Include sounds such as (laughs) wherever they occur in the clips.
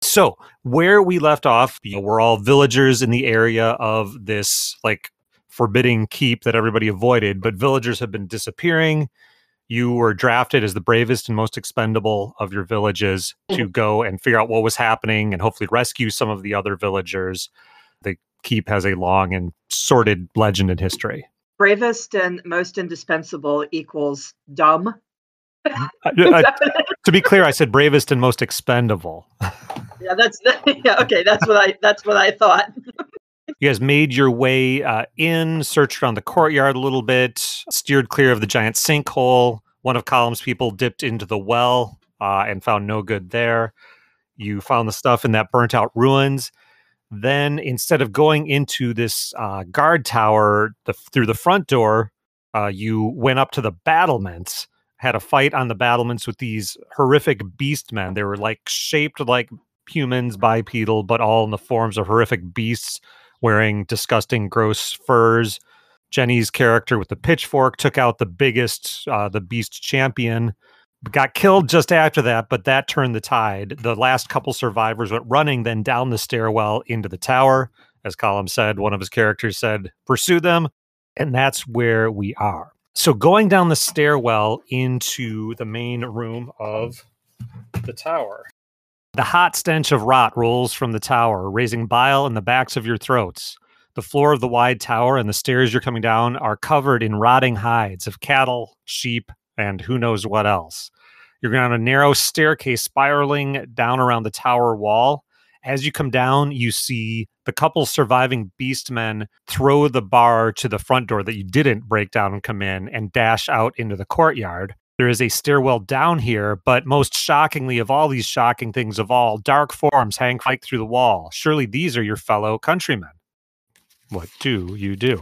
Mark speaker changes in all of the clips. Speaker 1: So where we left off, you know, we're all villagers in the area of this like forbidding keep that everybody avoided, but villagers have been disappearing. You were drafted as the bravest and most expendable of your villages to go and figure out what was happening and hopefully rescue some of the other villagers. The keep has a long and sordid legend and history.
Speaker 2: Bravest and most indispensable equals dumb.
Speaker 1: I- (laughs) I- to be clear, I said bravest and most expendable.
Speaker 2: (laughs) yeah, that's (laughs) yeah. Okay, that's what I that's what I thought.
Speaker 1: You guys made your way uh, in, searched around the courtyard a little bit, steered clear of the giant sinkhole. One of Column's people dipped into the well uh, and found no good there. You found the stuff in that burnt out ruins. Then, instead of going into this uh, guard tower the, through the front door, uh, you went up to the battlements, had a fight on the battlements with these horrific beast men. They were like shaped like humans, bipedal, but all in the forms of horrific beasts wearing disgusting, gross furs. Jenny's character with the pitchfork took out the biggest, uh, the beast champion, got killed just after that, but that turned the tide. The last couple survivors went running, then down the stairwell into the tower. As Column said, one of his characters said, pursue them. And that's where we are. So going down the stairwell into the main room of the tower. The hot stench of rot rolls from the tower, raising bile in the backs of your throats. The floor of the wide tower and the stairs you're coming down are covered in rotting hides of cattle, sheep, and who knows what else. You're going on a narrow staircase spiraling down around the tower wall. As you come down, you see the couple surviving beastmen throw the bar to the front door that you didn't break down and come in and dash out into the courtyard. There is a stairwell down here, but most shockingly of all these shocking things of all, dark forms hang like through the wall. Surely these are your fellow countrymen. What do you do?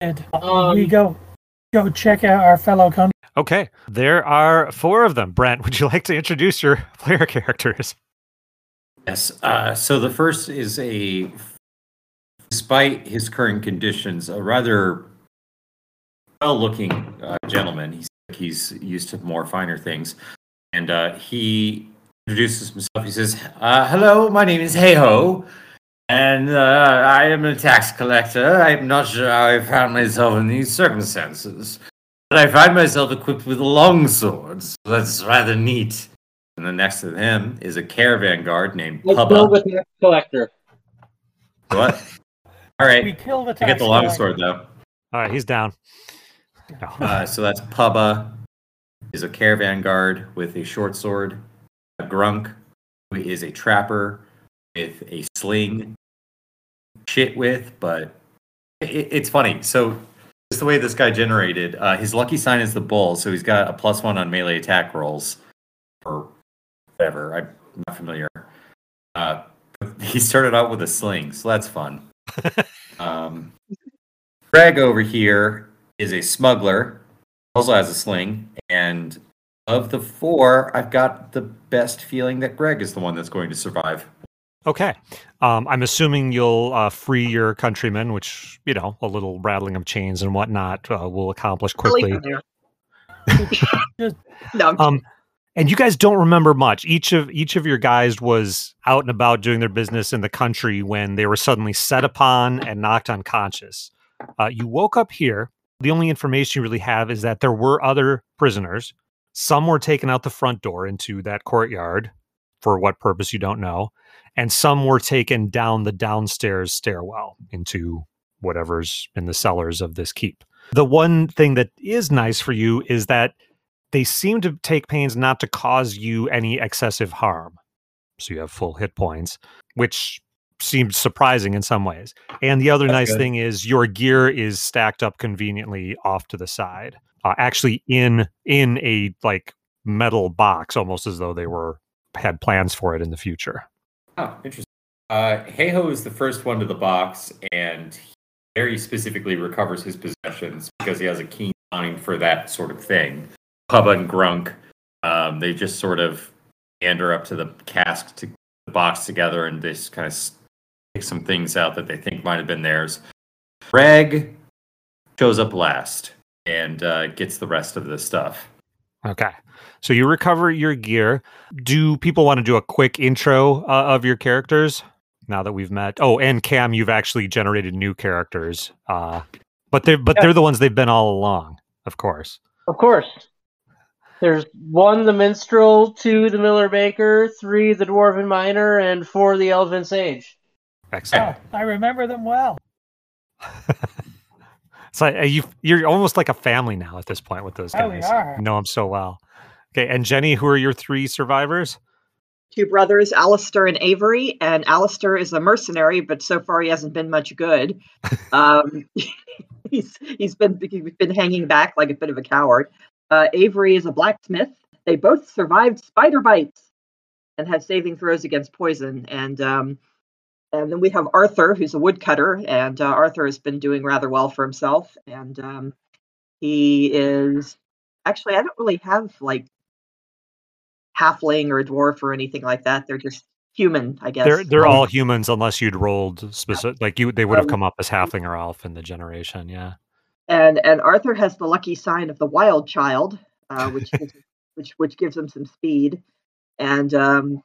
Speaker 3: Ed,
Speaker 2: Um,
Speaker 3: we go go check out our fellow country.
Speaker 1: Okay, there are four of them. Brent, (laughs) would you like to introduce your (laughs) player characters?
Speaker 4: Yes. Uh, so the first is a, despite his current conditions, a rather well-looking uh, gentleman. He's he's used to more finer things, and uh, he introduces himself. He says, uh, "Hello, my name is Heyho, and uh, I am a tax collector. I'm not sure how I found myself in these circumstances, but I find myself equipped with long swords. That's rather neat." And then next to him is a caravan guard named
Speaker 5: Let's
Speaker 4: Pubba.
Speaker 5: go with next collector.
Speaker 4: What? (laughs)
Speaker 3: We
Speaker 4: All right.
Speaker 3: kill the
Speaker 4: I get the
Speaker 3: tax
Speaker 4: long
Speaker 3: collector.
Speaker 4: sword though.
Speaker 1: All right, he's down. No.
Speaker 4: Uh, so that's Pubba, is a caravan guard with a short sword. Grunk, who is a trapper with a sling. Shit with, but it, it's funny. So just the way this guy generated, uh, his lucky sign is the bull, so he's got a plus one on melee attack rolls, or whatever. I'm not familiar. Uh, (laughs) but he started out with a sling, so that's fun. um, Greg over here is a smuggler, also has a sling, and of the four, I've got the best feeling that Greg is the one that's going to survive.
Speaker 1: Okay. Um, I'm assuming you'll uh, free your countrymen, which, you know, a little rattling of chains and whatnot uh, will accomplish quickly.
Speaker 2: no,
Speaker 1: um and you guys don't remember much each of each of your guys was out and about doing their business in the country when they were suddenly set upon and knocked unconscious uh, you woke up here the only information you really have is that there were other prisoners some were taken out the front door into that courtyard for what purpose you don't know and some were taken down the downstairs stairwell into whatever's in the cellars of this keep the one thing that is nice for you is that they seem to take pains not to cause you any excessive harm. So you have full hit points, which seems surprising in some ways. And the other
Speaker 4: That's
Speaker 1: nice
Speaker 4: good.
Speaker 1: thing is your gear is stacked up conveniently off to the side, uh, actually in in a like metal box, almost as though they were had plans for it in the future.
Speaker 4: Oh, interesting. Uh, Heiho is the first one to the box, and he very specifically recovers his possessions because he has a keen mind for that sort of thing. Pubba and Grunk, um, they just sort of gander up to the cask to the box together, and they just kind of pick some things out that they think might have been theirs. Greg shows up last and uh, gets the rest of the stuff.
Speaker 1: Okay. So you recover your gear. Do people want to do a quick intro uh, of your characters now that we've met? Oh, and Cam, you've actually generated new characters. Uh, but they're but
Speaker 5: Yeah.
Speaker 1: they're the ones they've been all along, of course.
Speaker 5: Of course. There's one, the minstrel, two, the miller baker, three, the dwarven miner, and four, the elven sage.
Speaker 1: Excellent.
Speaker 3: Oh, I remember them well.
Speaker 1: So uh, you you're almost like a family now at this point with those
Speaker 3: Oh, we
Speaker 1: guys.
Speaker 3: are.
Speaker 1: You know them so well. Okay, and Jenny, who are your three survivors?
Speaker 2: Two brothers, Alistair and Avery, and Alistair is a mercenary, but so far he hasn't been much good. Um, (laughs) he's he's been he's been hanging back like a bit of a coward. Uh, Avery is a blacksmith. They both survived spider bites and have saving throws against poison. And um, and then we have Arthur, who's a woodcutter, and uh, Arthur has been doing rather well for himself. And um, he is actually I don't really have like halfling or a dwarf or anything like that. They're just human, I guess.
Speaker 1: They're they're all humans unless you'd rolled specific like you they would have
Speaker 2: Um,
Speaker 1: come up as halfling or elf in the generation, yeah.
Speaker 2: and and Arthur has the lucky sign of the wild child,
Speaker 1: (laughs)
Speaker 2: uh, which gives, which which gives him some speed. And um,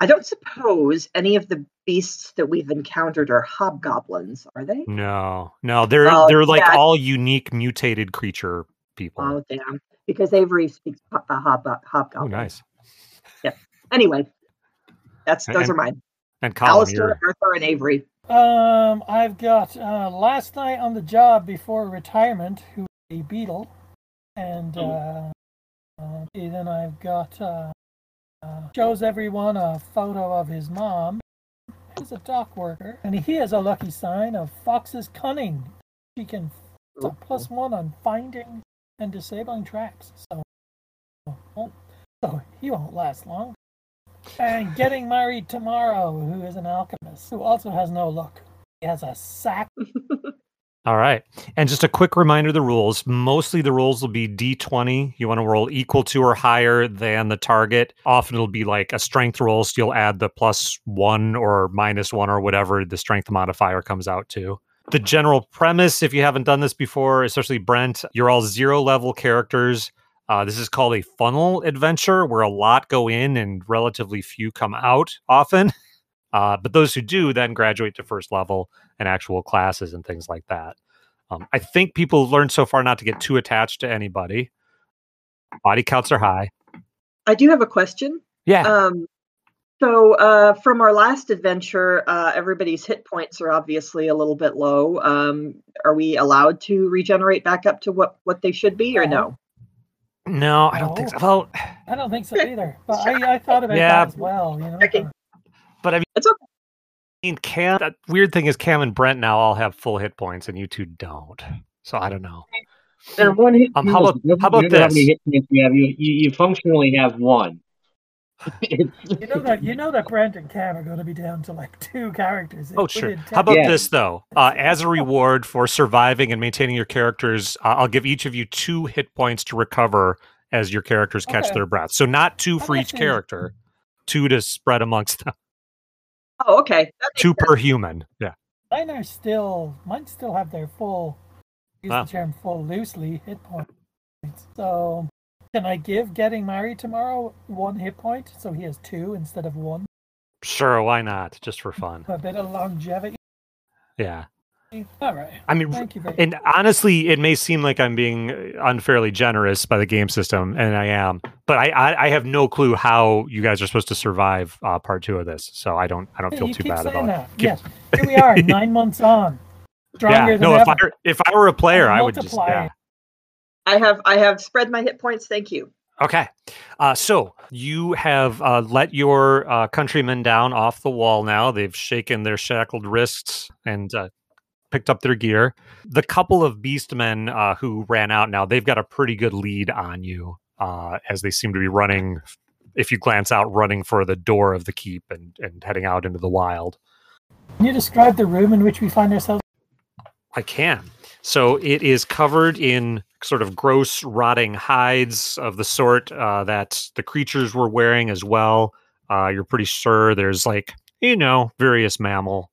Speaker 2: I don't suppose any of the beasts that we've encountered are hobgoblins, are they?
Speaker 1: No, no, they're
Speaker 2: Oh,
Speaker 1: they're like
Speaker 2: yeah.
Speaker 1: all unique mutated creature people.
Speaker 2: Oh damn! Because Avery speaks ho- uh, hob-
Speaker 1: oh,
Speaker 2: hobgoblin.
Speaker 1: nice.
Speaker 2: Anyway, that's
Speaker 1: And-
Speaker 2: those are
Speaker 1: and
Speaker 2: mine.
Speaker 1: And Colin,
Speaker 2: Alistair,
Speaker 1: you're,
Speaker 2: Arthur, and Avery.
Speaker 3: Um, I've got uh, last night on the job before retirement, who is a beetle, and uh, uh, okay, then I've got uh, uh, shows everyone a photo of his mom. He's a dock worker, and he has a lucky sign of fox's cunning. She can it's a plus one on finding and disabling traps, so won't- so he won't last long. And getting married tomorrow, who is an alchemist, who also has no luck. He has a sack.
Speaker 1: all right. And just a quick reminder of the rules. Mostly the rules will be D20. You want to roll equal to or higher than the target. Often it'll be like a strength roll, so you'll add the plus one or minus one or whatever the strength modifier comes out to. The general premise, if you haven't done this before, especially Brent, you're all zero level characters. Uh, this is called a funnel adventure where a lot go in and relatively few come out often. (laughs) Uh, but those who do then graduate to first level and actual classes and things like that. Um, I think people have learned so far not to get too attached to anybody. Body counts are high.
Speaker 2: I do have a question.
Speaker 1: Yeah.
Speaker 3: Oh,
Speaker 2: Um, so uh, from our last adventure, uh, everybody's hit points are obviously a little bit low. Um, are we allowed to regenerate back up to what what they should be, or no?
Speaker 1: no, I don't think so.
Speaker 3: no.
Speaker 1: Well,
Speaker 3: I don't think so either, but I, I thought about
Speaker 1: Yeah.
Speaker 3: that as well. You know,
Speaker 2: Okay.
Speaker 1: I mean, Cam, that weird thing is Cam and Brent now all have full hit points and you two don't. So I don't know.
Speaker 5: And one hit
Speaker 1: Um, how about-
Speaker 5: kills.
Speaker 1: how about
Speaker 5: you don't know How many
Speaker 1: this?
Speaker 5: hit points you, have. You, you, you functionally have one. (laughs) It's-
Speaker 3: you know that you know that Brent and Cam are going to be down to like two characters.
Speaker 1: Oh,
Speaker 3: If we
Speaker 1: sure.
Speaker 3: did ten-
Speaker 1: How about
Speaker 5: Yeah.
Speaker 1: this, though? Uh, as a reward for surviving and maintaining your characters, uh, I'll give each of you two hit points to recover as your characters catch
Speaker 3: Okay.
Speaker 1: their breath. So not two
Speaker 3: That
Speaker 1: for each
Speaker 3: seems-
Speaker 1: character, two to spread amongst them,
Speaker 2: Oh, okay. That makes
Speaker 1: two
Speaker 2: sense.
Speaker 1: per human. Yeah.
Speaker 3: mine are still mine still have their full use
Speaker 1: Wow.
Speaker 3: the term full loosely hit points. So can I give getting married tomorrow one hit point so he has two instead of one?
Speaker 1: Sure, why not? Just for fun.
Speaker 3: A bit of longevity.
Speaker 1: Yeah.
Speaker 3: All right.
Speaker 1: I mean,
Speaker 3: Thank you very
Speaker 1: and honestly, it may seem like I'm being uh, unfairly generous by the game system, and I am, but I I, I have no clue how you guys are supposed to survive uh, part two of this, so I don't I don't
Speaker 3: Yeah,
Speaker 1: feel
Speaker 3: you
Speaker 1: too
Speaker 3: keep
Speaker 1: bad
Speaker 3: saying
Speaker 1: about it.
Speaker 3: that. Yeah. Here
Speaker 1: (laughs)
Speaker 3: we are, nine months on. Stronger
Speaker 1: yeah,
Speaker 3: than
Speaker 1: no, if
Speaker 3: ever.
Speaker 1: I were- if I were a player, I would just
Speaker 3: multiply
Speaker 1: yeah.
Speaker 3: it.
Speaker 2: I have I have spread my hit points. Thank you.
Speaker 1: Okay. Uh, so you have uh, let your uh, countrymen down off the wall now. They've shaken their shackled wrists and uh, picked up their gear. The couple of beastmen uh, who ran out now, they've got a pretty good lead on you uh, as they seem to be running, if you glance out, running for the door of the keep and, and heading out into the wild.
Speaker 3: Can you describe the room in which we find ourselves?
Speaker 1: I can. So it is covered in sort of gross, rotting hides of the sort uh, that the creatures were wearing as well. Uh, you're pretty sure there's like, you know, various mammal,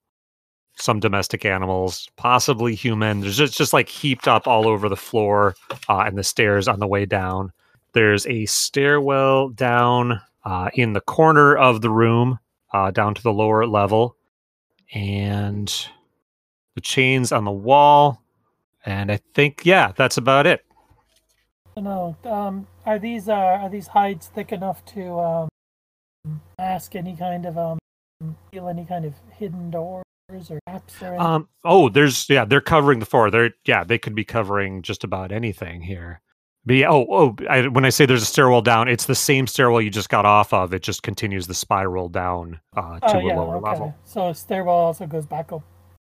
Speaker 1: some domestic animals, possibly human. There's just, just like heaped up all over the floor uh, and the stairs on the way down. There's a stairwell down uh, in the corner of the room, uh, down to the lower level, and the chains on the wall. And I think, yeah, that's about it.
Speaker 3: No, um, are these uh, are these hides thick enough to um, mask any kind of um, feel any kind of hidden doors or gaps or anything?
Speaker 1: Um, oh, there's yeah, they're covering the floor. They're yeah, they could be covering just about anything here. But yeah, oh oh, I, when I say there's a stairwell down, it's the same stairwell you just got off of. It just continues the spiral down uh, to
Speaker 3: Oh,
Speaker 1: a
Speaker 3: yeah,
Speaker 1: lower level.
Speaker 3: So stairwell also goes back up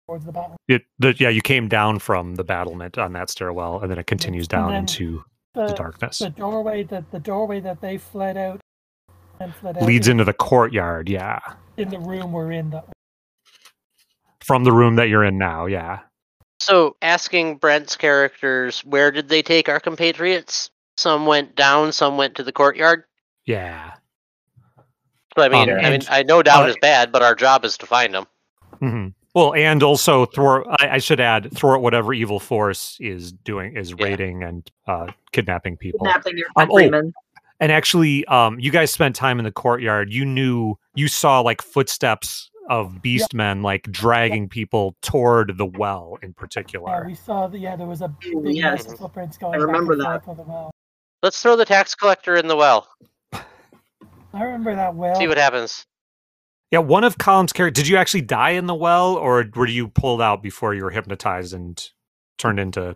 Speaker 3: towards the bottom.
Speaker 1: It, the, yeah, you came down from the battlement on that stairwell, and then it continues down
Speaker 3: then
Speaker 1: into
Speaker 3: The,
Speaker 1: the darkness.
Speaker 3: the doorway that the doorway that they fled out and fled out
Speaker 1: Leads
Speaker 3: is
Speaker 1: into the courtyard. Yeah,
Speaker 3: in the room we're in. That
Speaker 1: from the room that you're in now. Yeah.
Speaker 5: So, asking Brent's characters, where did they take our compatriots? Some went down, some went to the courtyard.
Speaker 1: Yeah.
Speaker 5: So, I mean,
Speaker 1: Um,
Speaker 5: I mean,
Speaker 1: and-
Speaker 5: I know down
Speaker 1: uh,
Speaker 5: is bad, but our job is to find them.
Speaker 1: hmm Well, and also thwart. I, I should add thwart whatever evil force is doing is
Speaker 5: Yeah.
Speaker 1: raiding and uh, kidnapping people.
Speaker 2: Kidnapping your
Speaker 1: Um, oh,
Speaker 2: countrymen.
Speaker 1: And actually, um, you guys spent time in the courtyard. You knew you saw like footsteps of beast men like dragging people toward the well in
Speaker 3: yeah,
Speaker 1: particular.
Speaker 3: we saw the yeah there was a big
Speaker 2: Oh,
Speaker 3: mess
Speaker 5: yes.
Speaker 3: of footprints going.
Speaker 2: I
Speaker 3: back
Speaker 2: remember
Speaker 3: and
Speaker 2: that.
Speaker 3: forth on the wall.
Speaker 5: Let's throw the tax collector in the well.
Speaker 3: I remember that well.
Speaker 5: See what happens.
Speaker 1: Yeah, one of Column's characters. Did you actually die in the well, or were you pulled out before you were hypnotized and turned into?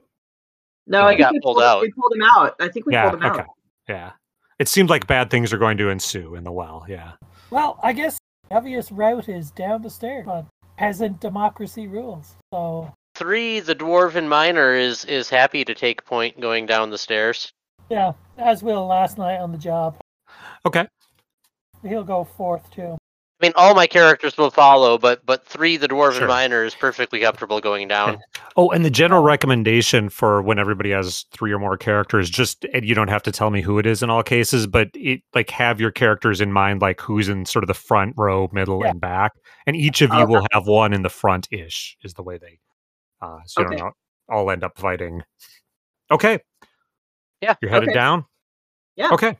Speaker 2: No,
Speaker 1: Oh,
Speaker 2: I
Speaker 1: he
Speaker 2: think
Speaker 5: got
Speaker 2: we
Speaker 5: pulled
Speaker 2: pulled,
Speaker 5: out.
Speaker 2: We pulled him out. I think we
Speaker 1: yeah.
Speaker 2: pulled him out.
Speaker 1: Okay. Yeah. It seemed like bad things are going to ensue in the well. Yeah.
Speaker 3: Well, I guess the obvious route is down the stairs, but peasant democracy rules. So
Speaker 5: Three, the dwarven miner is is happy to take point going down the stairs.
Speaker 3: yeah, as will last night on the job.
Speaker 1: Okay.
Speaker 3: He'll go fourth too.
Speaker 5: I mean, all my characters will follow, but but three, the dwarven
Speaker 1: Sure.
Speaker 5: miner is perfectly comfortable
Speaker 1: (laughs)
Speaker 5: going down.
Speaker 1: Oh, and the general recommendation for when everybody has three or more characters, just and you don't have to tell me who it is in all cases, but it like have your characters in mind, like who's in sort of the front row, middle,
Speaker 3: Yeah.
Speaker 1: and back, and each of you
Speaker 2: Oh,
Speaker 1: will have one in the front ish is the way they, uh, so you
Speaker 2: Okay.
Speaker 1: don't all end up fighting. Okay.
Speaker 5: Yeah,
Speaker 1: You're headed
Speaker 2: okay.
Speaker 1: down.
Speaker 2: Yeah.
Speaker 1: Okay.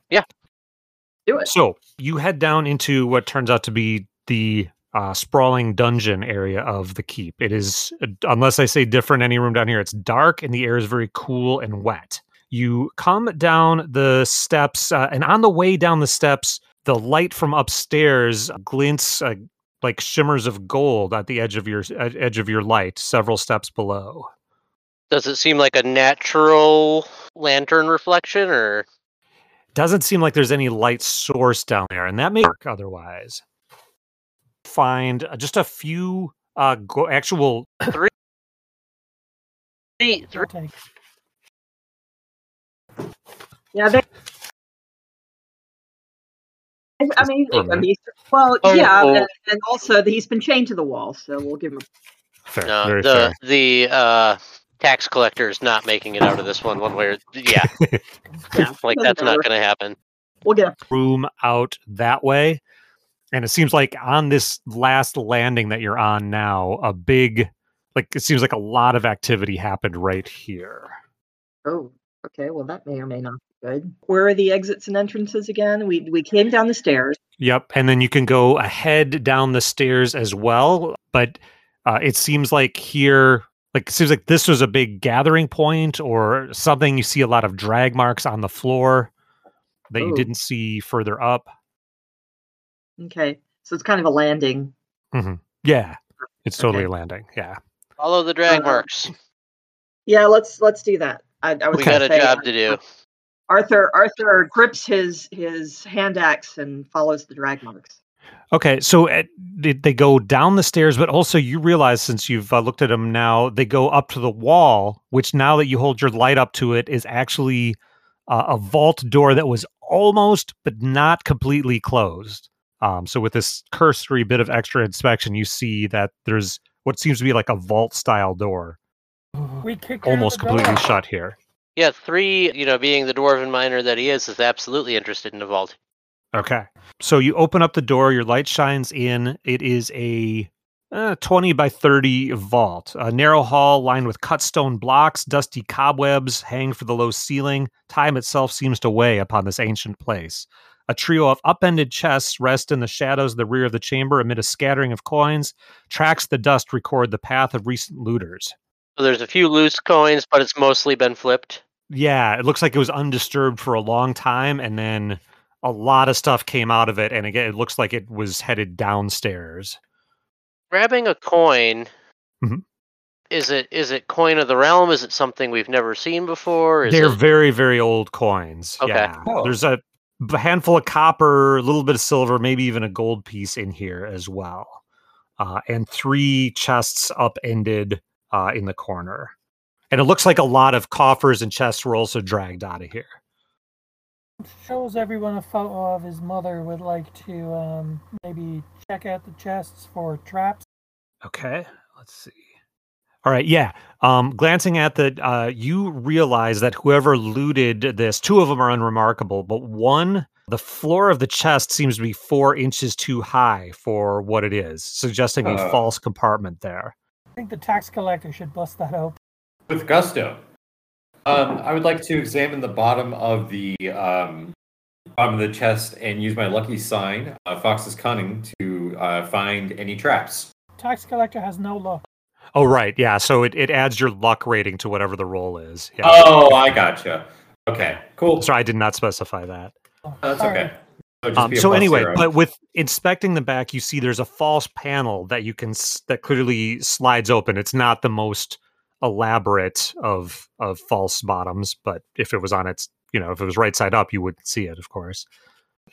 Speaker 2: Do it.
Speaker 1: So you head down into what turns out to be the uh, sprawling dungeon area of the keep. It is, uh, unless I say different, any room down here, it's dark and the air is very cool and wet. You come down the steps, uh, and on the way down the steps, the light from upstairs glints uh, like shimmers of gold at the edge of your ed- edge of your light, several steps below.
Speaker 5: Does it seem like a natural lantern reflection, or
Speaker 1: Doesn't seem like there's any light source down there, and that may work otherwise. Find uh, just a few uh, go- actual.
Speaker 5: three, three
Speaker 3: I'll take.
Speaker 2: Yeah, they. I- I mean,
Speaker 1: for a minute.
Speaker 2: he's, well,
Speaker 5: Oh,
Speaker 2: yeah,
Speaker 5: oh.
Speaker 2: and, and also that he's been chained to the wall, so we'll give him.
Speaker 1: Fair,
Speaker 5: No,
Speaker 1: very
Speaker 5: the the uh, tax collector is not making it out of this one one way. Or,
Speaker 1: (laughs)
Speaker 5: yeah,
Speaker 2: A, yeah,
Speaker 5: like
Speaker 2: doesn't
Speaker 5: that's not
Speaker 2: matter.
Speaker 5: going to happen.
Speaker 2: We'll get.
Speaker 1: fair. Room out that way, and it seems like on this last landing that you're on now, a big, like it seems like a lot of activity happened right here.
Speaker 2: Oh, okay. Well, that may or may not be good. Where are the exits and entrances again? We we came down the stairs.
Speaker 1: Yep. And then you can go ahead down the stairs as well. But uh, it seems like here, like, it seems like this was a big gathering point or something. You see a lot of drag marks on the floor that you
Speaker 2: Oh.
Speaker 1: didn't see further up.
Speaker 2: Okay, so it's kind of a landing.
Speaker 1: Yeah. It's totally a
Speaker 2: Okay.
Speaker 1: landing. Yeah.
Speaker 5: Follow the drag
Speaker 2: Uh,
Speaker 5: marks.
Speaker 2: Yeah, let's let's do that. I, I was
Speaker 5: We
Speaker 2: gonna
Speaker 5: got a
Speaker 2: say, uh,
Speaker 5: job to do.
Speaker 2: Arthur Arthur grips his his hand axe and follows the drag marks.
Speaker 1: Okay. So at, they, they go down the stairs, but also you realize since you've uh, looked at them now, they go up to the wall, which now that you hold your light up to it is actually uh, a vault door that was almost but not completely closed. Um, so with this cursory bit of extra inspection, you see that there's what seems to be like a vault style door
Speaker 3: We kicked her out
Speaker 1: almost
Speaker 3: the door.
Speaker 1: completely shut here.
Speaker 5: Yeah, three. You know, being the dwarven miner that he is, is absolutely interested in the vault.
Speaker 1: Okay. So you open up the door, your light shines in. It is a uh, 20 by 30 vault. A narrow hall lined with cut stone blocks, dusty cobwebs hang for the low ceiling. Time itself seems to weigh upon this ancient place. A trio of upended chests rest in the shadows of the rear of the chamber amid a scattering of coins. Tracks the dust record the path of recent looters.
Speaker 5: So there's a few loose coins, but it's mostly been flipped.
Speaker 1: Yeah, it looks like it was undisturbed for a long time, and then a lot of stuff came out of it. And again, it looks like it was headed downstairs.
Speaker 5: Grabbing a coin.
Speaker 1: Mhm.
Speaker 5: Is it is it coin of the realm? Is it something we've never seen before? Is
Speaker 1: They're
Speaker 5: it...
Speaker 1: very, very old coins.
Speaker 5: Okay.
Speaker 1: Yeah.
Speaker 4: Oh.
Speaker 1: There's a b- handful of copper, a little bit of silver, maybe even a gold piece in here as well. Uh, and three chests upended uh, in the corner. And it looks like a lot of coffers and chests were also dragged out of here.
Speaker 3: Shows everyone a photo of his mother. Would like to um, maybe check out the chests for traps.
Speaker 1: Okay, let's see. All right, yeah. Um, glancing at the, uh, you realize that whoever looted this, two of them are unremarkable, but one, the floor of the chest seems to be four inches too high for what it is, suggesting a
Speaker 4: Uh.
Speaker 1: false compartment there.
Speaker 3: I think the tax collector should bust that open.
Speaker 4: With gusto. Um, I would like to examine the bottom of the um, bottom of the chest and use my lucky sign, uh, Fox's cunning, to uh, find any traps.
Speaker 3: Tax collector has no luck.
Speaker 1: Oh, right, yeah. So it, it adds your luck rating to whatever the roll is. Yeah.
Speaker 4: Oh, I gotcha. Okay, cool. Uh,
Speaker 1: Sorry, I did not specify that.
Speaker 4: That's
Speaker 3: Sorry.
Speaker 4: okay. It'll just
Speaker 1: Um,
Speaker 4: be a
Speaker 1: so
Speaker 4: plus
Speaker 1: anyway,
Speaker 4: zero.
Speaker 1: but with inspecting the back, you see there's a false panel that you can s- that clearly slides open. It's not the most elaborate of of false bottoms, but if it was on its, you know, if it was right side up, you would see it, of course.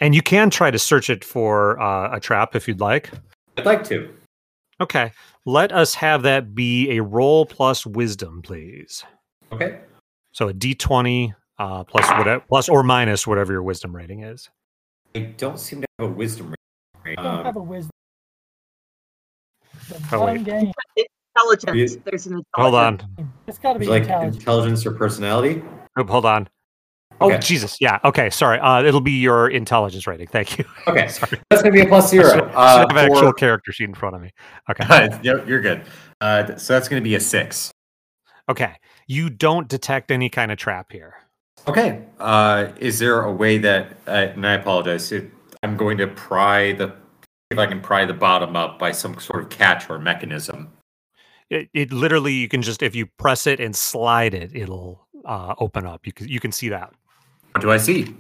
Speaker 1: And you can try to search it for uh, a trap if you'd like.
Speaker 4: I'd like to.
Speaker 1: Okay, let us have that be a roll plus wisdom, please.
Speaker 4: Okay.
Speaker 1: So a d20 uh, plus whatever plus or minus whatever your wisdom rating is.
Speaker 4: I don't seem to have a wisdom rating.
Speaker 3: Don't have a
Speaker 4: Um,
Speaker 3: wisdom. The
Speaker 1: Oh, wait.
Speaker 3: bottom game.
Speaker 2: Intelligence.
Speaker 4: Yeah.
Speaker 2: There's an intelligence.
Speaker 1: Hold on.
Speaker 3: It's got to
Speaker 4: would
Speaker 3: be
Speaker 4: you like
Speaker 3: intelligent.
Speaker 4: intelligence or personality?
Speaker 1: Oop, hold on. Oh
Speaker 4: Okay.
Speaker 1: Jesus! Yeah. Okay. Sorry. Uh, it'll be your intelligence rating. Thank you. (laughs)
Speaker 4: Okay,
Speaker 1: Sorry.
Speaker 4: that's gonna be a plus zero.
Speaker 1: I should, I should
Speaker 4: uh,
Speaker 1: have an actual
Speaker 4: for-
Speaker 1: character sheet in front of me. Okay.
Speaker 4: Guys, (laughs) yep, you're good. Uh, th- so that's going to be a six.
Speaker 1: okay. You don't detect any kind of trap here.
Speaker 4: Okay. Uh, is there a way that? Uh, and I apologize. It, I'm going to pry the see if I can pry the bottom up by some sort of catch or mechanism.
Speaker 1: It, it literally you can just if you press it and slide it, it'll uh, open up. You can you can see that.
Speaker 4: What do I see?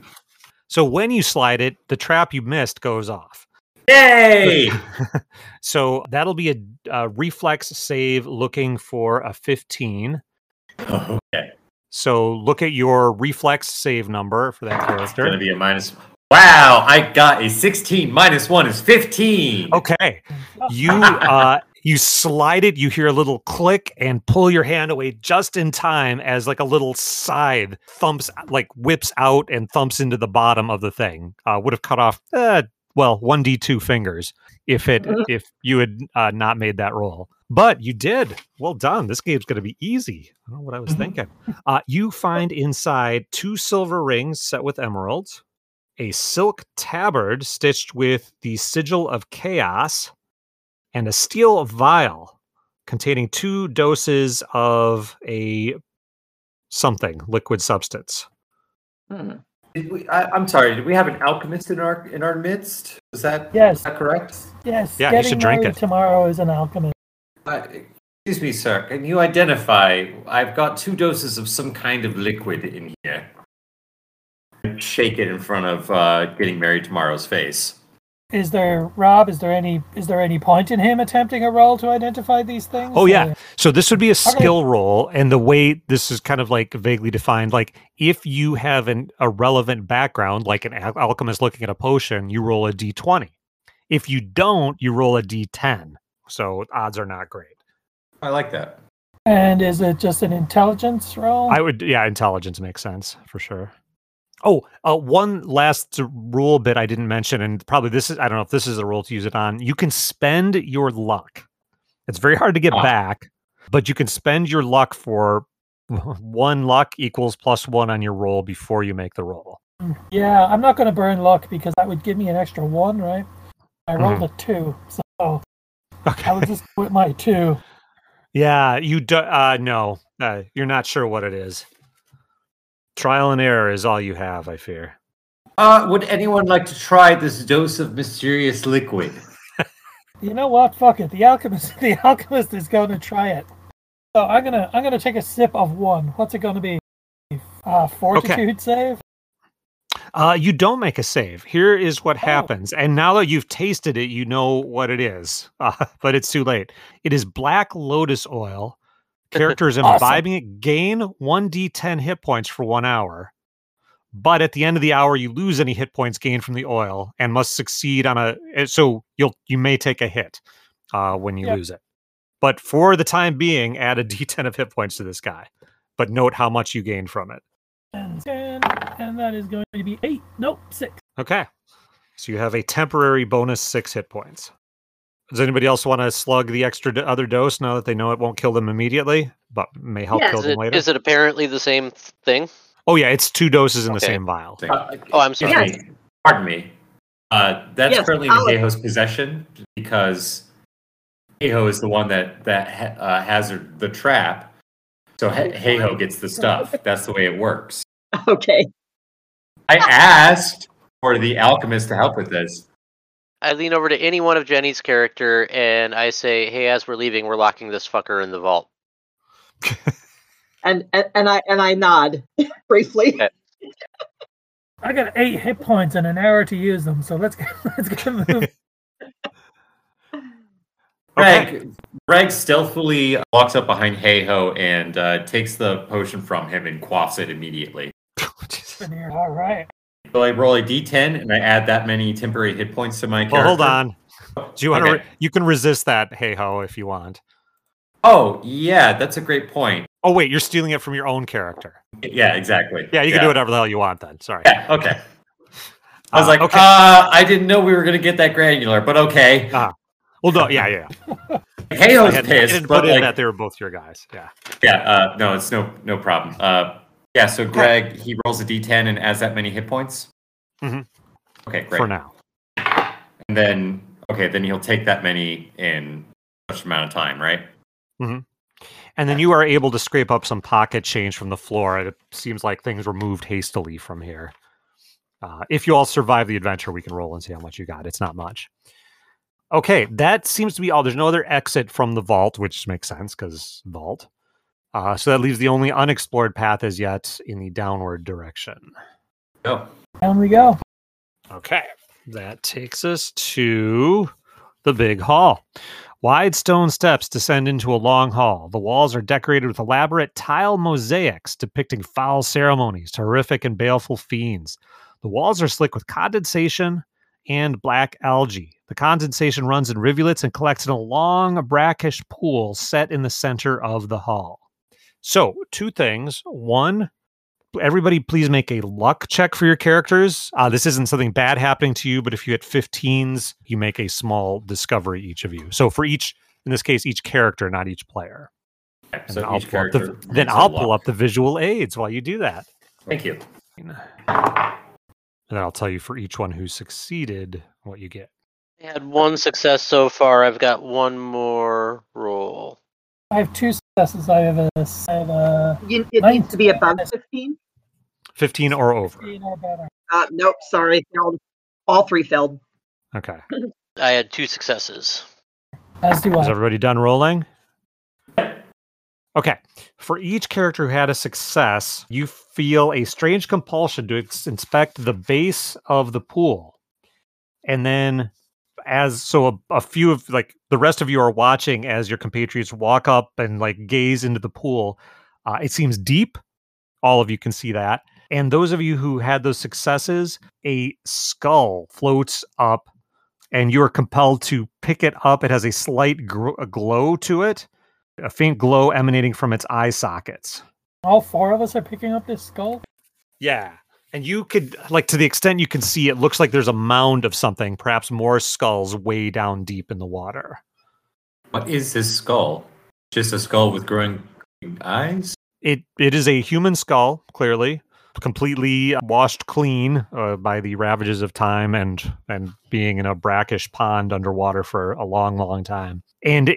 Speaker 1: So when you slide it, the trap you missed goes off.
Speaker 4: Yay!
Speaker 1: (laughs) So that'll be a, a reflex save looking for a 15.
Speaker 4: (laughs) okay.
Speaker 1: So look at your reflex save number for that
Speaker 4: It's going to
Speaker 1: character.
Speaker 4: be a minus. Wow! I got a 16 minus one is 15.
Speaker 1: Okay. you uh you slide it you hear a little click and pull your hand away just in time as like a little scythe thumps like whips out and thumps into the bottom of the thing uh would have cut off uh well 1d2 fingers if it if you had uh, not made that roll but you did well done this game's going to be easy i don't know what i was thinking uh you find inside two silver rings set with emeralds a silk tabard stitched with the sigil of chaos and a steel vial containing two doses of a something liquid substance.
Speaker 2: Hmm.
Speaker 4: Did we, I, I'm sorry. Did we have an alchemist in our in our midst? Was that
Speaker 3: Yes,
Speaker 4: is that correct?
Speaker 3: yes.
Speaker 1: Yeah, you
Speaker 3: getting
Speaker 1: should drink
Speaker 3: married
Speaker 1: it.
Speaker 3: Tomorrow is an alchemist.
Speaker 4: Uh, excuse me, sir. Can you identify? I've got two doses of some kind of liquid in here. Shake it in front of uh, getting married tomorrow's face.
Speaker 3: Is there Rob? Is there any? Is there any point in him attempting a role to identify these things?
Speaker 1: Oh, yeah.
Speaker 3: Or-
Speaker 1: So this would be a skill roll, and the way this is kind of like vaguely defined, like if you have an a relevant background, like an al- alchemist looking at a potion, you roll a d20. If you don't, you roll a d10. So odds are not great.
Speaker 4: I like that.
Speaker 3: And is it just an intelligence role?
Speaker 1: I would, yeah, intelligence makes sense for sure. Oh, uh, one last rule bit I didn't mention, and probably this is, I don't know if this is a rule to use it on. You can spend your luck. It's very hard to get
Speaker 4: Ah.
Speaker 1: back, but you can spend your luck for (laughs) one luck equals plus one on your roll before you make the roll.
Speaker 3: yeah, I'm not going
Speaker 1: Mm-hmm.
Speaker 3: to burn luck because that would give me an extra one, right? I rolled a two, so I
Speaker 1: Okay.
Speaker 3: would just quit my two.
Speaker 1: Yeah, you do. Uh, no, uh, you're not sure what it is. Trial and error is all you have, I fear.
Speaker 4: Uh, would anyone like to try this dose of mysterious liquid?
Speaker 3: You know what? Fuck it. The alchemist. (laughs) The alchemist is going to try it. So I'm gonna I'm gonna take a sip of one. What's it going to be? Uh, fortitude save.
Speaker 1: Uh, you don't make a save. Here is what
Speaker 3: Oh.
Speaker 1: happens. And now that you've tasted it, you know what it is, (laughs) uh, but it's too late. It is black lotus oil. Characters
Speaker 3: (laughs) Awesome.
Speaker 1: imbibing it gain 1d10 hit points for one hour. But at the end of the hour, you lose any hit points gained from the oil and must succeed on a. eh, So you'll you may take a hit uh, when you
Speaker 3: Yep.
Speaker 1: lose it. But for the time being, add a (laughs) d10 of hit points to this guy. But note how much you gain from it.
Speaker 3: And ten, and that is going to be eight. Nope, six.
Speaker 1: Okay. So you have a temporary bonus six hit points. Does anybody else want to slug the extra d- other dose now that they know it won't kill them immediately, but may help
Speaker 2: Yeah,
Speaker 1: kill
Speaker 5: Is
Speaker 1: them
Speaker 5: it,
Speaker 1: later?
Speaker 5: is it apparently the same th- thing?
Speaker 1: oh, yeah, it's two doses in the
Speaker 5: Okay.
Speaker 1: same vial. (laughs)
Speaker 4: Uh,
Speaker 5: Oh, I'm sorry.
Speaker 4: excuse me. Pardon me. Uh, that's
Speaker 2: Yes,
Speaker 4: currently
Speaker 2: Alex.
Speaker 4: in Yeho's possession because Yeho is the one that that ha- uh, hazard the trap. So He- Yeho gets the stuff. That's the way it works.
Speaker 2: (laughs) Okay.
Speaker 4: I asked for the alchemist to help with this.
Speaker 5: I lean over to any one of Jenny's character and I say, "Hey, as we're leaving, we're locking this fucker in the vault."
Speaker 2: And, and and I and I nod (laughs) briefly.
Speaker 5: Okay.
Speaker 3: I got eight hit points and an hour to use them. So let's (laughs) get let's get moving.
Speaker 1: Okay.
Speaker 4: Greg, Greg stealthily walks up behind Yeho and uh, takes the potion from him and quaffs it immediately.
Speaker 1: Jesus.
Speaker 4: (laughs)
Speaker 3: in here. All right.
Speaker 4: So I roll a d10 and I add that many temporary hit points to my character.
Speaker 1: Well, hold on. Do you want to?
Speaker 4: Okay.
Speaker 1: Re- you can resist that, hey ho, if you want.
Speaker 4: Oh, yeah, that's a great point.
Speaker 1: Oh, wait, you're stealing it from your own character.
Speaker 4: Yeah, exactly.
Speaker 1: Yeah, you can do whatever the hell you want then. Sorry.
Speaker 4: Yeah, okay. I was
Speaker 1: Uh,
Speaker 4: like,
Speaker 1: okay.
Speaker 4: uh, I didn't know we were gonna get that granular, but okay.
Speaker 1: Uh, well, no, yeah,
Speaker 4: (laughs)
Speaker 1: yeah. yeah. I
Speaker 4: Heyo's
Speaker 1: had- I
Speaker 4: pissed,
Speaker 1: didn't
Speaker 4: but
Speaker 1: put in
Speaker 4: like,
Speaker 1: that they were both your guys. Yeah.
Speaker 4: yeah, uh, no, it's no no problem. Uh, yeah, so Greg he rolls a d10 and adds that many hit points.
Speaker 1: Mhm.
Speaker 4: Okay, great.
Speaker 1: For now.
Speaker 4: And then okay, then he'll take that many in such amount of time, right?
Speaker 1: And then you are able to scrape up some pocket change from the floor. It seems like things were moved hastily from here. Uh, if you all survive the adventure, we can roll and see how much you got. It's not much. Okay, that seems to be all. There's no other exit from the vault, which makes sense because vault. Uh, so that leaves the only unexplored path as yet in the downward direction.
Speaker 4: Oh,
Speaker 3: Down we go.
Speaker 1: Okay. That takes us to the big hall. Wide stone steps descend into a long hall. The walls are decorated with elaborate tile mosaics depicting foul ceremonies, horrific and baleful fiends. The walls are slick with condensation and black algae. The condensation runs in rivulets and collects in a long, brackish pool set in the center of the hall. So, two things. One, everybody please make a luck check for your characters uh, this isn't something bad happening to you but if you hit 15s you make a small discovery each of you so for each in this case each character not each player
Speaker 4: okay,
Speaker 1: And
Speaker 4: so
Speaker 1: then i'll,
Speaker 4: each
Speaker 1: pull up, the,
Speaker 4: character
Speaker 1: then
Speaker 4: needs a
Speaker 1: I'll pull
Speaker 4: luck.
Speaker 1: up the visual aids while you do that
Speaker 4: Thank you.
Speaker 1: and then i'll tell you for each one who succeeded what you get
Speaker 5: I had one success so far. I've got one more roll.
Speaker 3: I have two successes. I have a I have a
Speaker 2: You, it
Speaker 3: Nice.
Speaker 2: needs to be above fifteen.
Speaker 1: 15 or over
Speaker 3: 16 or better.
Speaker 2: Uh, nope, sorry. failed. All three failed.
Speaker 1: okay
Speaker 5: I had two successes.
Speaker 3: As do
Speaker 1: Is
Speaker 3: I.
Speaker 1: everybody done rolling? Okay. For each character who had a success, you feel a strange compulsion to ex- inspect the base of the pool. And then, as so, a, a few of like the rest of you are watching as your compatriots walk up and like gaze into the pool. Uh, it seems deep. All of you can see that. And those of you who had those successes, a skull floats up and you are compelled to pick it up. It has a slight gr- a glow to it, a faint glow emanating from its eye sockets.
Speaker 3: All four of us are picking up this skull.
Speaker 1: Yeah. And you could, like, to the extent you can see, it looks like there's a mound of something, perhaps more skulls way down deep in the water.
Speaker 4: What is this skull? Just a skull with growing eyes?
Speaker 1: It It is a human skull, clearly, completely washed clean uh, by the ravages of time and and being in a brackish pond underwater for a long, long time. And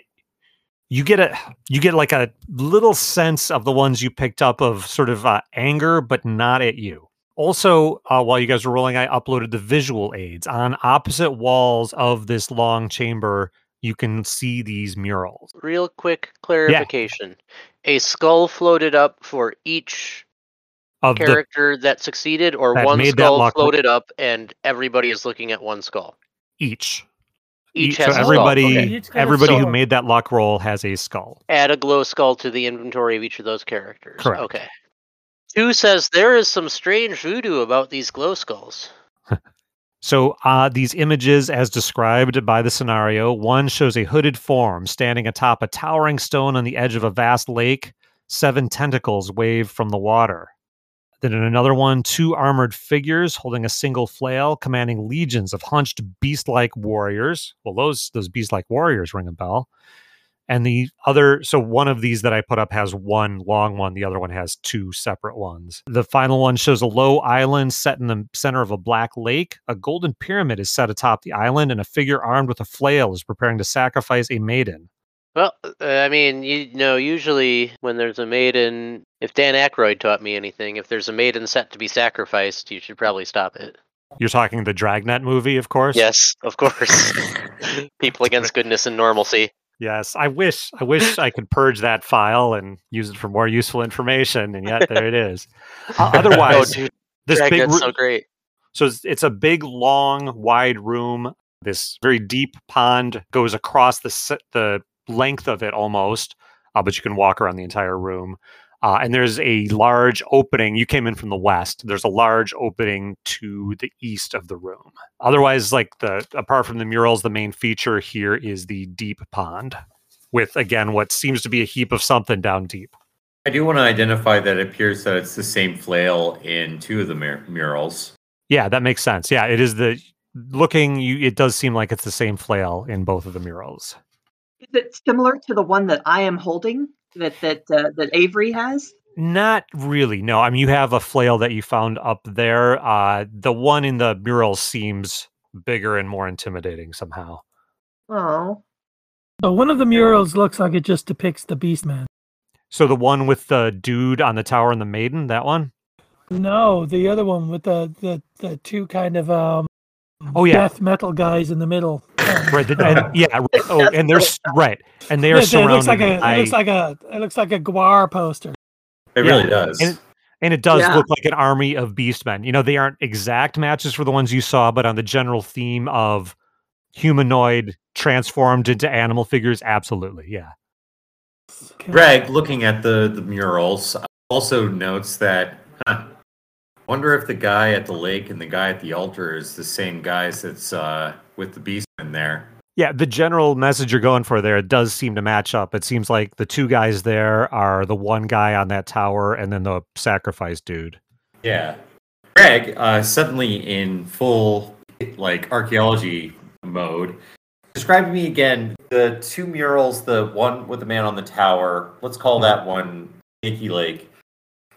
Speaker 1: you get a you get like a little sense of the ones you picked up of sort of uh, anger, but not at you. Also, uh, while you guys were rolling, I uploaded the visual aids on opposite walls of this long chamber. You can see these murals.
Speaker 6: Real quick clarification. A skull floated up for each
Speaker 1: Of the
Speaker 6: character that succeeded, or
Speaker 1: that
Speaker 6: one
Speaker 1: made that
Speaker 6: skull
Speaker 1: luck roll.
Speaker 6: floated up and everybody is looking at one skull.
Speaker 1: each,
Speaker 6: Each
Speaker 1: E, so
Speaker 6: has a
Speaker 1: everybody,
Speaker 6: skull. Okay.
Speaker 3: Each got a
Speaker 1: everybody who
Speaker 3: skull.
Speaker 1: made that luck roll has a skull.
Speaker 6: Add a glow skull to the inventory of each of those characters.
Speaker 1: Correct.
Speaker 6: Okay. Two says there is some strange voodoo about these glow skulls.
Speaker 1: So, uh, these images, as described by the scenario, one shows a hooded form standing atop a towering stone on the edge of a vast lake. Seven tentacles wave from the water. Then, in another one, two armored figures holding a single flail, commanding legions of hunched beast-like warriors. Well, those those beast-like warriors ring a bell. And the other, so one of these that I put up has one long one. The other one has two separate ones. The final one shows a low island set in the center of a black lake. A golden pyramid is set atop the island, and a figure armed with a flail is preparing to sacrifice a maiden.
Speaker 6: Well, uh, I mean, you know, usually when there's a maiden, if Dan Aykroyd taught me anything, if there's a maiden set to be sacrificed, you should probably stop it.
Speaker 1: You're talking the Dragnet movie, of course.
Speaker 6: Yes, of course.
Speaker 1: (laughs)
Speaker 6: People against goodness and normalcy.
Speaker 1: Yes. I wish I wish I could purge that file and use it for more useful information, and yet there it is. Uh,
Speaker 6: (laughs) Oh,
Speaker 1: otherwise,
Speaker 6: dude,
Speaker 1: this
Speaker 6: Greg,
Speaker 1: big
Speaker 6: that's
Speaker 1: ru-
Speaker 6: so great.
Speaker 1: So it's, it's a big, long, wide room. This very deep pond goes across the se- the length of it almost, uh, but you can walk around the entire room. Uh, and there's a large opening. You came in from the west. There's a large opening to the east of the room. Otherwise, like the apart from the murals, the main feature here is the deep pond, with again what seems to be a heap of something down deep.
Speaker 4: I do want to identify that it appears that it's the same flail in two of the mur- murals.
Speaker 1: Yeah, that makes sense. Yeah, it is the looking. You, it does seem like it's the same flail in both of the murals.
Speaker 2: Is it similar to the one that I am holding that that uh, that Avery has?
Speaker 1: Not really. No, I mean you have a flail that you found up there. Uh, the one in the mural seems bigger and more intimidating somehow.
Speaker 2: Oh,
Speaker 3: So one of the murals looks like it just depicts the Beast Man.
Speaker 1: So the one with the dude on the tower and the maiden, that one.
Speaker 3: No, the other one with the the, the two kind of um
Speaker 1: Oh, yeah.
Speaker 3: death metal guys in the middle. Um,
Speaker 1: Right. The, and, yeah. right, Oh, and they're s- right, and they
Speaker 3: it-
Speaker 1: are
Speaker 3: it looks
Speaker 1: surrounded.
Speaker 3: like a
Speaker 1: by-
Speaker 3: it looks like a it looks like a Guar poster.
Speaker 4: It
Speaker 1: Yeah.
Speaker 4: really does.
Speaker 1: And- and it does
Speaker 2: Yeah.
Speaker 1: look like an army of beastmen. You know, they aren't exact matches for the ones you saw, but on the general theme of humanoid transformed into animal figures, absolutely. Yeah.
Speaker 3: Okay.
Speaker 4: Greg, looking at the, the murals, also notes that. Huh, wonder if the guy at the lake and the guy at the altar is the same guys that's uh, with the beast in there.
Speaker 1: Yeah, the general message you're going for there does seem to match up. It seems like the two guys there are the one guy on that tower and then the sacrifice dude.
Speaker 4: Yeah. Greg, uh, suddenly in full like archaeology mode, describe to me again the two murals, the one with the man on the tower. Let's call that one Nikki Lake.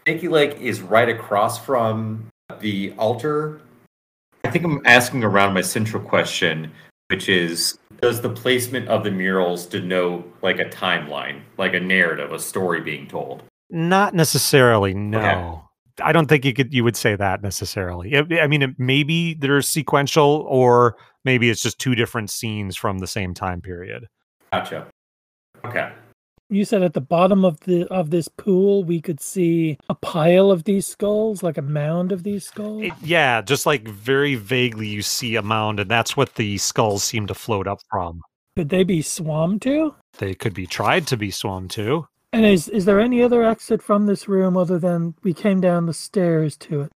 Speaker 4: Nikki Lake is right across from the altar. I think I'm asking around my central question, which is does the placement of the murals denote like a timeline, like a narrative, a story being told?
Speaker 1: Not necessarily, no. I don't think you could you would say that necessarily. I, I mean, it, maybe they're sequential or maybe it's just two different scenes from the same time period.
Speaker 4: Gotcha. Okay.
Speaker 3: You said at the bottom of the of this pool we could see a pile of these skulls, like a mound of these skulls.
Speaker 1: It- yeah, just like very vaguely you see a mound and that's what the skulls seem to float up from.
Speaker 3: could they be swum to?
Speaker 1: They could be tried to be swum to.
Speaker 3: And is is there any other exit from this room other than we came down the stairs to it?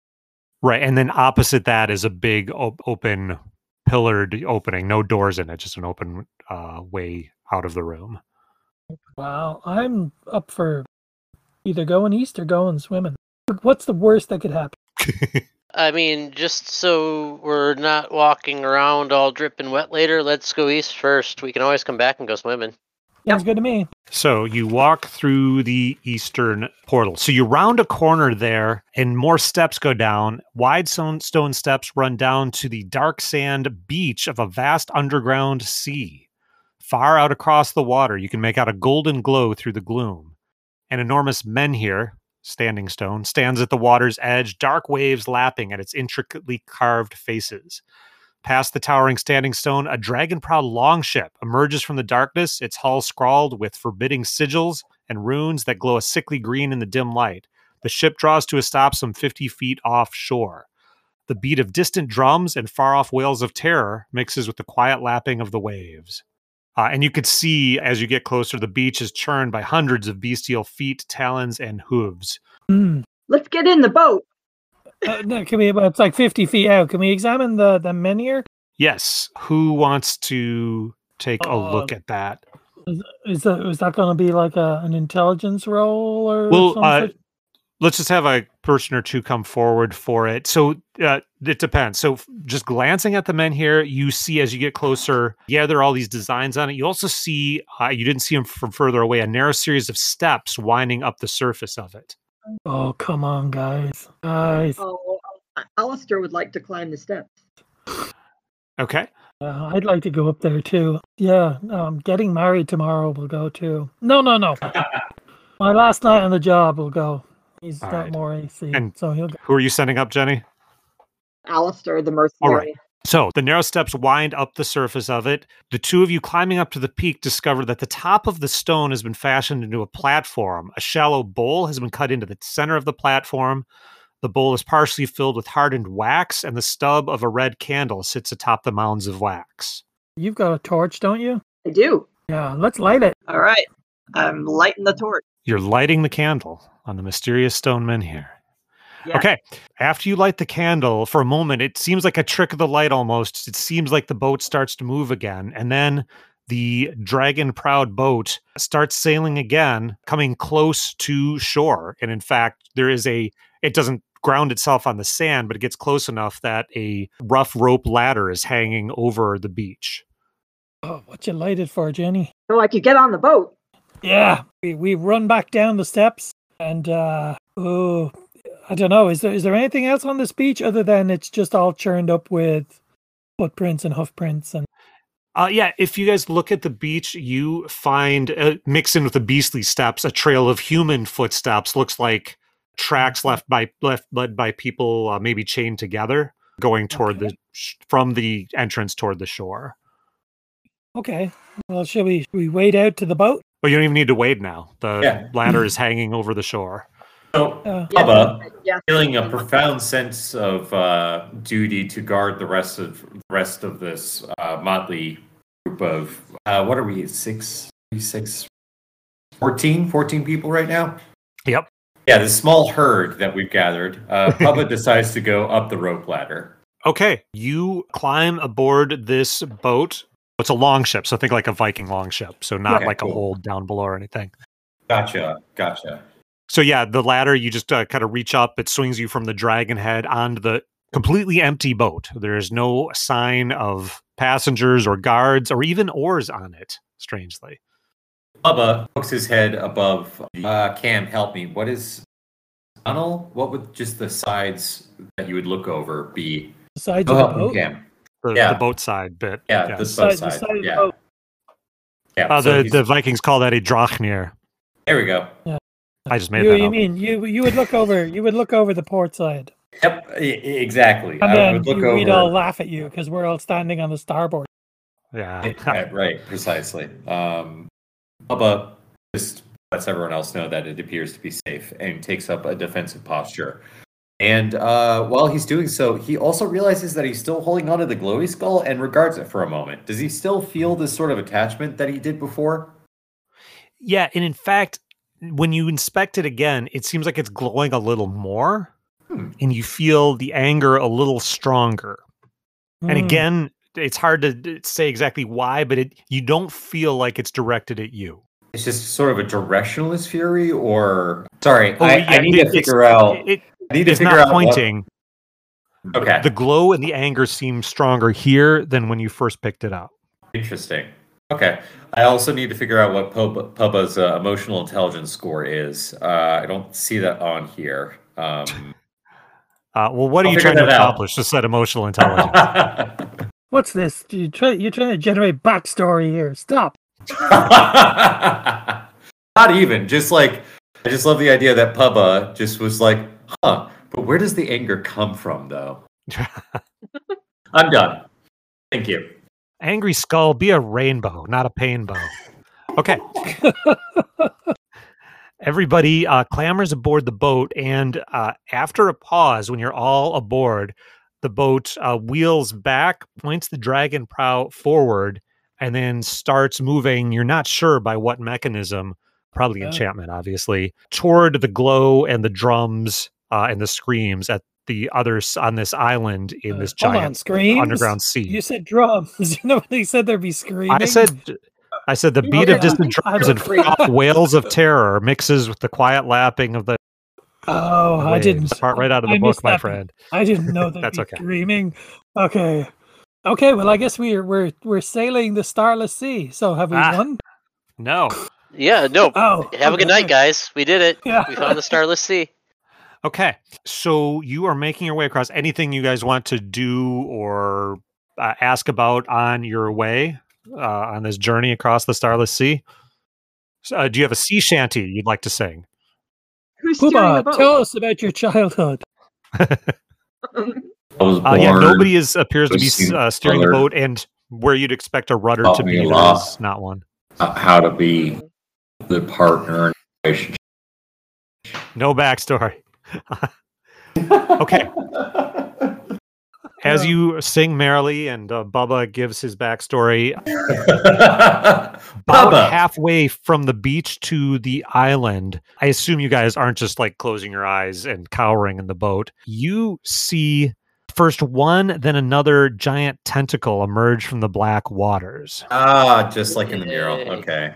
Speaker 1: Right, and then opposite that is a big op- open pillared opening, no doors in it, just an open uh, way out of the room. (laughs)
Speaker 3: Wow, I'm up for either going east or going swimming. What's the worst that could happen?
Speaker 6: I mean, just so we're not walking around all dripping wet later, let's go east first. We can always come back and go swimming.
Speaker 3: Sounds good to me.
Speaker 1: So you walk through the eastern portal. So you round a corner there, and more steps go down. Wide stone, stone steps run down to the dark sand beach of a vast underground sea. Far out across the water, you can make out a golden glow through the gloom. An enormous menhir, standing stone, stands at the water's edge, dark waves lapping at its intricately carved faces. Past the towering standing stone, a dragon proud longship emerges from the darkness, its hull scrawled with forbidding sigils and runes that glow a sickly green in the dim light. The ship draws to a stop some 50 feet offshore. The beat of distant drums and far off wails of terror mixes with the quiet lapping of the waves. Uh, and you could see as you get closer, the beach is churned by hundreds of bestial feet, talons, and hooves.
Speaker 3: Mm.
Speaker 2: Let's get in the boat.
Speaker 3: Uh, no, can we? It's like fifty feet out. Can we examine the the men here?
Speaker 1: Yes, who wants to take a
Speaker 3: Uh,
Speaker 1: look at that?
Speaker 3: Is that is that going to be like a, an intelligence roll or
Speaker 1: Well,
Speaker 3: some
Speaker 1: uh,
Speaker 3: such-
Speaker 1: let's just have a person or two come forward for it. So uh, it depends. So f- just glancing at the men here, you see as you get closer, yeah, there are all these designs on it. You also see, uh, you didn't see them from further away, a narrow series of steps winding up the surface of it.
Speaker 3: Oh come on, guys, guys.
Speaker 2: Oh, Alistair would like to climb the steps.
Speaker 1: Okay.
Speaker 3: Uh, I'd like to go up there too. Yeah, no, I'm getting married tomorrow. We'll go too. No,
Speaker 1: (laughs)
Speaker 3: no, no. My last night on the job. We'll go. He's
Speaker 1: All
Speaker 3: got
Speaker 1: right.
Speaker 3: more AC,
Speaker 1: And-
Speaker 3: so he'll go.
Speaker 1: Who are you sending up, Jenny?
Speaker 2: Alistair, the mercenary.
Speaker 1: So the narrow steps wind up the surface of it. The two of you climbing up to the peak discover that the top of the stone has been fashioned into a platform. A shallow bowl has been cut into the center of the platform. The bowl is partially filled with hardened wax, and the stub of a red candle sits atop the mounds of wax.
Speaker 3: You've got a torch, don't you?
Speaker 2: I do.
Speaker 3: Yeah, let's light it.
Speaker 2: All right. I'm lighting the torch.
Speaker 1: You're lighting the candle on the mysterious stone men here.
Speaker 2: Yeah.
Speaker 1: Okay. After you light the candle for a moment, it seems like a trick of the light almost. It seems like the boat starts to move again. And then the dragon proud boat starts sailing again, coming close to shore. And in fact, there is a, it doesn't ground itself on the sand, but it gets close enough that a rough rope ladder is hanging over the beach.
Speaker 3: Oh, what you lighted for, Jenny?
Speaker 2: So I could get on the boat.
Speaker 3: Yeah, we, we run back down the steps, and uh, oh, I don't know. Is there is there anything else on this beach other than it's just all churned up with footprints and hoof prints and
Speaker 1: Uh, yeah, if you guys look at the beach, you find uh, mixed in with the beastly steps, a trail of human footsteps. Looks like tracks
Speaker 4: Mm-hmm.
Speaker 1: left by left led by people, uh, maybe chained together, going toward the sh- from the entrance toward the shore.
Speaker 3: Okay. Well, shall we shall we wade out to the boat?
Speaker 1: But you don't even need to wade now. The
Speaker 4: Yeah.
Speaker 1: ladder is hanging over the shore.
Speaker 4: So,
Speaker 3: Uh,
Speaker 2: Yeah.
Speaker 4: Bubba,
Speaker 2: Yeah.
Speaker 4: feeling a profound sense of uh, duty to guard the rest of the rest of this uh, motley group of uh, what are we six six 14 14 people right now
Speaker 1: Yep.
Speaker 4: yeah this small herd that we've gathered
Speaker 1: (laughs)
Speaker 4: uh, Bubba decides to go up the rope ladder
Speaker 1: Okay, you climb aboard this boat. It's a long ship, so think like a Viking long ship. So not
Speaker 4: Okay,
Speaker 1: like a
Speaker 4: cool.
Speaker 1: hold down below or anything.
Speaker 4: gotcha gotcha
Speaker 1: So yeah, the ladder you just uh, kind of reach up. It swings you from the dragon head onto the completely empty boat. There is no sign of passengers or guards or even oars on it. Strangely,
Speaker 4: Bubba hooks his head above the, uh, Cam help me what is tunnel what would just the sides that you would look over be
Speaker 3: the sides
Speaker 4: Oh,
Speaker 3: of
Speaker 4: help
Speaker 3: the
Speaker 4: me,
Speaker 3: boat.
Speaker 4: Cam.
Speaker 1: the,
Speaker 4: Yeah.
Speaker 1: the boat side bit.
Speaker 4: yeah,
Speaker 1: Yes.
Speaker 4: the
Speaker 3: Side-
Speaker 4: boat
Speaker 3: the
Speaker 4: side,
Speaker 3: side of the
Speaker 4: yeah
Speaker 3: boat.
Speaker 4: Yeah,
Speaker 1: Uh,
Speaker 4: so
Speaker 1: the,
Speaker 4: he's-
Speaker 1: the Vikings call that a drachnir.
Speaker 4: there we go.
Speaker 1: I just made
Speaker 3: You,
Speaker 1: that
Speaker 3: you
Speaker 1: up.
Speaker 3: mean you you would look over you would look over the port side,
Speaker 4: Yep, e- e- exactly.
Speaker 3: and
Speaker 4: I
Speaker 3: then
Speaker 4: would look
Speaker 3: you,
Speaker 4: over.
Speaker 3: we'd all laugh at you because we're all standing on the starboard.
Speaker 4: (laughs)
Speaker 1: yeah.
Speaker 4: right, right, precisely. Um, Bubba just lets everyone else know that it appears to be safe and takes up a defensive posture. And uh, while he's doing so, he also realizes that he's still holding onto the glowy skull and regards it for a moment. Does he still feel this sort of attachment that he did before?
Speaker 1: (laughs) yeah, and in fact, when you inspect it again, it seems like it's glowing a little more,
Speaker 4: Hmm.
Speaker 1: and you feel the anger a little stronger. and
Speaker 3: Hmm.
Speaker 1: again it's hard to d- say exactly why but it you don't feel like it's directed at you
Speaker 4: It's just sort of a directionless fury, or sorry,
Speaker 1: Oh,
Speaker 4: I, I
Speaker 1: yeah,
Speaker 4: need
Speaker 1: it-
Speaker 4: to
Speaker 1: it's-
Speaker 4: figure out.
Speaker 1: it,
Speaker 4: I need to
Speaker 1: it's
Speaker 4: figure
Speaker 1: not
Speaker 4: out what-
Speaker 1: pointing
Speaker 4: okay,
Speaker 1: the glow and the anger seem stronger here than when you first picked it up
Speaker 4: interesting. Okay. I also need to figure out what Pub- Pubba's uh, emotional intelligence score is. Uh, I don't see that on here.
Speaker 1: (laughs)
Speaker 4: Um,
Speaker 1: Uh, well, what are
Speaker 4: I'll
Speaker 1: you
Speaker 4: figure
Speaker 1: trying to
Speaker 4: that out.
Speaker 1: accomplish? Just that emotional intelligence.
Speaker 3: What's this? You try, you're trying to generate backstory here. Stop.
Speaker 4: (laughs) Not even. Just like I just love the idea that Pubba just was like, huh. But where does the anger come
Speaker 1: (laughs)
Speaker 4: from, though? I'm done. Thank you.
Speaker 1: Angry skull, be a rainbow, not a pain bow. Okay. Everybody uh, clambers aboard the boat, and uh, after a pause, when you're all aboard, the boat uh, wheels back, points the dragon prow forward, and then starts moving. You're not sure by what mechanism, probably
Speaker 3: Yeah.
Speaker 1: enchantment, obviously, toward the glow and the drums uh, and the screams at the others on this island in
Speaker 3: Uh,
Speaker 1: this
Speaker 3: hold on,
Speaker 1: giant
Speaker 3: screams?
Speaker 1: underground sea.
Speaker 3: You said drums. (laughs) Nobody said there'd be screaming.
Speaker 1: I said, I said the beat
Speaker 3: Okay,
Speaker 1: of distant
Speaker 3: (laughs) I- I
Speaker 1: drums and (laughs)
Speaker 2: agree.
Speaker 1: fraught wails of terror mixes with the quiet lapping of the.
Speaker 3: Oh, I
Speaker 1: waves.
Speaker 3: didn't.
Speaker 1: Part right out of the
Speaker 3: I
Speaker 1: book,
Speaker 3: missed
Speaker 1: my
Speaker 3: that.
Speaker 1: friend.
Speaker 3: I didn't know
Speaker 1: (laughs)
Speaker 3: that.
Speaker 1: That's
Speaker 3: That's
Speaker 1: okay.
Speaker 3: okay. Screaming. Okay. Okay. Well, I guess we're we're we're sailing the starless sea. So have we
Speaker 1: Ah.
Speaker 3: won?
Speaker 1: No.
Speaker 6: Yeah, no.
Speaker 3: Oh,
Speaker 6: Have a good night, guys. We did it.
Speaker 3: Yeah. (laughs)
Speaker 6: We found the Starless Sea.
Speaker 1: Okay. So you are making your way across. Anything you guys want to do or uh, ask about on your way uh, on this journey across the starless sea? So, uh, do you have a sea shanty you'd like to sing?
Speaker 2: Who's steering the
Speaker 3: Poopa,
Speaker 2: boat?
Speaker 3: tell us about your childhood.
Speaker 4: I was
Speaker 1: Uh, yeah, nobody is appears to be
Speaker 4: Proceed,
Speaker 1: uh, steering the
Speaker 4: brother.
Speaker 1: boat, and where you'd expect a rudder
Speaker 4: Taught
Speaker 1: to
Speaker 4: me
Speaker 1: be,
Speaker 4: a
Speaker 1: there
Speaker 4: lot.
Speaker 1: is not one.
Speaker 4: how to be the partner in a relationship.
Speaker 1: No backstory. (laughs) okay. As
Speaker 3: Yeah.
Speaker 1: you sing merrily and uh, Bubba gives his backstory, about
Speaker 4: Bubba.
Speaker 1: halfway from the beach to the island, I assume you guys aren't just like closing your eyes and cowering in the boat. You see first one, then another giant tentacle emerge from the black waters.
Speaker 4: Ah, just like in the mural.
Speaker 6: Yay.
Speaker 4: Okay.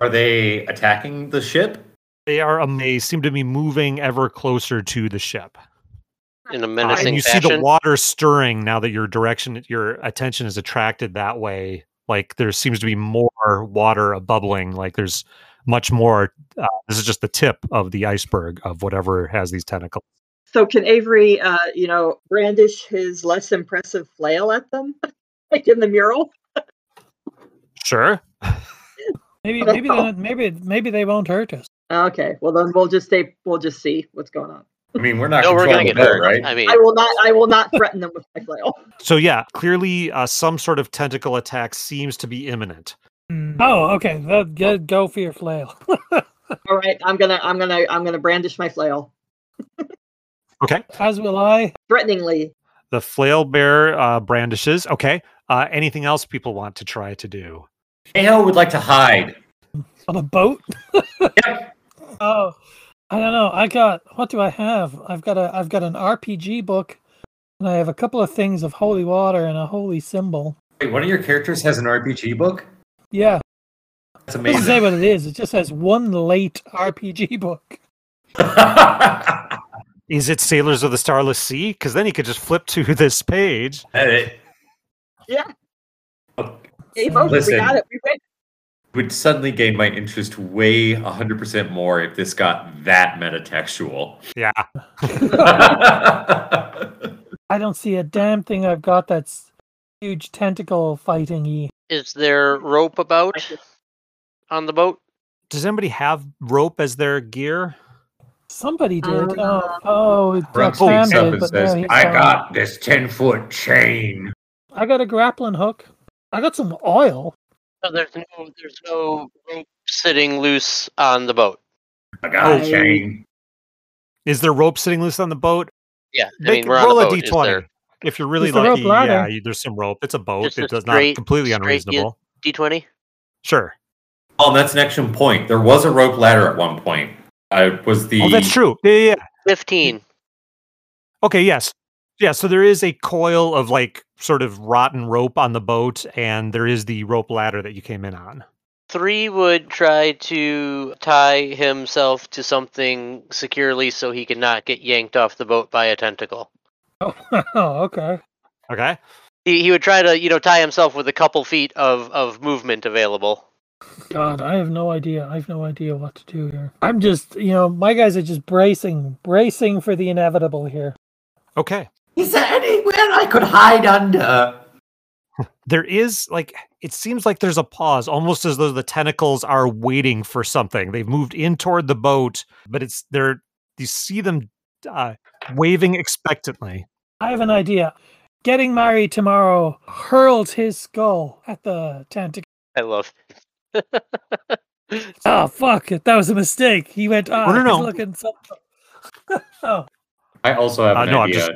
Speaker 4: Are they attacking the ship?
Speaker 1: They are um, they seem to be moving ever closer to the ship.
Speaker 6: In a
Speaker 1: Uh,
Speaker 6: menacing
Speaker 1: and you
Speaker 6: fashion.
Speaker 1: see the water stirring now that your direction your attention is attracted that way like there seems to be more water bubbling like there's much more uh, this is just the tip of the iceberg of whatever has these tentacles
Speaker 2: So can Avery, uh, you know, brandish his less impressive flail at them, (laughs) like in the mural?
Speaker 1: sure
Speaker 2: (laughs)
Speaker 3: Maybe maybe they're not, maybe maybe they won't hurt us.
Speaker 2: Okay, well then we'll just stay. We'll just see what's going on.
Speaker 4: I mean, we're not.
Speaker 6: no, we're gonna
Speaker 4: controlling
Speaker 6: get
Speaker 4: the boat,
Speaker 6: hurt.
Speaker 4: right?
Speaker 6: I mean,
Speaker 2: I will not. I will not threaten them with my flail.
Speaker 1: so yeah clearly uh, some sort of tentacle attack seems to be imminent
Speaker 2: Hmm.
Speaker 3: Oh, okay. That, get, go for your flail.
Speaker 2: All right, I'm gonna. I'm gonna. I'm gonna brandish my flail
Speaker 1: okay
Speaker 3: As will I.
Speaker 2: threateningly.
Speaker 1: the flail bear uh, brandishes okay uh, anything else people want to try to do
Speaker 4: Ao would like to hide.
Speaker 3: On a boat. (laughs)
Speaker 4: Yep.
Speaker 3: Oh, I don't know. I got what do I have? I've got a I've got an RPG book, and I have a couple of things of holy water and a holy symbol.
Speaker 4: Wait, one of your characters has an RPG book.
Speaker 3: Yeah,
Speaker 4: That's
Speaker 3: it doesn't say
Speaker 4: amazing. (laughs)
Speaker 3: what it is. It just says one late RPG (laughs) book.
Speaker 4: That
Speaker 1: is it sailors of the starless sea because then he could just flip to (laughs) this page
Speaker 4: it
Speaker 2: Yeah.
Speaker 4: Okay.
Speaker 2: Hey, Moses,
Speaker 4: Listen.
Speaker 2: oh, we got it. We win.
Speaker 4: would suddenly gain my interest way 100% more if this got that metatextual. (laughs)
Speaker 1: yeah
Speaker 3: I don't see a damn thing I've got that's huge tentacle fighting y.
Speaker 6: is there rope about on the boat?
Speaker 1: does anybody have rope as their gear?
Speaker 3: Somebody did.
Speaker 2: Uh,
Speaker 3: oh, oh, it got
Speaker 4: Brooks speaks up
Speaker 3: did,
Speaker 4: and
Speaker 3: but now
Speaker 4: says,
Speaker 3: he's
Speaker 4: I
Speaker 3: gone.
Speaker 4: got this 10 foot chain.
Speaker 3: I got a grappling hook. I got some oil. (laughs)
Speaker 6: No, there's no, there's no rope sitting loose on the boat.
Speaker 4: I got
Speaker 2: Oh.
Speaker 4: a chain.
Speaker 1: Is there rope sitting loose on the boat?
Speaker 6: Yeah, I
Speaker 1: Make-
Speaker 6: mean, we're
Speaker 1: roll
Speaker 6: on
Speaker 1: a
Speaker 6: the boat. Is
Speaker 1: d20
Speaker 6: there
Speaker 1: if you're really
Speaker 3: It's the rope
Speaker 1: lucky.
Speaker 3: ladder.
Speaker 1: Yeah, you, there's some rope. It's a boat.
Speaker 6: Just
Speaker 1: it
Speaker 6: a
Speaker 1: does
Speaker 6: straight-
Speaker 1: not completely
Speaker 6: straight deal.
Speaker 1: unreasonable.
Speaker 6: D20?
Speaker 1: Sure.
Speaker 4: Oh, and that's an action point. There was a rope ladder at one point. I was the.
Speaker 1: Oh, that's true. Yeah, yeah. yeah.
Speaker 6: 15.
Speaker 1: Okay. Yes. Yeah. So there is a coil of like sort of rotten rope on the boat, and there is the rope ladder that you came in on.
Speaker 6: Three would try to tie himself to something securely so he cannot get yanked off the boat by a tentacle.
Speaker 3: Oh, okay.
Speaker 1: Okay.
Speaker 6: He, he would try to, you know, tie himself with a couple feet of, of movement available.
Speaker 3: God, I have no idea. I have no idea what to do here. I'm just, you know, my guys are just bracing, bracing for the inevitable here.
Speaker 1: Okay.
Speaker 4: Is there anywhere I could hide under?
Speaker 1: (laughs) There is like it seems like there's a pause, almost as though the tentacles are waiting for something. They've moved in toward the boat, but it's they're you see them uh, waving expectantly.
Speaker 3: I have an idea. Getting married tomorrow hurls his skull at the tentacle.
Speaker 6: I love.
Speaker 3: Oh fuck! That was a mistake. He went. Oh,
Speaker 1: No, no,
Speaker 3: he's
Speaker 1: no.
Speaker 3: looking something. oh,
Speaker 4: I also have
Speaker 1: Uh,
Speaker 4: an
Speaker 1: no, I'm
Speaker 4: idea.
Speaker 1: just-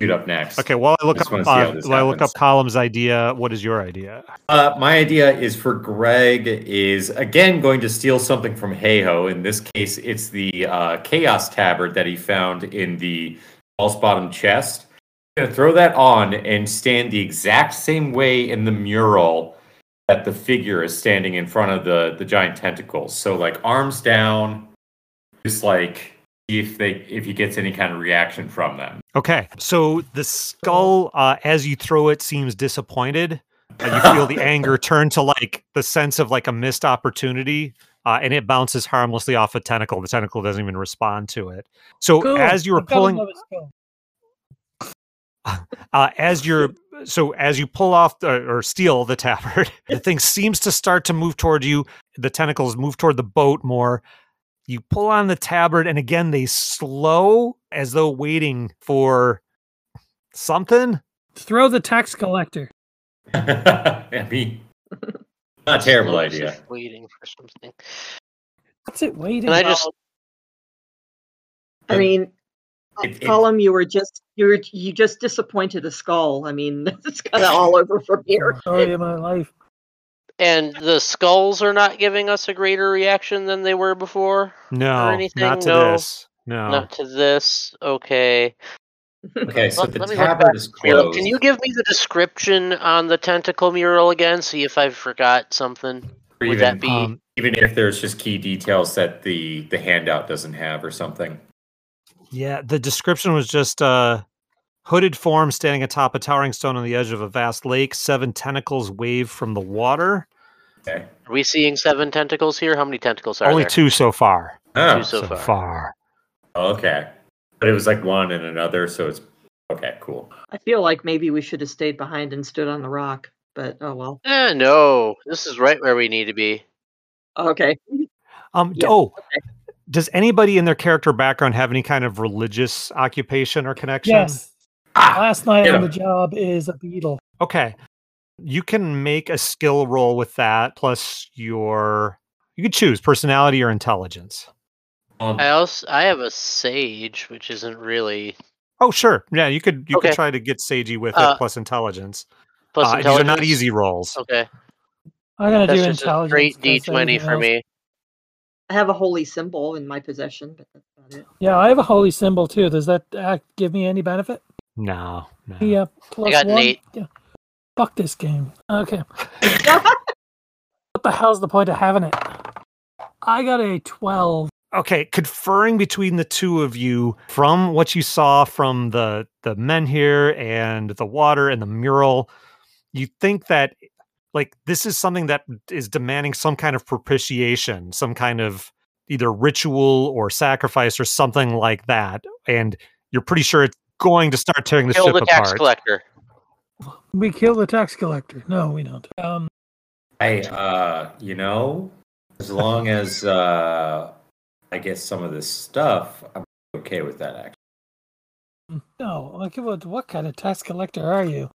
Speaker 4: Shoot up next.
Speaker 1: Okay, while I look
Speaker 4: Just
Speaker 1: up,
Speaker 4: wanna see how
Speaker 1: uh,
Speaker 4: this
Speaker 1: while I look up
Speaker 4: happens.
Speaker 1: Column's idea, what is your idea?
Speaker 4: Uh, my idea is for Greg is again going to steal something from Heyho. In this case, it's the uh, Chaos Tabard that he found in the false bottom chest. He's gonna throw that on and stand the exact same way in the mural that the figure is standing in front of the the giant tentacles. So like arms down, just like see if they if he gets any kind of reaction from them. (laughs)
Speaker 1: Okay, so the skull, uh, as you throw it, seems disappointed. Uh, you feel
Speaker 3: (laughs)
Speaker 1: the anger turn to like the sense of like a missed opportunity, uh, and it bounces harmlessly off a tentacle. The tentacle doesn't even respond to it. So
Speaker 3: cool.
Speaker 1: Oh, as you were
Speaker 3: I've got
Speaker 1: pulling,
Speaker 3: another skull.
Speaker 1: uh, as you're so as you pull off the, or steal the tabard, (laughs) the thing seems to start to move toward you. The tentacles move toward the boat more. You pull on the tabard, and again they slow as though waiting for something.
Speaker 3: Throw the tax collector.
Speaker 4: I mean, not a terrible
Speaker 6: I was
Speaker 4: idea.
Speaker 6: just Waiting for something.
Speaker 3: What's it waiting?
Speaker 6: Can I just?
Speaker 2: I mean,
Speaker 4: It- it-
Speaker 2: Column, you were just you were you just disappointed the skull. I mean, (laughs) it's kind of
Speaker 4: (laughs)
Speaker 2: all over from here.
Speaker 3: Story of Oh, my
Speaker 1: (laughs)
Speaker 3: life.
Speaker 6: And the skulls are not giving us a greater reaction than they were before.
Speaker 1: No,
Speaker 6: anything?
Speaker 1: not to
Speaker 6: No.
Speaker 1: this. No.
Speaker 6: Not to this. Okay.
Speaker 4: Okay, so
Speaker 6: Let-
Speaker 4: the
Speaker 6: let me look
Speaker 4: tabard is
Speaker 6: Well,
Speaker 4: closed.
Speaker 6: Can you give me the description on the tentacle mural again? See if I forgot something.
Speaker 4: Or
Speaker 6: Would
Speaker 4: even,
Speaker 6: that be?
Speaker 1: Um,
Speaker 4: even if there's just key details that the the handout doesn't have or something?
Speaker 1: yeah, the description was just uh, hooded form standing atop a towering stone on the edge of a vast lake. Seven tentacles wave from the water.
Speaker 4: Okay.
Speaker 6: Are we seeing seven tentacles here? How many tentacles are
Speaker 1: Only
Speaker 6: there?
Speaker 1: two so far.
Speaker 4: Oh,
Speaker 6: Two so far.
Speaker 4: okay. But it was like one and another, so it's okay. Cool.
Speaker 2: I feel like maybe we should have stayed behind and stood on the rock. But oh well.
Speaker 6: Eh, no. This is right where we need to be.
Speaker 2: Okay.
Speaker 1: Um. d-
Speaker 2: Yeah,
Speaker 1: Oh, does anybody in their character background have any kind of religious occupation or connection?
Speaker 3: Yes.
Speaker 4: Ah,
Speaker 3: Last night
Speaker 4: get
Speaker 3: on the
Speaker 4: him.
Speaker 3: job is a beetle.
Speaker 1: Okay. You can make a skill roll with that, plus your. You could choose personality or intelligence.
Speaker 4: um,
Speaker 6: I also I have a sage, which isn't really
Speaker 1: Oh, sure. Yeah, you could. You
Speaker 6: Okay.
Speaker 1: could try to get Sagey with
Speaker 6: Uh,
Speaker 1: it plus intelligence.
Speaker 6: plus
Speaker 1: Uh, these are
Speaker 6: intelligence. Oh.
Speaker 1: not easy rolls.
Speaker 6: Okay,
Speaker 3: I'm gonna
Speaker 6: that's
Speaker 3: do
Speaker 6: just a
Speaker 3: intelligence.
Speaker 6: straight D
Speaker 3: 'cause
Speaker 6: twenty
Speaker 3: everything
Speaker 6: for
Speaker 3: else-
Speaker 6: me.
Speaker 2: I have a holy symbol in my possession, but that's about it. (laughs)
Speaker 3: Yeah, I have a holy symbol too. Does that act give me any benefit?
Speaker 1: No, no.
Speaker 3: Yeah, plus
Speaker 6: got an
Speaker 3: one.
Speaker 6: eight.
Speaker 3: Yeah. Fuck this game. Okay. (laughs) what the hell's the point of having it? I got a twelve.
Speaker 1: Okay, conferring between the two of you from what you saw from the the men here and the water and the mural, you think that like this is something that is demanding some kind of propitiation, some kind of either ritual or sacrifice or something like that, and you're pretty sure it's going to start tearing the
Speaker 6: Kill
Speaker 1: ship
Speaker 6: the tax
Speaker 1: apart.
Speaker 6: collector.
Speaker 3: We kill the tax collector. No, we don't. Um,
Speaker 4: I uh, you know, as long as uh, I get some of this stuff, I'm okay with that. Actually.
Speaker 3: no. Like, what, what kind of tax collector are you?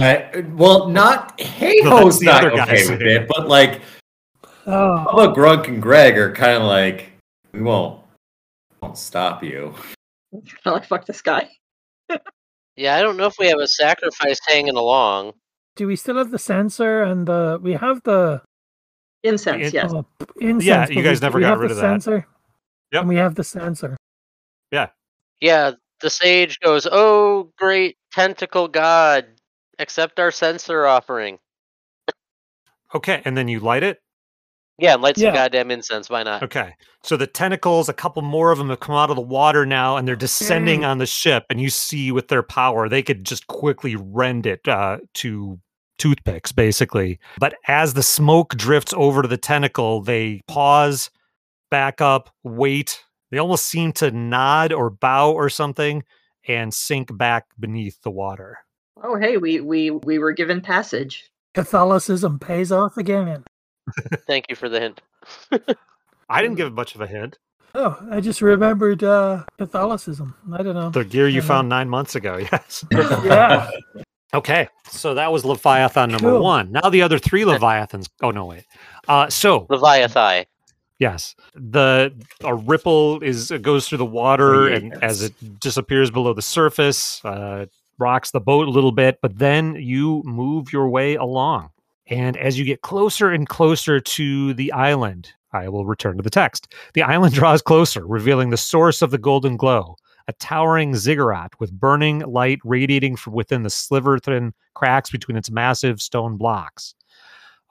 Speaker 4: I, well, (laughs) not hey
Speaker 1: No, that's
Speaker 4: ho's
Speaker 1: the
Speaker 4: not
Speaker 1: other
Speaker 4: okay
Speaker 1: guys.
Speaker 4: with it, but like
Speaker 3: Oh,
Speaker 4: Bubba, Grunk, and Greg are kind of like, we won't, won't stop you.
Speaker 2: Kinda like fuck this guy.
Speaker 6: Yeah, I don't know if we have a sacrifice hanging along.
Speaker 3: do we still have the sensor and the? We have the
Speaker 2: Incense,
Speaker 1: It-
Speaker 2: yes.
Speaker 3: uh, incense.
Speaker 1: Yeah,
Speaker 3: but
Speaker 1: you guys
Speaker 3: we,
Speaker 1: never
Speaker 3: we
Speaker 1: got
Speaker 3: have
Speaker 1: rid
Speaker 3: the
Speaker 1: of that.
Speaker 3: sensor,
Speaker 1: Yep.
Speaker 3: And we have the sensor.
Speaker 6: Yeah, the sage goes, "Oh, great tentacle god, accept our censor offering."
Speaker 1: Okay, and then you light it.
Speaker 6: Yeah, and light some
Speaker 3: Yeah.
Speaker 6: goddamn incense. Why not?
Speaker 1: Okay. So the tentacles, a couple more of them have come out of the water now and they're descending on the ship. And you see with their power, they could just quickly rend it uh, to toothpicks, basically. But as the smoke drifts over to the tentacle, they pause, back up, wait. They almost seem to nod or bow or something and sink back beneath the water.
Speaker 2: Oh, hey, we we we were given passage.
Speaker 3: Catholicism pays off again.
Speaker 6: Thank you for the hint.
Speaker 1: I didn't give much of a hint.
Speaker 3: Oh, I just remembered uh, Catholicism. I don't know.
Speaker 1: The gear you
Speaker 3: Mhm.
Speaker 1: found nine months ago, (laughs) yes.
Speaker 3: yeah.
Speaker 1: Okay, so that was Leviathan number
Speaker 3: Cool.
Speaker 1: one. Now the other three Leviathans. Oh no, wait. Uh, so
Speaker 6: Leviathi.
Speaker 1: yes, the a ripple is it goes through the water
Speaker 4: Yeah,
Speaker 1: and as
Speaker 4: yes.
Speaker 1: it disappears below the surface, uh, rocks the boat a little bit. But then you move your way along, and as you get closer and closer to the island, I will return to the text. The island (laughs) draws closer, revealing the source of the golden glow a towering ziggurat with burning light radiating from within the sliver thin cracks between its massive stone blocks.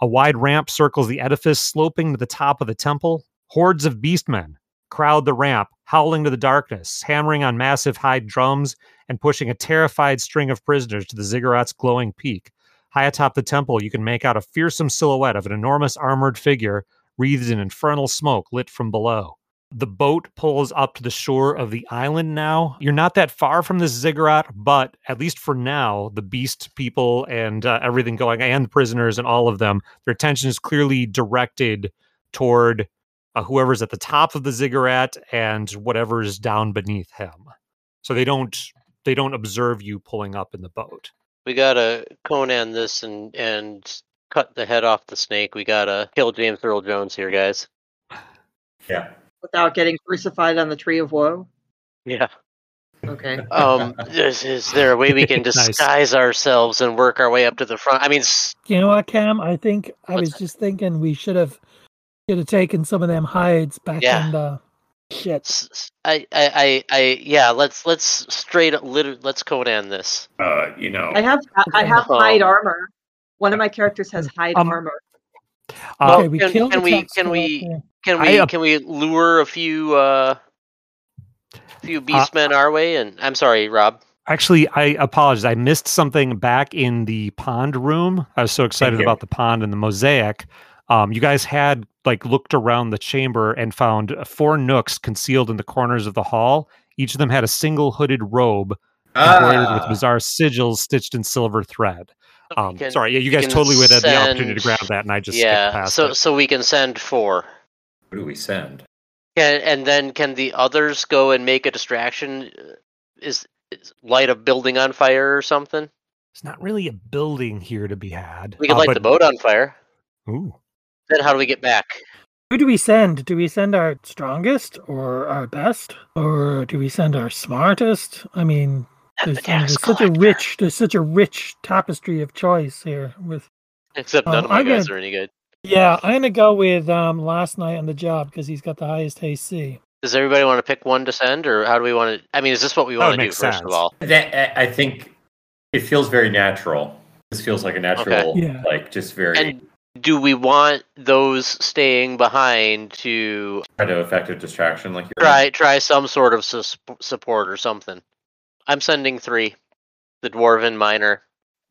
Speaker 1: A wide ramp circles the edifice, sloping to the top of the temple. Hordes of beastmen crowd the ramp, howling to the darkness, hammering on massive high drums, and pushing a terrified string of prisoners to the ziggurat's glowing peak. High atop the temple, you can make out a fearsome silhouette of an enormous armored figure wreathed in infernal smoke lit from below. The boat pulls up to the shore of the island now. You're not that far from this ziggurat, but at least for now, the beast people and uh, everything going and the prisoners and all of them, their attention is clearly directed toward uh, whoever's at the top of the ziggurat and whatever's down beneath him. So they don't they don't observe you pulling up in the boat.
Speaker 6: We gotta Conan this and and cut the head off the snake. We gotta kill James Earl Jones here, guys.
Speaker 4: Yeah.
Speaker 2: Without getting crucified on the tree of woe.
Speaker 6: Yeah.
Speaker 4: (laughs)
Speaker 2: Okay.
Speaker 6: Um. is, is there a way we can
Speaker 1: Nice.
Speaker 6: disguise ourselves and work our way up to the front? I mean, s-
Speaker 3: You know what, Cam? I think I
Speaker 6: What's
Speaker 3: was just thinking we should have should have taken some of them hides back
Speaker 6: Yeah.
Speaker 3: in the shit.
Speaker 6: s- s- I, I, I, I- yeah. Let's let's straight up. Lit- let's Conan this.
Speaker 4: Uh, you know.
Speaker 2: I have I have
Speaker 6: Um,
Speaker 2: hide armor. One of my characters
Speaker 4: Mm,
Speaker 2: has hide
Speaker 1: Um,
Speaker 2: armor.
Speaker 1: Uh,
Speaker 3: okay, we
Speaker 6: can-
Speaker 3: killed
Speaker 6: can
Speaker 3: the
Speaker 6: we-
Speaker 3: top
Speaker 6: can
Speaker 3: squad
Speaker 6: we-
Speaker 3: there.
Speaker 6: Can
Speaker 1: I,
Speaker 6: we
Speaker 1: uh,
Speaker 6: can we lure a few uh
Speaker 1: Uh,
Speaker 6: few beastmen our way? And I'm sorry, Rob.
Speaker 1: Actually, I apologize. I missed something back in the pond room. I was so excited
Speaker 4: you.
Speaker 1: about the pond and the mosaic. Um, you guys had like looked around the chamber and found uh, four nooks concealed in the corners of the hall. Each of them had a single hooded robe embroidered with
Speaker 4: Ah.
Speaker 1: bizarre sigils stitched in silver thread.
Speaker 6: We
Speaker 1: Um,
Speaker 6: can-
Speaker 1: sorry, yeah, you guys
Speaker 6: can
Speaker 1: totally would have the opportunity to
Speaker 6: send-
Speaker 1: grab that, and I just skipped
Speaker 6: yeah.
Speaker 1: past
Speaker 6: So
Speaker 1: it.
Speaker 6: so we can send four.
Speaker 4: Who do we send?
Speaker 6: Can, and then can the others go and make a distraction? Uh, Is, is light a building on fire or something?
Speaker 1: It's not really a building here to be had.
Speaker 6: We could
Speaker 1: uh,
Speaker 6: light
Speaker 1: but-
Speaker 6: the boat on fire.
Speaker 1: Ooh.
Speaker 6: Then how do we get back?
Speaker 3: Who do we send? Do we send our strongest or our best? Or do we send our smartest? I mean
Speaker 6: Not
Speaker 3: there's,
Speaker 6: the
Speaker 3: I mean,
Speaker 6: tax
Speaker 3: there's such a
Speaker 6: collector.
Speaker 3: rich there's such a rich tapestry of choice here with
Speaker 6: Except
Speaker 1: Uh,
Speaker 3: Oh,
Speaker 6: none of my
Speaker 3: I'm
Speaker 6: guys
Speaker 3: gonna-
Speaker 6: are any good.
Speaker 3: Yeah, I'm gonna go with um last night on the job because he's got the highest AC.
Speaker 6: Does everybody want to pick one to send, or how do we want to? I mean, is this what we
Speaker 1: That would
Speaker 6: want to do
Speaker 1: make
Speaker 6: first of
Speaker 1: sense.
Speaker 6: all?
Speaker 4: That I I think it feels very natural. This feels like a natural,
Speaker 3: Yeah.
Speaker 4: like just very
Speaker 6: And do we want those staying behind to
Speaker 4: kind of effective distraction, like you're
Speaker 6: try try some sort of sus- support or something? I'm sending three. The dwarven miner.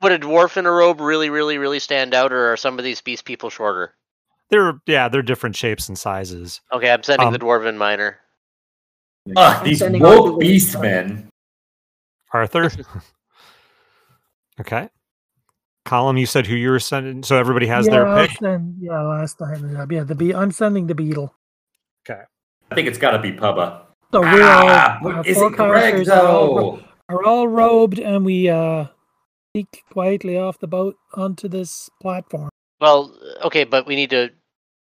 Speaker 6: Would a dwarf in a robe really, really, really stand out, or are some of these beast people shorter?
Speaker 1: They're yeah, they're different shapes and sizes.
Speaker 6: Okay, I'm sending
Speaker 1: Um,
Speaker 6: the dwarven miner.
Speaker 4: Ah, these
Speaker 2: sending all the
Speaker 4: woke
Speaker 2: women
Speaker 4: beast
Speaker 2: to-
Speaker 4: men.
Speaker 6: (laughs)
Speaker 1: Arthur. (laughs) okay. Column, you said who you were sending, so everybody has
Speaker 3: yeah,
Speaker 1: their
Speaker 3: I'll
Speaker 1: pick.
Speaker 3: send- yeah, last night on the job. Yeah, the be- I'm sending the beetle.
Speaker 4: I think it's got to be Pubba.
Speaker 3: So we're all
Speaker 4: Ah,
Speaker 3: our
Speaker 4: but is
Speaker 3: four
Speaker 4: it Greg
Speaker 3: characters are all ro-
Speaker 4: though?
Speaker 3: are all robed and we uh sneak quietly off the boat onto this platform.
Speaker 6: Well, okay, but we need to.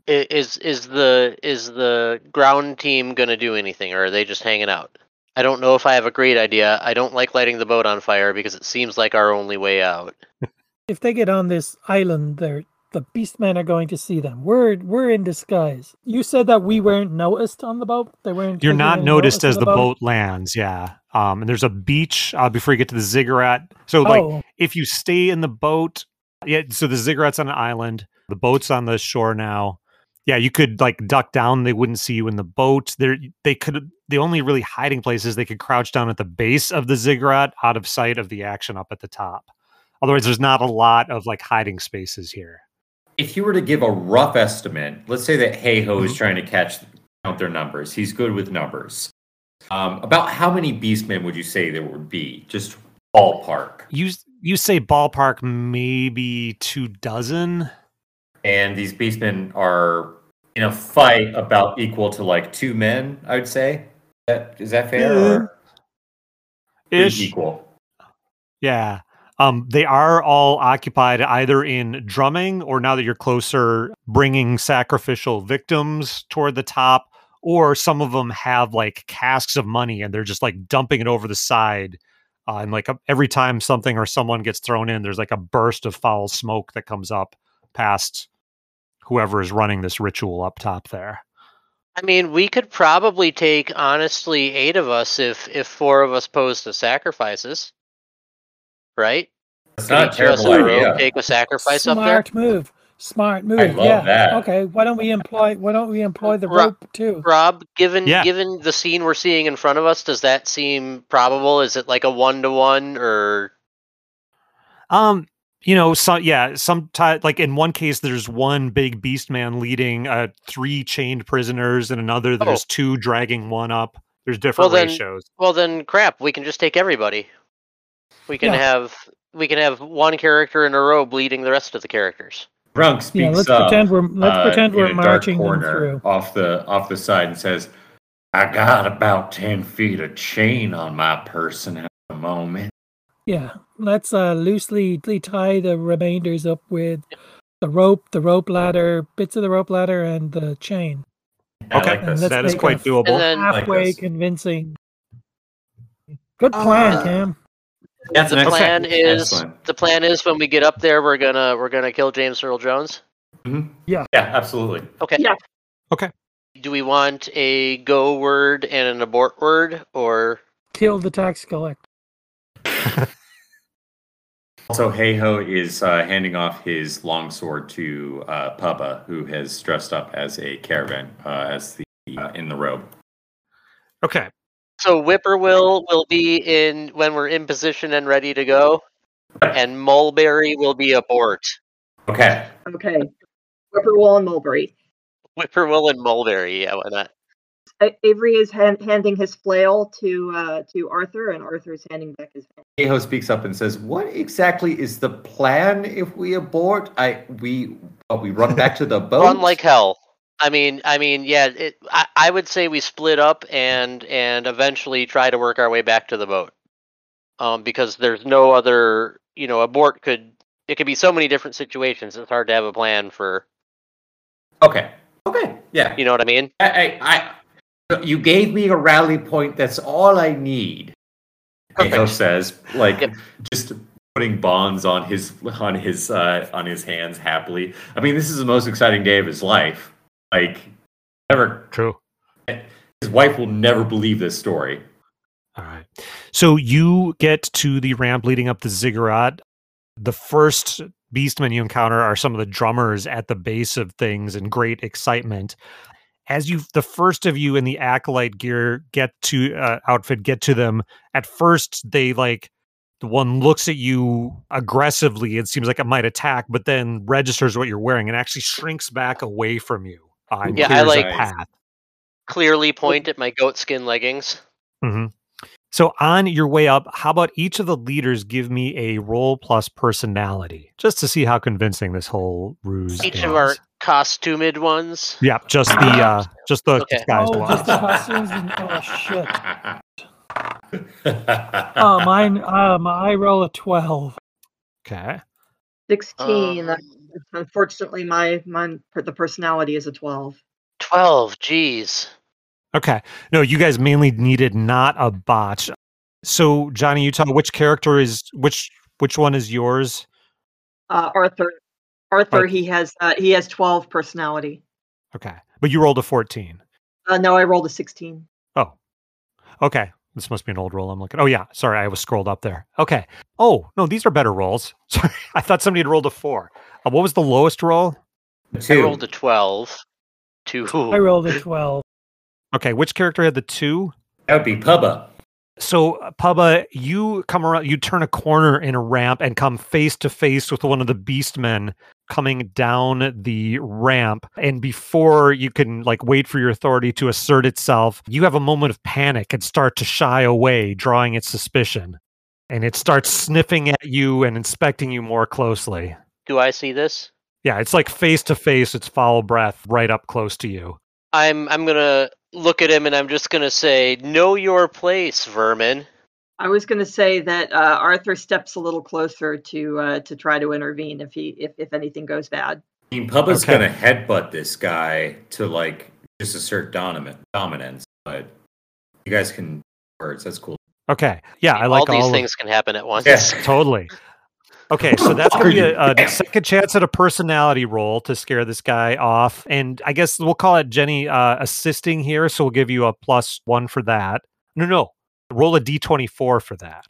Speaker 6: i- Is is the is the ground team gonna do anything, or are they just hanging out? I don't know if I have a great idea. I don't like lighting the boat on fire because it seems like our only way out.
Speaker 3: If they get on this island, they're the beastmen are going to see them. We're we're in disguise. You said that we weren't noticed on the boat. They weren't.
Speaker 1: You're
Speaker 3: taking
Speaker 1: not
Speaker 3: any
Speaker 1: noticed as
Speaker 3: notice of
Speaker 1: the boat lands, yeah. Um, and there's a beach uh, before you get to the ziggurat. So, like,
Speaker 3: oh,
Speaker 1: if you stay in the boat, yeah. So the ziggurat's on an island. The boat's on the shore now. yeah, you could like duck down. They wouldn't see you in the boat. There, they could. The only really hiding places they could crouch down at the base of the ziggurat, out of sight of the action up at the top. Otherwise, there's not a lot of like hiding spaces here.
Speaker 4: If you were to give a rough estimate, let's say that Hey Ho
Speaker 2: Mm-hmm.
Speaker 4: is trying to catch count their numbers. He's good with numbers. Um, about how many beastmen would you say there would be? Just ballpark.
Speaker 1: You you say ballpark maybe two dozen.
Speaker 4: And these beastmen are in a fight about equal to like two men. I would say. That, is that fair? Or pretty
Speaker 1: Ish.
Speaker 4: equal.
Speaker 1: Yeah. Um, they are all occupied either in drumming or now that you're closer, bringing sacrificial victims toward the top, or some of them have like casks of money and they're just like dumping it over the side. Uh, and like every time something or someone gets thrown in, there's like a burst of foul smoke that comes up past whoever is running this ritual up top there.
Speaker 6: I mean, we could probably take honestly eight of us if if four of us pose to sacrifices, right?
Speaker 4: That's not a
Speaker 6: Each of us
Speaker 4: terrible
Speaker 6: in a row
Speaker 4: idea.
Speaker 6: Take a sacrifice
Speaker 3: Smart
Speaker 6: up there.
Speaker 3: move. Smart move.
Speaker 4: I love
Speaker 3: yeah.
Speaker 4: that.
Speaker 3: Okay. Why don't we employ? Why don't we employ the
Speaker 6: Ru-
Speaker 3: rope too?
Speaker 6: Rob, given
Speaker 1: Yeah.
Speaker 6: given the scene we're seeing in front of us, does that seem probable? Is it like a one to one or
Speaker 1: Um, you know, so yeah, sometimes like in one case, there's one big beast man leading uh three chained prisoners, and another there's two dragging one up. There's different
Speaker 6: Oh. Well, then-
Speaker 1: ratios.
Speaker 6: well then crap, we can just take everybody. We can
Speaker 3: Yeah.
Speaker 6: have we can have one character in a row bleeding the rest of the characters.
Speaker 4: Drunk speaks
Speaker 3: Yeah. Let's
Speaker 4: up.
Speaker 3: pretend we're let's
Speaker 4: uh,
Speaker 3: pretend
Speaker 4: in
Speaker 3: we're
Speaker 4: a dark
Speaker 3: marching them
Speaker 4: corner
Speaker 3: through.
Speaker 4: off the off the side and says, "I got about ten feet of chain on my person at the moment."
Speaker 3: Yeah. Let's uh, loosely tie the remainders up with the rope, the rope ladder, bits of the rope ladder, and the chain.
Speaker 4: I
Speaker 1: Okay.
Speaker 4: like
Speaker 3: And
Speaker 4: this.
Speaker 3: let's
Speaker 1: That is
Speaker 3: make
Speaker 1: quite
Speaker 3: a-
Speaker 1: doable.
Speaker 6: And then
Speaker 4: like
Speaker 3: Halfway
Speaker 4: this.
Speaker 3: convincing. Good plan,
Speaker 6: Uh,
Speaker 3: Cam.
Speaker 4: That's
Speaker 6: the
Speaker 4: an
Speaker 6: plan
Speaker 4: excellent-
Speaker 6: is
Speaker 4: excellent.
Speaker 6: the plan is when we get up there we're gonna we're gonna kill James Earl Jones.
Speaker 4: Mm-hmm. Yeah, absolutely.
Speaker 6: Okay.
Speaker 2: Yeah.
Speaker 1: Okay.
Speaker 6: Do we want a go word and an abort word or
Speaker 3: Kill the tax
Speaker 4: (laughs)
Speaker 3: collector.
Speaker 4: Also, Hey Ho is uh, handing off his longsword to uh, Pubba, who has dressed up as a caravan, uh, as the uh, in the robe.
Speaker 1: Okay.
Speaker 6: So Whippoorwill will be in when we're in position and ready to go, and Mulberry will be abort.
Speaker 4: Okay,
Speaker 2: Okay. Whippoorwill and Mulberry.
Speaker 6: Whippoorwill and Mulberry, yeah, why not?
Speaker 2: A- Avery is hand- handing his flail to uh, to Arthur, and Arthur is handing back his. hand.
Speaker 4: Hey Ho speaks up and says, "What exactly is the plan if we abort? I we what, we run back to the boat.
Speaker 6: Run like hell. I mean, I mean, yeah. It, I, I would say we split up and and eventually try to work our way back to the boat, um, because there's no other. You know, abort could it could be so many different situations. It's hard to have a plan for.
Speaker 4: okay, okay, yeah,
Speaker 6: You know what I mean?
Speaker 4: I, I, I, you gave me a rally point. That's all I need. Aho
Speaker 6: Perfect.
Speaker 4: says, like,
Speaker 6: Yep.
Speaker 4: just putting bonds on his on his uh, on his hands happily. I mean, this is the most exciting day of his life. Like, never.
Speaker 1: True.
Speaker 4: His wife will never believe this story.
Speaker 1: All right. So you get to the ramp leading up the ziggurat. The first beastmen you encounter are some of the drummers at the base of things in great excitement. As you, the first of you in the acolyte gear get to uh, outfit, get to them. At first, they like the one looks at you aggressively. It seems like it might attack, but then registers what you're wearing and actually shrinks back away from you. Uh, and
Speaker 6: Yeah,
Speaker 1: clears
Speaker 6: I
Speaker 1: a
Speaker 6: like-
Speaker 1: path.
Speaker 6: Clearly point at my goat skin leggings.
Speaker 1: hmm So on your way up, how about each of the leaders give me a role plus personality, just to see how convincing this whole ruse
Speaker 6: Each
Speaker 1: is.
Speaker 6: of our costumed ones.
Speaker 1: yeah, just the uh, just the
Speaker 6: Okay.
Speaker 1: disguised
Speaker 3: Oh,
Speaker 1: ones.
Speaker 3: just
Speaker 4: (laughs)
Speaker 3: the costumes and oh shit. Oh, mine. Um, I roll a twelve.
Speaker 1: Okay,
Speaker 2: Sixteen.
Speaker 6: Um,
Speaker 2: Unfortunately, my mine per- the personality is a twelve.
Speaker 6: 12, jeez.
Speaker 1: okay. No, you guys mainly needed not a botch. So Johnny, you tell me which character is which. Which one is yours?
Speaker 2: Uh, Arthur, Arthur,
Speaker 1: Arthur.
Speaker 2: he has uh, he has twelve personality.
Speaker 1: Okay, but you rolled a fourteen.
Speaker 2: Uh, no, I rolled a sixteen.
Speaker 1: Oh, okay. This must be an old roll. I'm looking. Oh yeah, sorry, I was scrolled up there. Okay. Oh no, these are better rolls. (laughs) Sorry, I thought somebody had rolled a four. Uh, what was the lowest roll?
Speaker 6: I
Speaker 4: Two.
Speaker 6: rolled a 12. two.
Speaker 3: I rolled a 12.
Speaker 1: Okay, which character had the two?
Speaker 4: That would be Pubba.
Speaker 1: So, uh, Pubba, you come around, you turn a corner in a ramp and come face to face with one of the beastmen coming down the ramp. And before you can like wait for your authority to assert itself, you have a moment of panic and start to shy away, drawing its suspicion. And it starts sniffing at you and inspecting you more closely.
Speaker 6: Do I see this?
Speaker 1: Yeah, it's like face to face, it's foul breath right up close to you.
Speaker 6: I'm I'm gonna look at him and I'm just gonna say, "Know your place, vermin."
Speaker 2: I was going to say that uh, Arthur steps a little closer to uh, to try to intervene if he if, if anything goes bad.
Speaker 4: I mean, Pubba's
Speaker 1: Okay.
Speaker 4: gonna headbutt this guy to like just assert dominant dominance, but you guys can words. That's cool.
Speaker 1: Okay. Yeah, I
Speaker 6: all
Speaker 1: like all,
Speaker 6: these
Speaker 1: of-
Speaker 6: things can happen at once.
Speaker 4: Yeah.
Speaker 1: totally. Okay, so that's
Speaker 4: Are
Speaker 1: going to be
Speaker 4: you
Speaker 1: a, a
Speaker 4: damn-
Speaker 1: second chance at a personality roll to scare this guy off. And I guess we'll call it Jenny uh, assisting here. So we'll give you a plus one for that. No, no. Roll a d24 for that.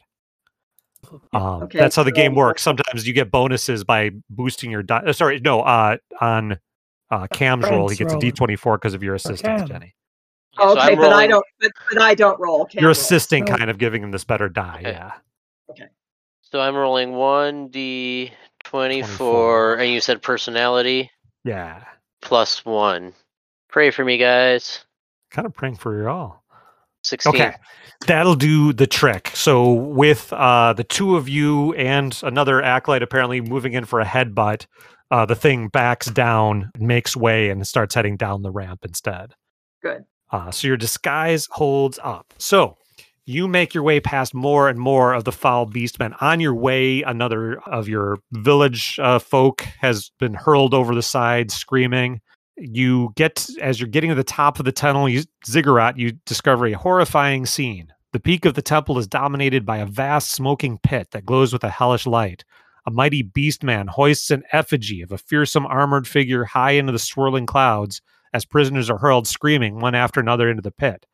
Speaker 1: Um,
Speaker 2: Okay,
Speaker 1: that's how the game
Speaker 2: so-
Speaker 1: works. Sometimes you get bonuses by boosting your. Di- uh, sorry, no. Uh, on uh, Cam's roll, he
Speaker 3: Frank's
Speaker 1: gets a
Speaker 3: roll.
Speaker 1: D24 because of your assistance,
Speaker 3: Cam.
Speaker 1: Jenny.
Speaker 6: So
Speaker 2: okay,
Speaker 6: I'm
Speaker 2: but I
Speaker 6: rolling-
Speaker 2: don't. But, but I don't roll. Can't
Speaker 1: You're
Speaker 2: roll.
Speaker 1: assisting,
Speaker 3: So-
Speaker 1: kind of giving him this better die.
Speaker 6: Okay.
Speaker 1: Yeah.
Speaker 6: So I'm rolling one d twenty
Speaker 1: 24.
Speaker 6: four, and you said personality
Speaker 1: Yeah.
Speaker 6: plus one. Pray for me, guys.
Speaker 1: Kind of praying for you all.
Speaker 6: Sixteen.
Speaker 1: Okay. That'll do the trick. So with uh, the two of you and another acolyte apparently moving in for a headbutt, uh, the thing backs down, makes way, and starts heading down the ramp instead.
Speaker 2: Good.
Speaker 1: Uh, so your disguise holds up. So you make your way past more and more of the foul beastmen. On your way, another of your village uh, folk has been hurled over the side, screaming. You get as you're getting to the top of the tunnel, you, ziggurat. You discover a horrifying scene. The peak of the temple is dominated by a vast smoking pit that glows with a hellish light. A mighty beastman hoists an effigy of a fearsome armored figure high into the swirling clouds as prisoners are hurled screaming one after another into the pit.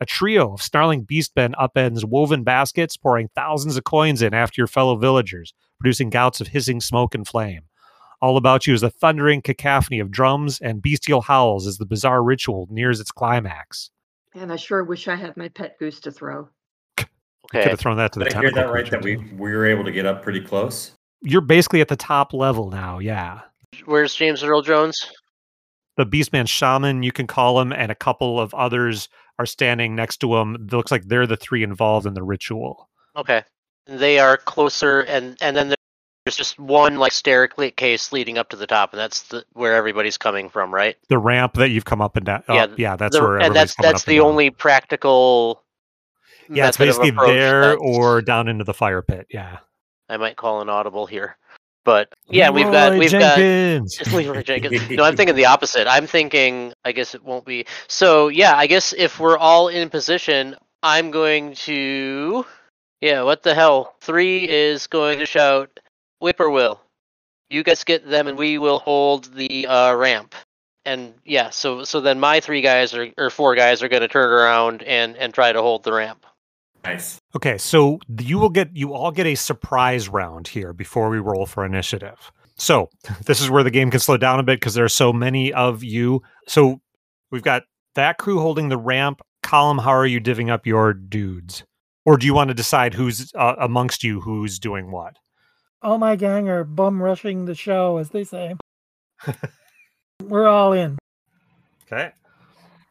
Speaker 1: A trio of snarling beastmen upends woven baskets, pouring thousands of coins in after your fellow villagers, producing gouts of hissing smoke and flame. All about you is a thundering cacophony of drums and bestial howls as the bizarre ritual nears its climax.
Speaker 2: And I sure wish I had my pet goose to throw.
Speaker 1: You could
Speaker 6: Okay.
Speaker 1: have thrown that to the
Speaker 4: Did I hear
Speaker 1: tentacle
Speaker 4: that right?
Speaker 1: creature,
Speaker 4: That we
Speaker 1: too.
Speaker 4: we were able to get up pretty close.
Speaker 1: You're basically at the top level now, yeah.
Speaker 6: Where's James Earl Jones?
Speaker 1: the Beastman Shaman, you can call him, and a couple of others are standing next to him. It looks like they're the three involved in the ritual.
Speaker 6: Okay. They are closer, and and then there's just one like staircase leading up to the top, and that's the, where everybody's coming from, right?
Speaker 1: The ramp that you've come up and down.
Speaker 6: Yeah,
Speaker 1: Yeah, yeah that's
Speaker 6: The-
Speaker 1: where
Speaker 6: and
Speaker 1: everybody's
Speaker 6: that's
Speaker 1: coming
Speaker 6: that's
Speaker 1: up and
Speaker 6: the
Speaker 1: down.
Speaker 6: only practical.
Speaker 1: Yeah, it's
Speaker 6: method of
Speaker 1: basically
Speaker 6: approach
Speaker 1: there
Speaker 6: that's-
Speaker 1: or down into the fire pit. Yeah.
Speaker 6: I might call an audible here, but yeah, we've got
Speaker 1: Leroy
Speaker 6: we've got
Speaker 1: Jenkins.
Speaker 6: Just Leroy Jenkins. No, I'm thinking the opposite. I'm thinking I guess it won't be. So yeah, I guess if we're all in position, I'm going to yeah. What the hell? Three is going to shout whippoorwill. You guys get them, and we will hold the uh, ramp. And yeah, so so then my three guys are, or four guys are going to turn around and and try to hold the ramp. (laughs)
Speaker 4: Nice.
Speaker 1: Okay, so th- you will get you all get a surprise round here before we roll for initiative. So (laughs) this is where the game can slow down a bit because there are so many of you. So we've got that crew holding the ramp. Column, how are you divvying up your dudes? Or do you want to decide who's uh, amongst you who's doing what?
Speaker 3: All my gang are bum rushing the show, as they
Speaker 4: (laughs)
Speaker 3: say. We're all in.
Speaker 1: Okay.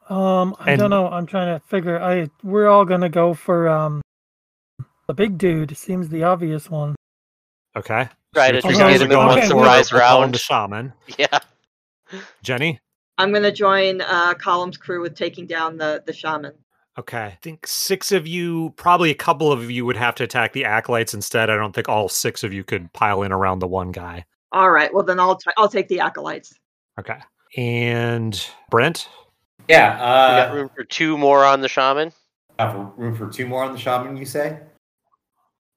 Speaker 3: Um, I
Speaker 1: And-
Speaker 3: don't know. I'm trying to figure. I we're all gonna go for um the big dude. Seems the obvious one.
Speaker 1: Okay.
Speaker 6: Try
Speaker 1: your
Speaker 6: to
Speaker 1: three
Speaker 3: just
Speaker 1: guys
Speaker 3: get
Speaker 1: are
Speaker 3: him in
Speaker 1: going
Speaker 3: one
Speaker 1: with
Speaker 3: surprise
Speaker 1: Column, Column,
Speaker 6: round.
Speaker 1: The shaman,
Speaker 6: Yeah.
Speaker 1: Jenny.
Speaker 2: I'm going to join uh, Column's crew with taking down the the shaman.
Speaker 1: Okay. I think six of you, probably a couple of you would have to attack the acolytes instead. I don't think all six of you could pile in around the one guy.
Speaker 2: All right. Well, then I'll i I'll take the acolytes.
Speaker 1: Okay. And Brent?
Speaker 4: Yeah.
Speaker 6: we got
Speaker 4: Uh,
Speaker 6: room for two more on the shaman.
Speaker 4: have room for two more on the shaman. You say?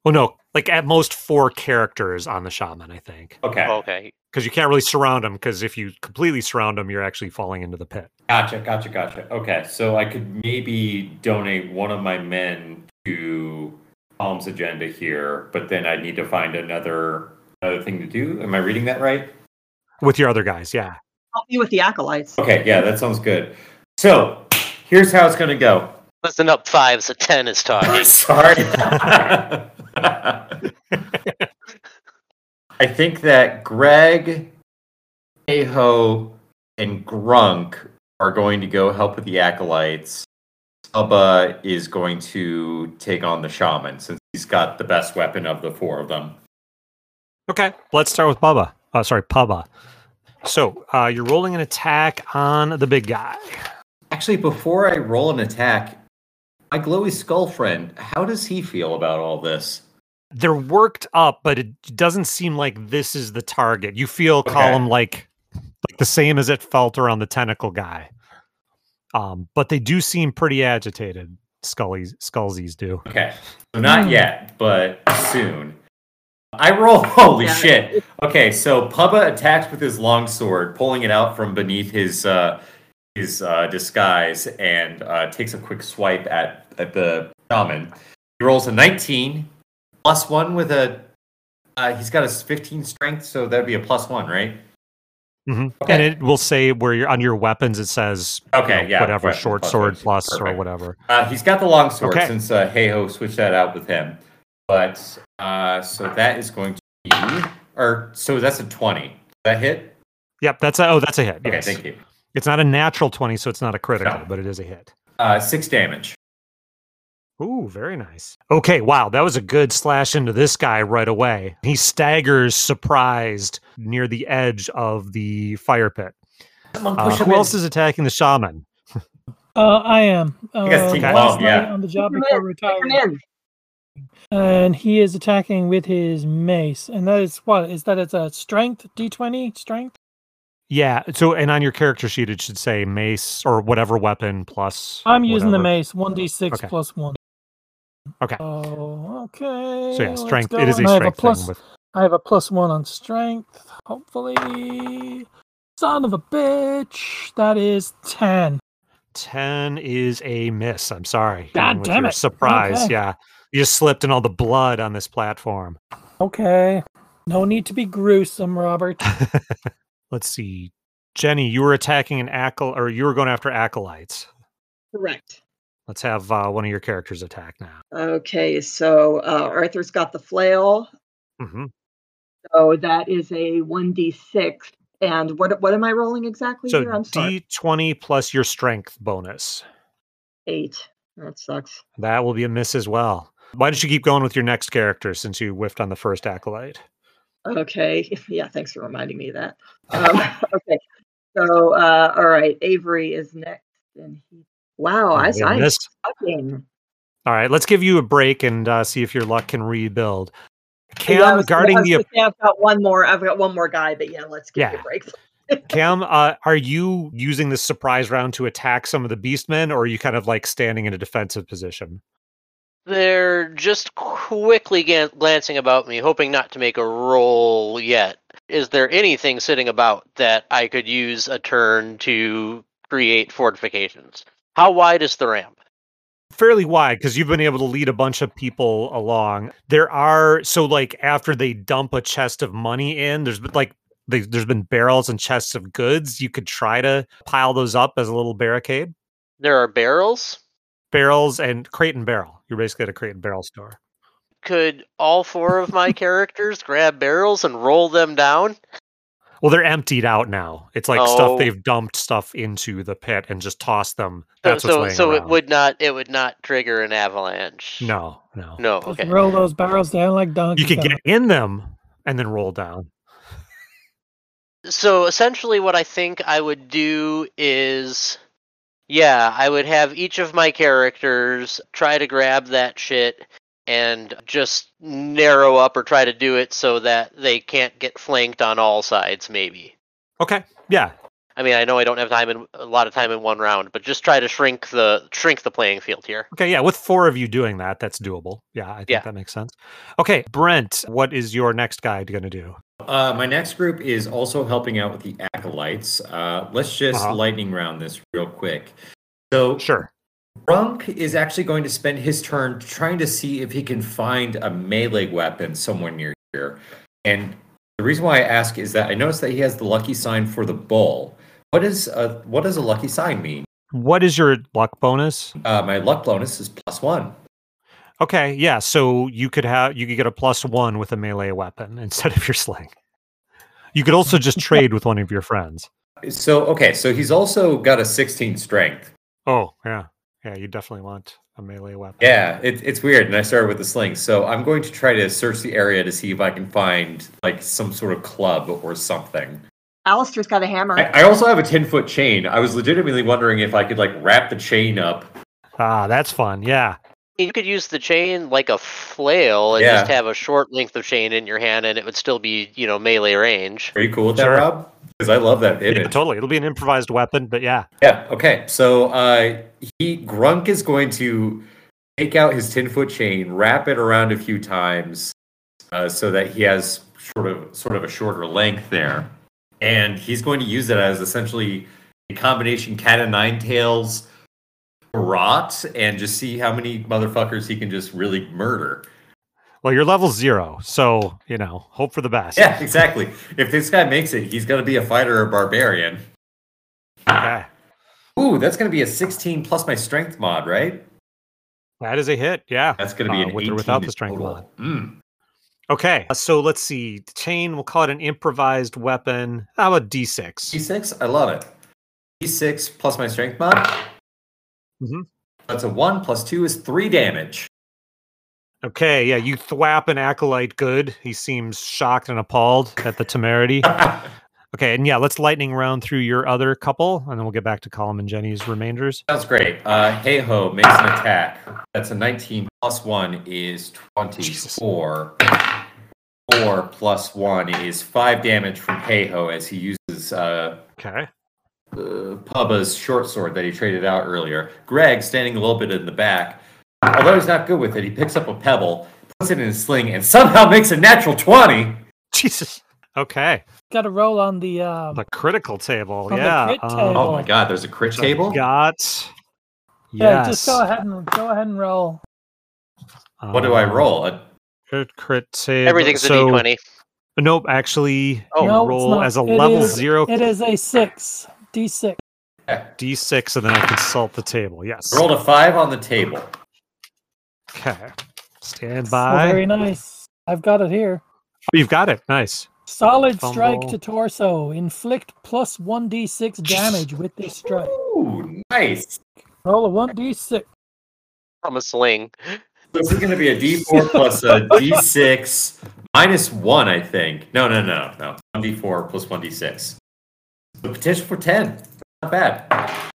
Speaker 1: Well, Oh, no, like at most four characters on the shaman, I think.
Speaker 4: Okay.
Speaker 6: Okay.
Speaker 1: Because you can't really surround him, because if you completely surround him, you're actually falling into the pit.
Speaker 4: Gotcha. Gotcha. Gotcha. Okay. So I could maybe donate one of my men to Palm's agenda here, but then I need to find another another thing to do. Am I reading that right?
Speaker 1: With your other guys, yeah.
Speaker 2: help me with the acolytes.
Speaker 4: Okay, yeah, that sounds good. So here's how it's gonna go. (laughs)
Speaker 6: Listen up, five, so ten is talking.
Speaker 4: Sorry. (laughs) I think that Greg, Aho, and Grunk are going to go help with the acolytes. Alba is going to take on the shaman since he's got the best weapon of the four of them.
Speaker 1: Okay, let's start with Bubba. Uh, sorry, Pubba. So uh, you're rolling an attack on the big guy.
Speaker 4: Actually, before I roll an attack, my glowy skull friend, how does he feel about all this?
Speaker 1: They're worked up, but it doesn't seem like this is the target. You feel
Speaker 4: Okay.
Speaker 1: column like like the same as it felt around the tentacle guy. Um, but they do seem pretty agitated. Scullies, Skullsies do.
Speaker 4: Okay, so not yet, but soon. I roll. (laughs) Holy
Speaker 2: Yeah.
Speaker 4: shit! Okay, so Pubba attacks with his long sword, pulling it out from beneath his uh, his uh, disguise, and uh, takes a quick swipe at at the shaman. He rolls a 19 plus one with a. Uh, he's got a 15 strength, so that'd be a plus one, right?
Speaker 1: Mhm.
Speaker 4: Okay.
Speaker 1: And it will say where you're on your weapons. It says you
Speaker 4: Okay,
Speaker 1: know,
Speaker 4: yeah,
Speaker 1: whatever
Speaker 4: weapon
Speaker 1: short
Speaker 4: plus
Speaker 1: sword
Speaker 4: weapon.
Speaker 1: plus or
Speaker 4: Perfect.
Speaker 1: whatever.
Speaker 4: Uh, he's got the long sword
Speaker 1: Okay.
Speaker 4: since uh, Heiho switched that out with him. But uh, so that is going to be, or so that's a twenty. Does that hit?
Speaker 1: Yep, that's a, oh that's a hit.
Speaker 4: Okay,
Speaker 1: yes.
Speaker 4: thank you.
Speaker 1: It's not a natural twenty, so it's not a critical,
Speaker 4: No.
Speaker 1: but it is a hit.
Speaker 4: Uh, six damage.
Speaker 1: Ooh, very nice. Okay, wow, that was a good slash into this guy right away. He staggers, surprised, near the edge of the fire pit.
Speaker 4: Someone
Speaker 1: Uh, who else is attacking the shaman?
Speaker 3: Uh, I am. Uh,
Speaker 4: guess Team
Speaker 3: last
Speaker 4: Bob,
Speaker 3: night
Speaker 4: yeah.
Speaker 3: on the job
Speaker 2: Take him
Speaker 3: before
Speaker 2: in,
Speaker 3: retiring,
Speaker 2: Come in.
Speaker 3: and he is attacking with his mace, and that is what is that? It's a strength d20 strength.
Speaker 1: Yeah, so and on your character sheet it should say mace or whatever weapon plus
Speaker 3: I'm using the
Speaker 1: whatever.
Speaker 3: mace, one d6
Speaker 1: Okay.
Speaker 3: plus one.
Speaker 1: Okay.
Speaker 3: Oh, okay.
Speaker 1: So yeah,
Speaker 3: let's
Speaker 1: strength
Speaker 3: go.
Speaker 1: it is a
Speaker 3: And I have
Speaker 1: strength
Speaker 3: plus-
Speaker 1: thing with
Speaker 3: I have a plus one on strength. Hopefully, son of a bitch. That is ten.
Speaker 1: 10 is a miss. I'm sorry.
Speaker 3: God
Speaker 1: Even with
Speaker 3: damn
Speaker 1: your
Speaker 3: it.
Speaker 1: Surprise.
Speaker 3: Okay.
Speaker 1: Yeah. You just slipped in all the blood on this platform.
Speaker 3: Okay. No need to be gruesome, Robert.
Speaker 1: Let's see. Jenny, you were attacking an acolyte, or you were going after acolytes.
Speaker 2: Correct.
Speaker 1: Let's have uh, one of your characters attack now.
Speaker 2: Okay, so uh, Arthur's got the flail.
Speaker 1: hmm
Speaker 2: Oh, So that is a 1d6. And what what am I rolling exactly
Speaker 1: So
Speaker 2: here? I'm sorry.
Speaker 1: D20 plus your strength bonus.
Speaker 2: Eight. That sucks.
Speaker 1: That will be a miss as well. Why don't you keep going with your next character since you whiffed on the first acolyte?
Speaker 2: Okay. (laughs) Yeah, thanks for reminding me of that. Um, okay. So, uh, all right. Avery is next. And he, wow, I,
Speaker 1: Oh, you
Speaker 2: I am
Speaker 1: missed.
Speaker 2: sucking.
Speaker 1: All right, let's give you a break and uh, see if your luck can rebuild.
Speaker 2: Yeah,
Speaker 1: Cam,
Speaker 2: I was- I
Speaker 1: guarding
Speaker 2: was
Speaker 1: the
Speaker 2: gonna say I've got one more. I've got one more guy, but yeah, let's give you
Speaker 1: Yeah.
Speaker 2: a break.
Speaker 1: Cam, uh, are you using this surprise round to attack some of the beastmen, or are you kind of like standing in a defensive position?
Speaker 6: They're just quickly gan- glancing about me, hoping not to make a roll yet. Is there anything sitting about that I could use a turn to create fortifications? How wide is the ramp?
Speaker 1: Fairly wide, because you've been able to lead a bunch of people along. There are so like after they dump a chest of money in, there's been like they, there's been barrels and chests of goods. You could try to pile those up as a little barricade.
Speaker 6: There are barrels.
Speaker 1: Barrels and crate and barrel. You're basically at a crate and barrel store.
Speaker 6: Could all four of my characters grab barrels and roll them down?
Speaker 1: Well, they're emptied out now. It's like
Speaker 6: Oh.
Speaker 1: stuff they've dumped stuff into the pit and just tossed them.
Speaker 6: So,
Speaker 1: That's what's
Speaker 6: so,
Speaker 1: laying
Speaker 6: so it
Speaker 1: around.
Speaker 6: would not it would not trigger an avalanche.
Speaker 1: No, no.
Speaker 6: No.
Speaker 3: Just
Speaker 6: Okay.
Speaker 3: roll those barrels down like donkey.
Speaker 1: You can
Speaker 3: Kong.
Speaker 1: get in them and then roll down.
Speaker 6: so essentially what i think i would do is yeah i would have each of my characters try to grab that shit and just narrow up or try to do it so that they can't get flanked on all sides maybe
Speaker 1: Okay. Yeah.
Speaker 6: i mean i know i don't have time in a lot of time in one round but just try to shrink the shrink the playing field here
Speaker 1: Okay. Yeah. With four of you doing that, that's doable. Yeah. I think
Speaker 6: Yeah.
Speaker 1: that makes sense. Okay. Brent, what is your next guy going to do?
Speaker 4: Uh, my next group is also helping out with the acolytes. Uh, let's just
Speaker 1: Uh-huh.
Speaker 4: lightning round this real quick. So
Speaker 1: Sure.
Speaker 4: Grunk is actually going to spend his turn trying to see if he can find a melee weapon somewhere near here. And the reason why I ask is that I noticed that he has the lucky sign for the bull. What is a what does a lucky sign mean?
Speaker 1: What is your luck bonus?
Speaker 4: Uh, my luck bonus is plus one.
Speaker 1: Okay, yeah. So you could have you could get a plus one with a melee weapon (laughs) instead of your sling. You could also just trade with one of your friends.
Speaker 4: So okay, so he's also got a 16 strength.
Speaker 1: Oh yeah, yeah. You definitely want a melee weapon.
Speaker 4: Yeah, it, it's weird. And I started with the sling, so I'm going to try to search the area to see if I can find like some sort of club or something.
Speaker 2: Alistair's got a hammer.
Speaker 4: I, I also have a 10 foot chain. I was legitimately wondering if I could like wrap the chain up.
Speaker 1: Ah, that's fun. Yeah.
Speaker 6: You could use the chain like a flail and
Speaker 4: Yeah.
Speaker 6: just have a short length of chain in your hand, and it would still be you know melee range.
Speaker 4: Are you cool with that,
Speaker 1: Sure.
Speaker 4: Rob? Because I love that
Speaker 1: yeah,
Speaker 4: image.
Speaker 1: totally. It'll be an improvised weapon, but yeah.
Speaker 4: Yeah. Okay. So uh, he Grunk is going to take out his ten foot chain, wrap it around a few times, uh, so that he has sort of sort of a shorter length there, and he's going to use it as essentially a combination cat and nine tails rot, and just see how many motherfuckers he can just really murder.
Speaker 1: Well, you're level zero, so you know, hope for the best.
Speaker 4: (laughs) Yeah, exactly. If this guy makes it, he's going to be a fighter or barbarian.
Speaker 1: Okay.
Speaker 4: Ooh, that's going to be a sixteen plus my strength mod, right?
Speaker 1: That is a hit. Yeah.
Speaker 4: That's going to be
Speaker 1: Uh,
Speaker 4: an
Speaker 1: with
Speaker 4: 18
Speaker 1: or without the strength
Speaker 4: total.
Speaker 1: mod.
Speaker 4: Mm.
Speaker 1: Okay. Uh, so let's see. Chain. We'll call it an improvised weapon. How about D6?
Speaker 4: D6, I love it. D6 plus my strength mod.
Speaker 1: Mhm.
Speaker 4: That's a one plus two is three damage. (laughs)
Speaker 1: Okay. Yeah. You thwap an acolyte. Good. He seems shocked and appalled at the temerity.
Speaker 4: uh,
Speaker 1: Okay. And yeah, let's lightning round through your other couple, and then we'll get back to Colin and Jenny's remainders.
Speaker 4: Sounds great. Uh, hey ho makes an attack. That's a 19 plus one is 24. Four plus one is five damage from Hey ho as he uses uh,
Speaker 1: Okay. (laughs)
Speaker 4: uh, Pubba's short sword that he traded out earlier. Greg, standing a little bit in the back, although he's not good with it, he picks up a pebble, puts it in his sling, and somehow makes a natural 20.
Speaker 1: Jesus. Okay.
Speaker 3: Got to roll on the. Um,
Speaker 1: The critical table.
Speaker 3: On the
Speaker 1: yeah.
Speaker 3: crit
Speaker 1: um,
Speaker 3: table.
Speaker 4: Oh my god, there's a crit
Speaker 1: which I've
Speaker 4: table?
Speaker 1: Got.
Speaker 3: yeah,
Speaker 1: Yes.
Speaker 3: just go ahead and go ahead and roll.
Speaker 4: What do I
Speaker 1: Um,
Speaker 4: roll? A
Speaker 1: Crit, crit table.
Speaker 6: Everything's
Speaker 1: so,
Speaker 6: a d20.
Speaker 1: Nope, actually,
Speaker 6: Oh.
Speaker 1: you
Speaker 3: No, it's
Speaker 1: roll
Speaker 3: not.
Speaker 1: as a
Speaker 3: It
Speaker 1: level
Speaker 3: is-
Speaker 1: zero
Speaker 3: It is a six d six.
Speaker 1: d6, and then I consult the table. Yes.
Speaker 4: rolled a five on the table.
Speaker 1: Okay. Stand
Speaker 3: So
Speaker 1: by. Oh,
Speaker 3: very nice. I've got it here.
Speaker 1: You've got it. Nice.
Speaker 3: Solid strike
Speaker 1: Fumble.
Speaker 3: to torso. Inflict plus one d six damage with this strike.
Speaker 4: Ooh, nice.
Speaker 3: Roll a one d six.
Speaker 6: I'm a sling.
Speaker 4: This is going to be a d4 plus a d6 minus one, I think. No, no, no, no. 1d4 plus 1d6. The potential for 10. Not bad.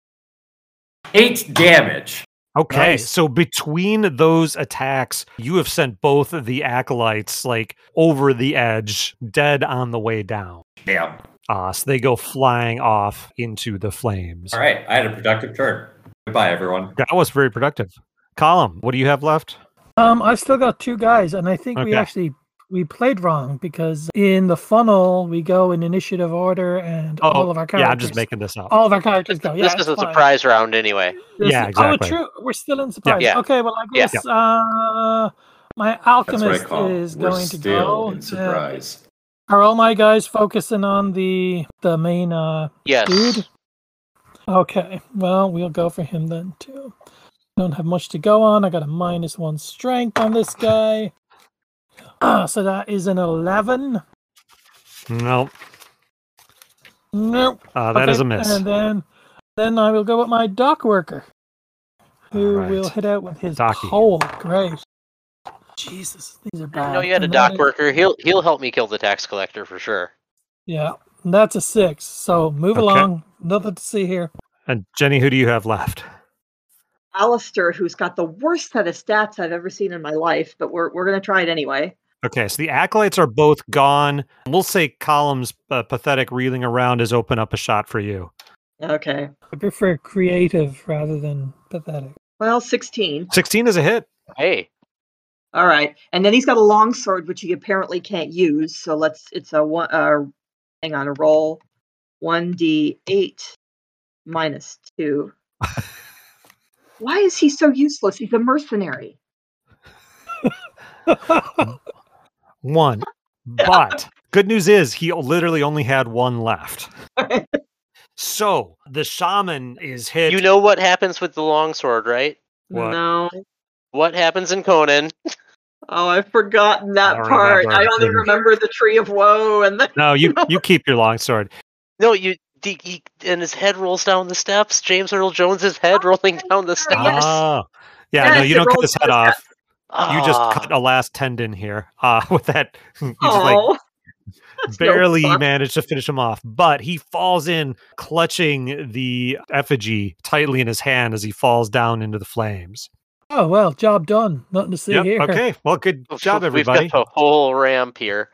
Speaker 4: Eight damage.
Speaker 1: Okay,
Speaker 4: Nice.
Speaker 1: so between those attacks, you have sent both of the acolytes like over the edge, dead on the way down.
Speaker 4: Damn.
Speaker 1: Uh, so they go flying off into the flames.
Speaker 4: All right, I had a productive turn. Goodbye, everyone.
Speaker 1: That was very productive. Column, what do you have left?
Speaker 3: Um, I've still got two guys, and I think we
Speaker 1: Okay.
Speaker 3: actually we played wrong because in the funnel we go in initiative order, and all of our characters.
Speaker 1: Oh,
Speaker 3: Oh.
Speaker 1: yeah, I'm just making this up.
Speaker 3: all of our characters go. Yeah,
Speaker 6: this is
Speaker 3: it's
Speaker 6: a
Speaker 3: fine.
Speaker 6: surprise round anyway.
Speaker 3: This
Speaker 1: Yeah,
Speaker 3: is-
Speaker 1: exactly.
Speaker 3: Oh, true. We're still in surprise.
Speaker 6: Yeah.
Speaker 3: Okay, well, I
Speaker 6: Yeah.
Speaker 3: guess uh, my
Speaker 4: That's what I
Speaker 3: alchemist
Speaker 4: call.
Speaker 3: is
Speaker 4: We're
Speaker 3: going to
Speaker 4: still
Speaker 3: go.
Speaker 4: in
Speaker 3: Uh,
Speaker 4: surprise.
Speaker 3: are all my guys focusing on the the main uh,
Speaker 6: Yes.
Speaker 3: dude? Okay, well, we'll go for him then too. Don't have much to go on. I got a minus one strength on this guy. Ah, so that is an eleven.
Speaker 1: No,
Speaker 3: Nope.
Speaker 1: uh, that is a
Speaker 3: Okay,
Speaker 1: miss.
Speaker 3: And then, then I will go with my dock worker, who
Speaker 1: Alright.
Speaker 3: will hit out with his
Speaker 1: Docky.
Speaker 3: pole. Great. Jesus, these are
Speaker 6: I
Speaker 3: bad.
Speaker 6: didn't know you had a
Speaker 3: And that
Speaker 6: dock
Speaker 3: is-
Speaker 6: worker. He'll he'll help me kill the tax collector for sure.
Speaker 3: Yeah, and that's a six. So move
Speaker 1: Okay.
Speaker 3: along. Nothing to see here.
Speaker 1: And Jenny, who do you have left?
Speaker 2: Alistair, who's got the worst set of stats I've ever seen in my life, but we're we're gonna try it anyway.
Speaker 1: Okay, so the acolytes are both gone. We'll say Column's uh, pathetic reeling around has opened up a shot for you.
Speaker 2: Okay.
Speaker 3: I prefer creative rather than pathetic.
Speaker 2: Well, sixteen.
Speaker 1: 16 is a hit.
Speaker 6: Hey,
Speaker 2: All right, and then he's got a long sword, which he apparently can't use. So let's. It's a one. Uh, hang on, a roll. One d eight minus two.
Speaker 1: (laughs)
Speaker 2: Why is he so useless? He's a mercenary.
Speaker 1: One. But good news is he literally only had one left. So the shaman is hit.
Speaker 6: You know what happens with the longsword, right?
Speaker 1: What?
Speaker 2: No.
Speaker 6: What happens in Conan?
Speaker 2: Oh, I've forgotten
Speaker 1: I
Speaker 2: that
Speaker 1: don't
Speaker 2: part.
Speaker 1: remember.
Speaker 2: I only
Speaker 1: Mm.
Speaker 2: remember the tree of woe and the
Speaker 1: No, you you keep your longsword.
Speaker 6: No, you. He, he, and his head rolls down the steps. James Earl Jones's head
Speaker 2: Oh,
Speaker 6: rolling
Speaker 2: yes,
Speaker 6: down the
Speaker 2: yes.
Speaker 6: steps.
Speaker 1: Ah, yeah. no,
Speaker 2: Yes,
Speaker 1: you
Speaker 2: it
Speaker 1: don't cut
Speaker 2: rolls
Speaker 1: his head
Speaker 2: down the
Speaker 1: off. You just
Speaker 6: Ah.
Speaker 1: cut a last tendon here uh, (laughs) with that. You just like
Speaker 2: oh. That's no
Speaker 1: barely
Speaker 2: fun.
Speaker 1: managed to finish him off, but he falls in, clutching the effigy tightly in his hand as he falls down into the flames.
Speaker 3: Oh well, job done. Nothing to see
Speaker 1: Yep,
Speaker 3: here.
Speaker 1: Okay. Well, good
Speaker 6: We've-
Speaker 1: job, everybody.
Speaker 6: Oh, We've got the whole ramp here.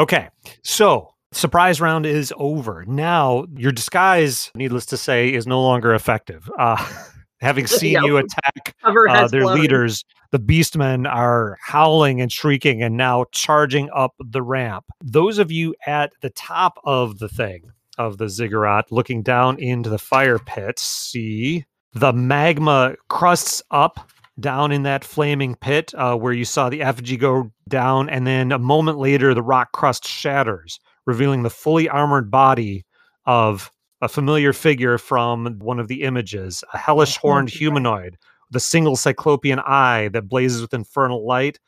Speaker 1: Okay. So, surprise round is over. Now, your disguise, needless to say, is no longer effective. Uh, (laughs)
Speaker 6: (laughs)
Speaker 1: having seen
Speaker 2: Yeah.
Speaker 1: you attack
Speaker 2: Cover
Speaker 1: uh,
Speaker 2: has
Speaker 1: their
Speaker 2: blown.
Speaker 1: leaders, the beastmen are howling and shrieking and now charging up the ramp. Those of you at the top of the thing, of the ziggurat, looking down into the fire pit, see the magma crusts up down in that flaming pit uh, where you saw the effigy go down. And then a moment later, the rock crust shatters, revealing the fully armored body of a familiar figure from one of the images, a hellish horned humanoid with a single cyclopean eye that blazes with infernal light.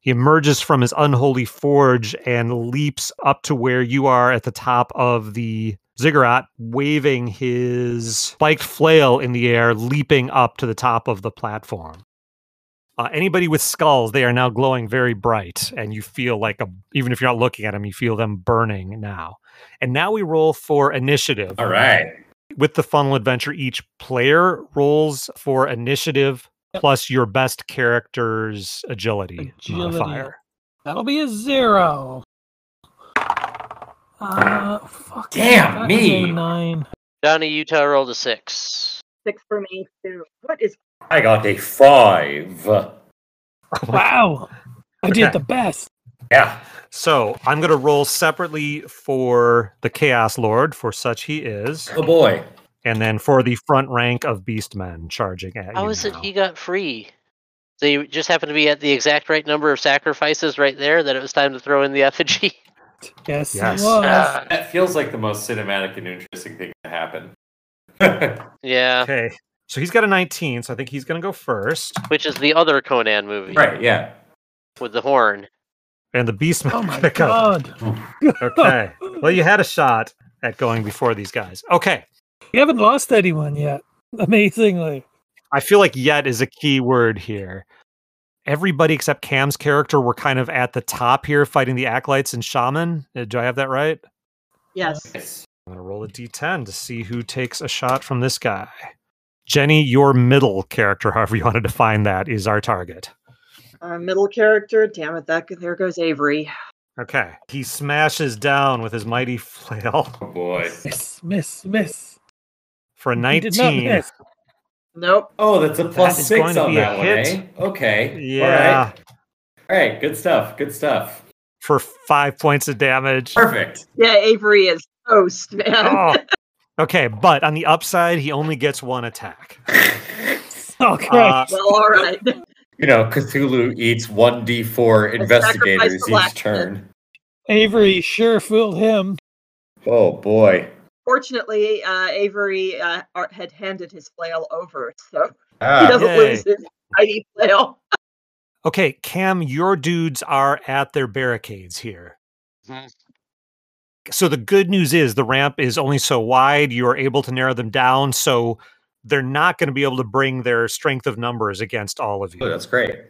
Speaker 1: He emerges from his unholy forge and leaps up to where you are at the top of the ziggurat, waving his spiked flail in the air, leaping up to the top of the platform. Uh, anybody with skulls, they are now glowing very bright, and you feel like a, even if you're not looking at them, you feel them burning now. And now we roll for initiative
Speaker 4: All right.
Speaker 1: with the funnel adventure, each player rolls for initiative plus your best character's agility,
Speaker 3: Agility.
Speaker 1: modifier. (laughs)
Speaker 3: That'll be a zero. Uh, fuck.
Speaker 4: Damn
Speaker 3: that
Speaker 4: me.
Speaker 3: is a nine.
Speaker 6: Donnie Utah rolled a six.
Speaker 2: Six for me too. What is
Speaker 4: I got a five.
Speaker 3: Wow. I
Speaker 4: Okay.
Speaker 3: did the best.
Speaker 4: Yeah.
Speaker 1: So I'm going to roll separately for the Chaos Lord, for such he is,
Speaker 4: Oh boy.
Speaker 1: and then for the front rank of Beastmen charging at
Speaker 6: How
Speaker 1: you.
Speaker 6: is it
Speaker 1: now.
Speaker 6: he got free? They just happened to be at the exact right number of sacrifices right there that it was time to throw in the effigy.
Speaker 3: Yes,
Speaker 1: Yes.
Speaker 3: it was.
Speaker 1: (laughs)
Speaker 6: Ah,
Speaker 4: That feels like the most cinematic and interesting thing that (laughs) happened.
Speaker 6: yeah,
Speaker 1: Okay. So he's got a 19, so I think he's going to go first.
Speaker 6: which is the other Conan movie
Speaker 4: right. Yeah.
Speaker 6: with the horn.
Speaker 1: And the Beastmen
Speaker 3: oh
Speaker 1: are
Speaker 3: my
Speaker 1: gonna go-
Speaker 3: god.
Speaker 1: Okay. well, you had a shot at going before these guys. Okay.
Speaker 3: We haven't lost anyone yet. Amazingly.
Speaker 1: I feel like yet is a key word here. Everybody except Cam's character were kind of at the top here fighting the acolytes and shaman. Uh, Do I have that right?
Speaker 2: yes.
Speaker 4: Yes.
Speaker 1: I'm going to roll a d10 to see who takes a shot from this guy. Jenny, your middle character, (laughs) however you want to define that, is our target.
Speaker 2: Our middle character. Damn it, that there goes Avery.
Speaker 1: Okay. He smashes down with his mighty flail
Speaker 4: Oh boy.
Speaker 3: Miss, miss, miss.
Speaker 1: for a
Speaker 3: He did not
Speaker 1: 19.
Speaker 3: miss. (laughs)
Speaker 2: Nope.
Speaker 4: Oh, that's a plus
Speaker 1: is
Speaker 4: six
Speaker 1: going to
Speaker 4: on
Speaker 1: be a
Speaker 4: that one, eh?
Speaker 1: hit.
Speaker 4: Okay. All
Speaker 1: Yeah.
Speaker 4: right. All right. Good stuff. Good stuff.
Speaker 1: For five points of damage.
Speaker 4: Perfect.
Speaker 2: Yeah, Avery is toast, (laughs) man.
Speaker 1: Oh. (laughs) Okay. But on the upside, he only gets one attack.
Speaker 3: Oh god.
Speaker 1: Uh,
Speaker 2: Well, all right.
Speaker 4: You know, Cthulhu eats 1d4 investigators
Speaker 2: the
Speaker 4: each
Speaker 2: blacksmith.
Speaker 4: turn.
Speaker 3: Avery sure fooled him.
Speaker 4: Oh boy.
Speaker 2: Fortunately, uh, Avery uh, ar- had handed his flail over, so he
Speaker 4: Ah.
Speaker 2: doesn't
Speaker 1: Yay.
Speaker 2: lose his mighty flail.
Speaker 1: Okay, Cam, your dudes are at their barricades here.
Speaker 6: Mhm.
Speaker 1: So the good news is the ramp is only so wide, you are able to narrow them down. So they're not going to be able to bring their strength of numbers against all of you.
Speaker 4: Oh, that's great.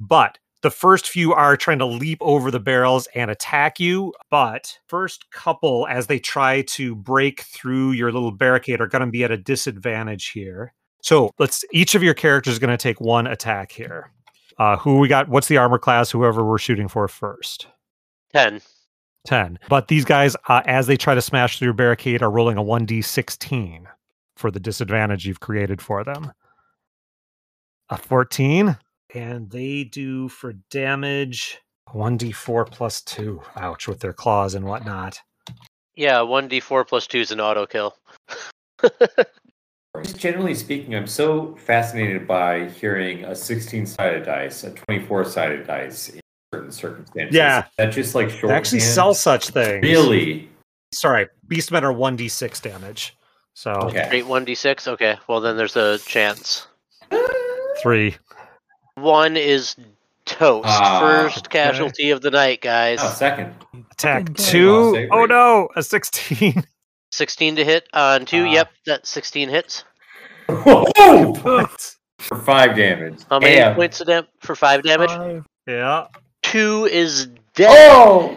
Speaker 1: But the first few are trying to leap over the barrels and attack you. But first couple, as they try to break through your little barricade, are going to be at a disadvantage here. So let's each of your characters is going to take one attack here. Uh, who we got? What's the armor class? Whoever we're shooting for first.
Speaker 6: Ten.
Speaker 1: 10. But these guys, uh, as they try to smash through your barricade, are rolling a 1d16 for the disadvantage you've created for them. A 14. And they do for damage 1d4 plus 2. Ouch, with their claws and whatnot.
Speaker 6: Yeah, one d four plus two is an auto kill.
Speaker 4: Just generally speaking, I'm so fascinated by hearing a 16 sided dice, a 24 sided dice in certain circumstances.
Speaker 1: Yeah.
Speaker 4: That just like short.
Speaker 1: They actually sell such things.
Speaker 4: Really?
Speaker 1: Sorry, beastmen are 1d6 damage. So
Speaker 4: Okay.
Speaker 6: (laughs) Oh, Great 1d6? Okay, well, then there's a chance.
Speaker 1: three.
Speaker 6: One is toast.
Speaker 4: Ah,
Speaker 6: First
Speaker 1: okay.
Speaker 6: casualty of the night, guys.
Speaker 4: Oh, second.
Speaker 1: Attack
Speaker 3: Good
Speaker 4: God.
Speaker 1: two. Oh no, a sixteen. (laughs)
Speaker 6: 16 to hit on two.
Speaker 4: Ah.
Speaker 6: yep, that 16 hits.
Speaker 4: Whoa! For five damage.
Speaker 6: How many
Speaker 4: Damn. Uh.
Speaker 6: points of dam- for five damage?
Speaker 3: Five.
Speaker 1: yeah.
Speaker 6: Two is dead.
Speaker 4: Oh!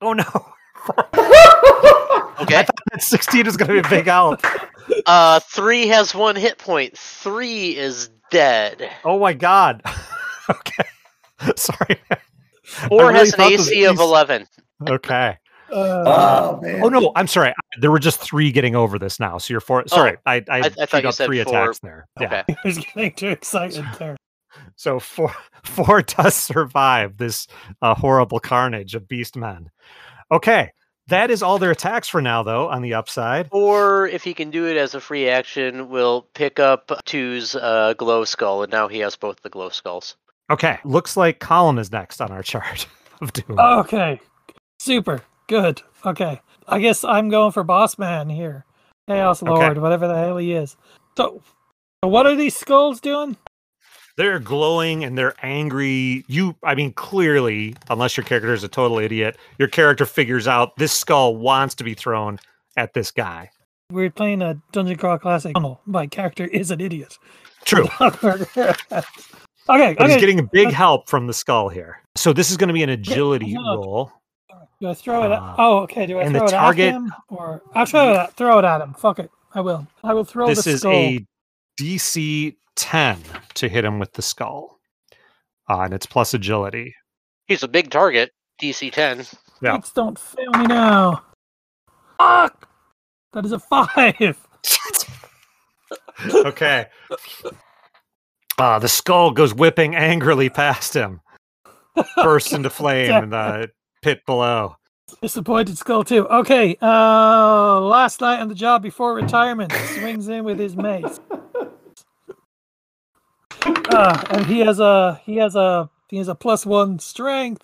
Speaker 1: Oh no. (laughs)
Speaker 4: (laughs)
Speaker 6: Okay.
Speaker 1: That sixteen is gonna be a big out.
Speaker 6: Uh, three has one hit point. Three is dead.
Speaker 1: Oh my god. (laughs) okay. (laughs) Sorry.
Speaker 6: Four
Speaker 1: really
Speaker 6: has an
Speaker 1: thought this
Speaker 6: AC of
Speaker 1: piece-
Speaker 6: 11.
Speaker 1: Okay.
Speaker 3: Uh, (laughs)
Speaker 4: oh man.
Speaker 1: Oh no, I'm sorry. There were just three getting over this now. So you're four. Sorry, I I,
Speaker 6: Oh, I
Speaker 1: she
Speaker 6: thought you
Speaker 1: got
Speaker 6: said
Speaker 1: three
Speaker 6: four.
Speaker 1: attacks there. Yeah.
Speaker 6: Okay.
Speaker 3: I was getting too excited there.
Speaker 1: So four (laughs) four does survive this uh, horrible carnage of beastmen. Okay, that is all their attacks for now, though. On the upside,
Speaker 6: Or if he can do it as a free action, we'll pick up two's uh, glow skull, and now he has both the glow skulls.
Speaker 1: okay, looks like Colin is next on our (laughs) chart of doom.
Speaker 3: Okay. Super. Good. Okay. I guess I'm going for boss man here. Chaos Lord, whatever the hell he is. So, so what are these skulls doing?
Speaker 1: they're glowing and they're angry. You, I mean, clearly, unless your character is a total idiot, your character figures out this skull wants to be thrown at this guy.
Speaker 3: We're playing a Dungeon Crawl Classic. Oh, my character is an idiot. (laughs)
Speaker 1: True.
Speaker 3: okay.
Speaker 1: But
Speaker 3: okay.
Speaker 1: he's getting big help from the skull here. So this is going to be an agility
Speaker 3: hold on.
Speaker 1: roll.
Speaker 3: do I throw it?
Speaker 1: Ah.
Speaker 3: At, oh, okay. Do I
Speaker 1: And the
Speaker 3: throw it
Speaker 1: target-
Speaker 3: at him, or I'll throw it at, throw it at him? Fuck it. I will. I will throw
Speaker 1: this
Speaker 3: the
Speaker 1: is
Speaker 3: skull.
Speaker 1: a DC 10 to hit him with the skull. Uh, and it's plus agility.
Speaker 6: He's a big target, DC 10.
Speaker 1: yeah.
Speaker 3: Please don't fail me now. Fuck. That is a (laughs) five. (laughs)
Speaker 1: Okay. Uh, the skull goes whipping angrily past him, bursts
Speaker 3: (laughs)
Speaker 1: into flame in the pit below.
Speaker 3: Disappointed skull too. Okay. Uh, last night on the job before retirement, swings in with his mace. Uh, and he has a he has a he has a plus one strength.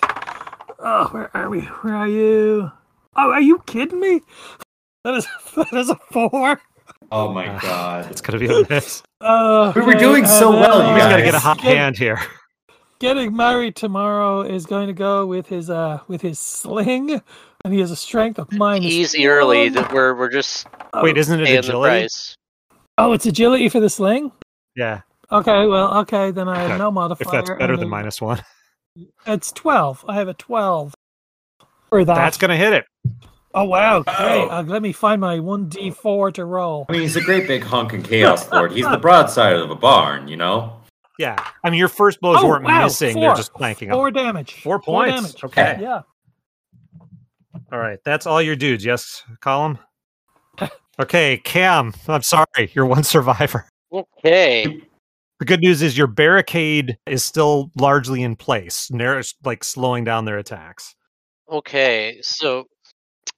Speaker 3: Oh, where are we? Where are you? Oh, are you kidding me? That is (laughs) that is a four.
Speaker 4: Oh my
Speaker 1: Ah,
Speaker 4: god.
Speaker 1: It's going to be a miss.
Speaker 3: Uh,
Speaker 4: We were doing so well, you
Speaker 1: He's got to
Speaker 4: Guys.
Speaker 1: get a hot
Speaker 3: Get-
Speaker 1: hand here.
Speaker 3: Getting married tomorrow is going to go with his uh with his sling, and he has a strength of minus.
Speaker 6: Easy early.
Speaker 3: one.
Speaker 6: That we're we're just
Speaker 1: Wait, isn't it
Speaker 6: paying the
Speaker 1: agility?
Speaker 6: price.
Speaker 3: Oh, it's agility for the sling.
Speaker 1: Yeah,
Speaker 3: Okay, well, okay, then I
Speaker 1: Okay,
Speaker 3: have no
Speaker 1: if
Speaker 3: modifier.
Speaker 1: that's better
Speaker 3: and
Speaker 1: than
Speaker 3: it-
Speaker 1: minus one.
Speaker 3: It's twelve. I have a twelve. For that.
Speaker 1: That's going to hit it.
Speaker 3: Oh wow! Great.
Speaker 4: Oh.
Speaker 3: Uh, let me find my one d four to roll.
Speaker 4: I mean, he's a great big hunk and chaos lord. He's the broadside of a barn, you know.
Speaker 1: Yeah. I mean, your first blows
Speaker 3: Oh,
Speaker 1: weren't
Speaker 3: wow,
Speaker 1: missing.
Speaker 3: four.
Speaker 1: They're just planking
Speaker 3: Four
Speaker 1: up.
Speaker 3: damage.
Speaker 1: Four points.
Speaker 3: damage.
Speaker 1: Okay.
Speaker 3: Yeah.
Speaker 1: All right, that's all your dudes. Yes, Column. Okay, Cam. I'm sorry, you're one (laughs) survivor.
Speaker 6: Okay.
Speaker 1: The good news is your barricade is still largely in place, narrow, like slowing down their attacks.
Speaker 6: Okay. So,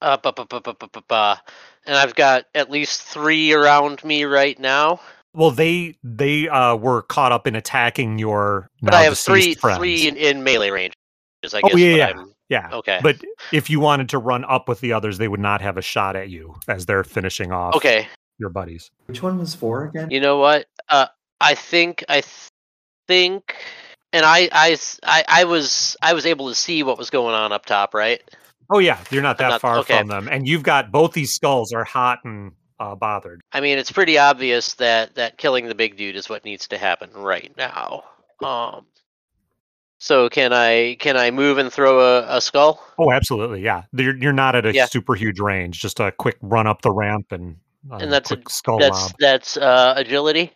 Speaker 6: uh, ba, ba, ba, ba, ba, ba, ba. and I've got at least three around me right now.
Speaker 1: Well, they they uh, were caught up in attacking your.
Speaker 6: But
Speaker 1: now
Speaker 6: I have
Speaker 1: deceased
Speaker 6: three
Speaker 1: friends.
Speaker 6: three in, in melee range. is I
Speaker 1: Oh,
Speaker 6: guess
Speaker 1: yeah,
Speaker 6: what
Speaker 1: yeah.
Speaker 6: I'm-
Speaker 1: Yeah,
Speaker 6: Okay.
Speaker 1: but if you wanted to run up with the others, they would not have a shot at you as they're finishing off.
Speaker 6: okay.
Speaker 1: your buddies.
Speaker 4: Which one was four again?
Speaker 6: You know what? Uh, I think I th- think, and I, I s- I- I was I was able to see what was going on up top, right?
Speaker 1: Oh yeah, you're not that
Speaker 6: not-
Speaker 1: far
Speaker 6: okay.
Speaker 1: from them, and you've got both these skulls are hot and uh, bothered.
Speaker 6: I mean, it's pretty obvious that that killing the big dude is what needs to happen right now. Um, so can I can I move and throw a, a skull?
Speaker 1: Oh, absolutely. Yeah. You're, you're not at a
Speaker 6: Yeah.
Speaker 1: super huge range, just a quick run up the ramp and, uh,
Speaker 6: And that's a-
Speaker 1: quick skull
Speaker 6: That's
Speaker 1: lob.
Speaker 6: that's uh, agility.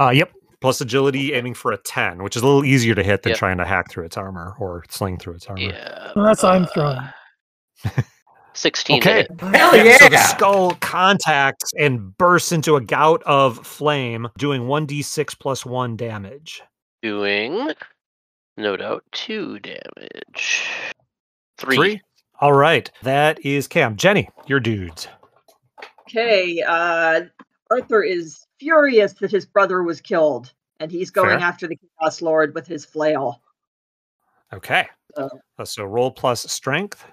Speaker 1: Uh, yep. Plus agility, aiming for a 10, which is a little easier to hit than
Speaker 6: Yep.
Speaker 1: trying to hack through its armor or sling through its armor.
Speaker 6: Yeah,
Speaker 3: Well, that's I'm throwing.
Speaker 6: sixteen. to
Speaker 1: Okay.
Speaker 6: hit.
Speaker 4: Hell yeah!
Speaker 1: So the skull contacts and bursts into a gout of flame, doing 1d6 plus 1 damage.
Speaker 6: doing no doubt two damage.
Speaker 1: All right. That is Cam. Jenny, your dudes.
Speaker 2: Okay, uh, Arthur is furious that his brother was killed, and he's going
Speaker 1: Fair.
Speaker 2: after the Chaos Lord with his flail.
Speaker 1: Okay.
Speaker 2: Oh.
Speaker 1: Uh, so roll (laughs) plus strength.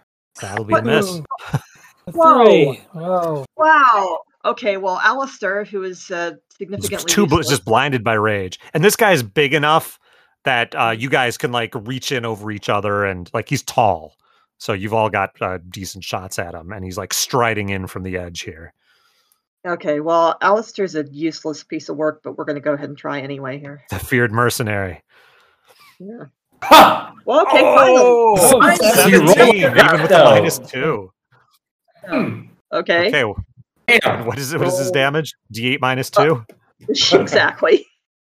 Speaker 1: That'll be a miss.
Speaker 3: Ooh. A
Speaker 2: Whoa.
Speaker 1: Uh,
Speaker 3: Three. Whoa.
Speaker 2: Wow, Okay, well, Alistair, who is uh,
Speaker 1: He's
Speaker 2: significantly
Speaker 1: too bl-
Speaker 2: useless-
Speaker 1: just blinded by rage, and this guy's big enough that uh, you guys can like reach in over each other, and like he's tall, so you've all got uh, decent shots at him, and he's like striding in from the edge here.
Speaker 2: Okay, well, Alistair's a useless piece of work, but we're going to go ahead and try anyway here.
Speaker 1: The feared mercenary.
Speaker 2: Yeah.
Speaker 4: Ha!
Speaker 2: Well, okay,
Speaker 5: Oh!
Speaker 2: finally. Finally.
Speaker 4: You rolled
Speaker 1: Seventeen, even with the
Speaker 4: though.
Speaker 1: minus two.
Speaker 4: Hmm.
Speaker 2: Okay. (laughs)
Speaker 1: Okay, and
Speaker 4: Damn.
Speaker 1: what is it? What is
Speaker 3: Oh.
Speaker 1: his
Speaker 2: Roll.
Speaker 1: damage? D eight minus two.
Speaker 2: exactly.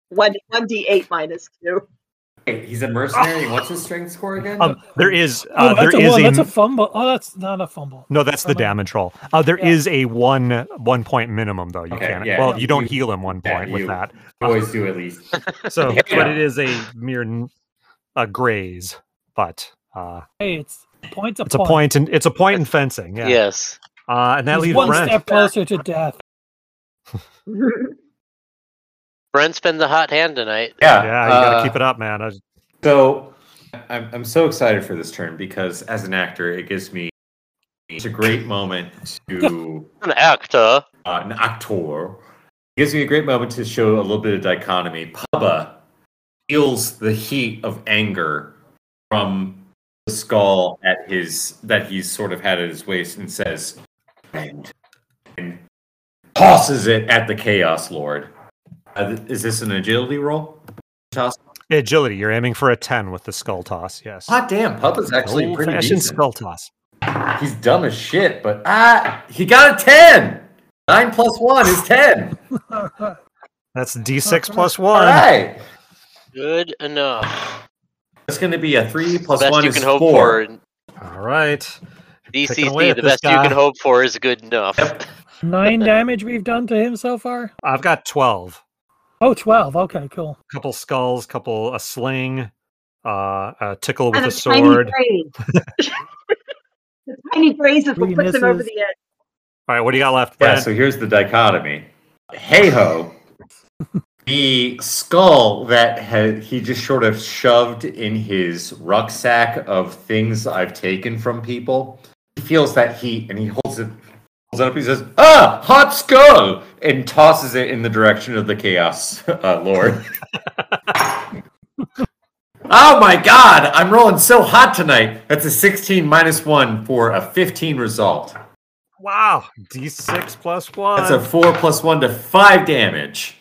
Speaker 2: One one d eight minus two. (laughs)
Speaker 4: Wait, He's a mercenary. What's his strength score again?
Speaker 1: Um, there is
Speaker 3: Uh, oh,
Speaker 1: uh, there
Speaker 3: that's a
Speaker 1: is
Speaker 3: one.
Speaker 1: a
Speaker 3: that's a fumble. Oh, that's not a fumble.
Speaker 1: No, that's the
Speaker 3: Am I-
Speaker 1: damage roll. Uh, there
Speaker 3: Yeah.
Speaker 1: is a one one point minimum though. You
Speaker 4: Okay,
Speaker 1: can't.
Speaker 4: yeah,
Speaker 1: well, you don't
Speaker 4: you-
Speaker 1: heal him one
Speaker 4: yeah,
Speaker 1: point with
Speaker 4: you-
Speaker 1: that.
Speaker 4: Always do at least.
Speaker 1: So,
Speaker 4: (laughs) Yeah.
Speaker 1: but it is a mere n- a graze. But uh,
Speaker 3: Hey, it's points a
Speaker 1: it's a
Speaker 3: point.
Speaker 1: point and it's a point in fencing. Yeah.
Speaker 6: Yes.
Speaker 1: Uh, and that
Speaker 3: He's
Speaker 1: leaves
Speaker 3: one
Speaker 1: Brent.
Speaker 3: step closer to death. (laughs)
Speaker 6: Brent's been the hot hand tonight.
Speaker 4: Yeah. uh,
Speaker 1: Yeah, you gotta keep it up, man. Uh, I,
Speaker 4: So I'm, I'm so excited for this turn because as an actor, it gives me it's a great moment to
Speaker 6: An actor.
Speaker 4: uh, an actor. It gives me a great moment to show a little bit of dichotomy. Pubba feels the heat of anger from the skull at his that he's sort of had at his waist and says, and, and tosses it at the chaos lord. Uh, th- is this an agility roll? Toss.
Speaker 1: agility. You're aiming for a ten with the skull toss. Yes.
Speaker 4: Hot damn, Pubba's actually pretty
Speaker 1: Old-fashioned
Speaker 4: decent.
Speaker 1: skull toss.
Speaker 4: He's dumb as shit, but ah, he got a 10. 9 plus 1 is 10.
Speaker 1: That's D6 plus
Speaker 4: All
Speaker 1: one.
Speaker 4: right.
Speaker 6: Good enough.
Speaker 4: That's going to be a 3 plus
Speaker 6: Best
Speaker 4: 1
Speaker 6: you
Speaker 4: is
Speaker 6: can hope
Speaker 4: 4.
Speaker 6: for.
Speaker 1: All right. Picking away
Speaker 6: DCC,
Speaker 1: at
Speaker 6: the
Speaker 1: this
Speaker 6: best you
Speaker 1: guy.
Speaker 6: can hope for is good enough.
Speaker 4: Yep.
Speaker 3: Nine damage we've done to him so far.
Speaker 1: I've got twelve.
Speaker 3: Oh, 12. Okay, cool.
Speaker 1: couple skulls, couple a sling, uh, a tickle with
Speaker 2: And
Speaker 1: a,
Speaker 2: a
Speaker 1: sword.
Speaker 2: tiny graze.
Speaker 1: (laughs)
Speaker 2: (laughs) the tiny graze that will
Speaker 3: Three
Speaker 2: put them over
Speaker 3: misses.
Speaker 2: the edge.
Speaker 1: All right, what do you got left,
Speaker 4: Yeah,
Speaker 1: Brent?
Speaker 4: so here's the dichotomy. Hey ho. the skull that had, he just sort of shoved in his rucksack of things I've taken from people. He feels that heat and he holds it, holds it up. He says, Ah, hot skull! And tosses it in the direction of the chaos uh, lord. oh my god, I'm rolling so hot tonight. That's a 16 minus 1 for a 15 result.
Speaker 1: wow, d6 plus one.
Speaker 4: That's a four plus one to five damage.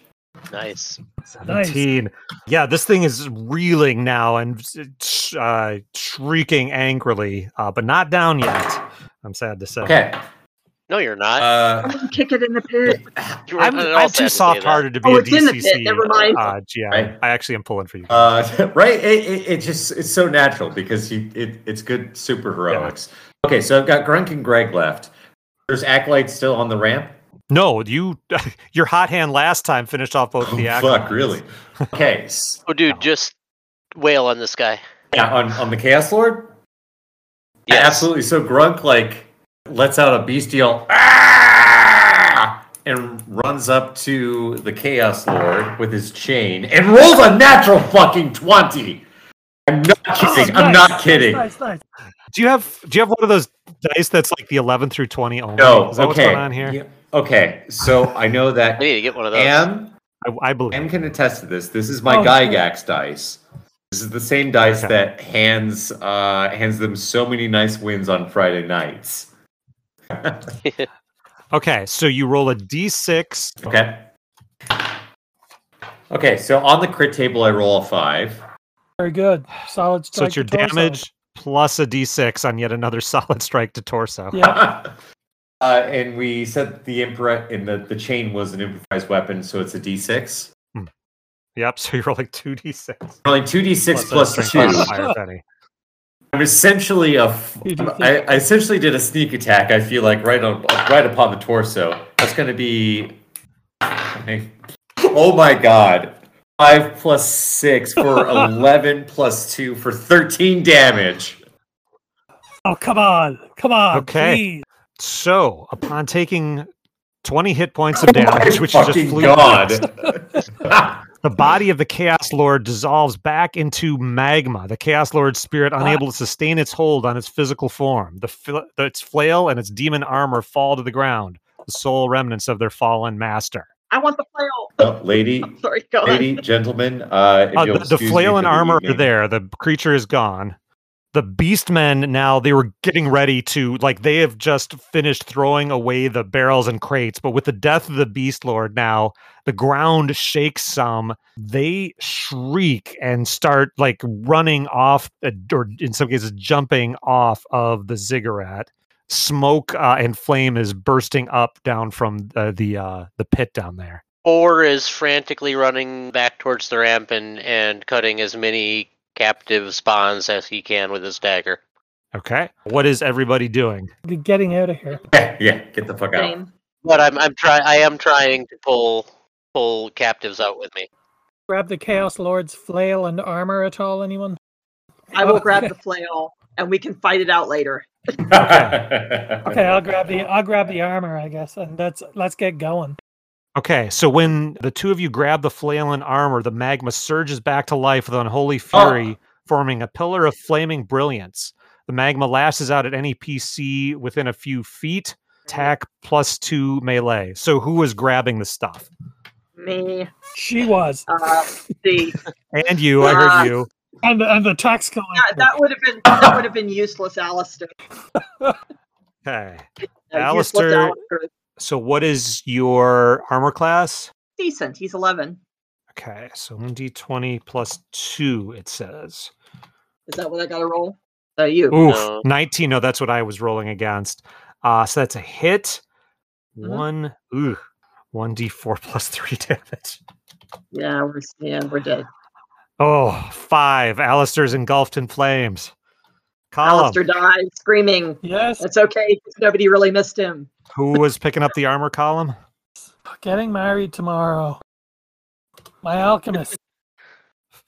Speaker 6: Nice.
Speaker 1: 17. Yeah, this thing is reeling now and sh- uh, shrieking angrily, uh, but not down yet. I'm sad to say.
Speaker 4: Okay.
Speaker 6: No, you're not.
Speaker 4: Uh,
Speaker 2: I'm gonna kick it in the pit.
Speaker 6: you were
Speaker 1: I'm,
Speaker 6: not at all
Speaker 1: I'm
Speaker 6: sad
Speaker 1: too
Speaker 6: to say that.
Speaker 1: soft hearted to be
Speaker 2: Oh,
Speaker 1: a
Speaker 2: it's in the pit,
Speaker 1: DCC.
Speaker 2: never mind.
Speaker 1: Uh, GI.
Speaker 4: Right.
Speaker 1: I actually am pulling for you.
Speaker 4: uh, (laughs) right? It, it, it just it's so natural because you it, it's good super heroics. Okay, so I've got Grunk and Greg left. There's acolyte still on the ramp.
Speaker 1: no, you, (laughs) your hot hand last time finished off both
Speaker 4: Oh,
Speaker 1: the
Speaker 4: fuck,
Speaker 1: acolytes.
Speaker 4: really? Okay, s-
Speaker 6: Oh, dude, just wail on this guy.
Speaker 4: yeah, on on the Chaos Lord. Yeah,
Speaker 6: Yes.
Speaker 4: absolutely. So Grunk like lets out a bestial "Ah!" and runs up to the Chaos Lord with his chain and rolls a natural fucking twenty. I'm not kidding.
Speaker 3: Oh,
Speaker 4: I'm
Speaker 3: nice,
Speaker 4: not kidding.
Speaker 3: Nice, nice.
Speaker 1: Do you have do you have one of those dice that's like the 11 through 20 only?
Speaker 4: No.
Speaker 1: Is that
Speaker 4: okay.
Speaker 1: what's going on here?
Speaker 4: Yeah, Okay. So I know
Speaker 6: I
Speaker 4: that
Speaker 6: need to get one of those.
Speaker 4: Am
Speaker 1: I, I believe.
Speaker 4: Am can attest to this. This is my
Speaker 3: Oh,
Speaker 4: Gygax dice. This is the same dice
Speaker 1: Okay.
Speaker 4: that hands uh, hands them so many nice wins on Friday nights.
Speaker 1: Okay, so you roll a d6.
Speaker 4: Okay. Okay, so on the crit table, I roll a five.
Speaker 3: Very good. Solid
Speaker 1: So
Speaker 3: strike.
Speaker 1: it's your
Speaker 3: to torso.
Speaker 1: damage plus a d6 on yet another (laughs) solid strike to torso.
Speaker 3: Yeah.
Speaker 4: (laughs) Uh, and we said the impre- and the, the chain was an improvised weapon, so it's a d6.
Speaker 1: Yep, so you're rolling 2d6.
Speaker 4: Rolling
Speaker 1: Plus
Speaker 4: 2d6 plus,
Speaker 1: a
Speaker 4: plus
Speaker 1: strength
Speaker 4: 2.
Speaker 1: modifier, if any.
Speaker 4: I'm essentially a. F-
Speaker 3: You do
Speaker 4: I, I essentially did a sneak attack. I feel like right on, right upon the torso. That's going to be. Oh my god! Five plus
Speaker 1: (laughs)
Speaker 4: six for eleven plus two for thirteen damage.
Speaker 3: Oh, come on. Come on.
Speaker 1: Okay.
Speaker 3: please.
Speaker 1: So, upon taking 20 hit points
Speaker 4: (laughs)
Speaker 1: of damage, which is just
Speaker 4: Oh Fucking
Speaker 1: flew (laughs)
Speaker 4: god!
Speaker 1: The body of the Chaos Lord dissolves back into magma. The Chaos Lord's spirit, unable to sustain its hold on its physical form, the, fil- its flail and its demon armor fall to the ground. the sole remnants of their fallen master.
Speaker 2: I want the flail.
Speaker 4: Oh, lady,
Speaker 2: I'm sorry, go on.
Speaker 4: lady, gentlemen. Uh, if
Speaker 1: Uh,
Speaker 4: you'll
Speaker 1: the, the
Speaker 4: excuse me
Speaker 1: flail
Speaker 4: for
Speaker 1: and armor are
Speaker 4: evening.
Speaker 1: there. The creature is gone. The beastmen now they were getting ready to like they have just finished throwing away the barrels and crates, but with the death of the beast lord now, the ground shakes some. They shriek and start like running off, uh, or in some cases jumping off of the ziggurat. Smoke uh, and flame is bursting up down from uh, the uh, the pit down there.
Speaker 6: Or is frantically running back towards the ramp and, and cutting as many captive spawns as he can with his dagger.
Speaker 1: Okay, what is everybody doing?
Speaker 3: Get- Getting out of here.
Speaker 4: Yeah, yeah, get the fuck out.
Speaker 2: Same.
Speaker 6: But I'm I'm try I am trying to pull pull captives out with me.
Speaker 3: Grab the Chaos Lord's flail and armor at all, anyone?
Speaker 2: I will grab the flail and we can fight it out later.
Speaker 3: (laughs)
Speaker 4: (laughs)
Speaker 3: Okay, I'll grab the I'll grab the armor, I guess, and that's let's get going.
Speaker 1: Okay, so when the two of you grab the flail and armor, the magma surges back to life with unholy fury, forming a pillar of flaming brilliance. The magma lashes out at any PC within a few feet. Attack plus two melee. So who was grabbing the stuff?
Speaker 2: Me,
Speaker 3: She was,
Speaker 1: (laughs)
Speaker 2: uh, the
Speaker 1: And you, I heard you.
Speaker 3: and the, and the tax
Speaker 2: that,
Speaker 3: collector.
Speaker 2: that would have been that would have been useless, Alistair.
Speaker 1: Okay.
Speaker 2: Uh, useless
Speaker 1: Alistair-
Speaker 2: Alistair is
Speaker 1: So what is your armor class?
Speaker 2: Decent. He's eleven.
Speaker 1: Okay, so 1d20 plus two, it says.
Speaker 2: Is that what I got to roll? Uh, you.
Speaker 1: Oof,
Speaker 6: No.
Speaker 1: 19. No, that's what I was rolling against. Uh, so that's a hit.
Speaker 2: Mhm.
Speaker 1: One, ooh, 1d4 (laughs) plus three damage.
Speaker 2: Yeah, we're yeah we're dead.
Speaker 1: Oh, five. Alistair's engulfed in flames. Column,
Speaker 2: Alistair died screaming.
Speaker 3: yes,
Speaker 2: That's okay. 'cause Nobody really missed him.
Speaker 1: who was picking up the armor column?
Speaker 3: getting married tomorrow. My alchemist.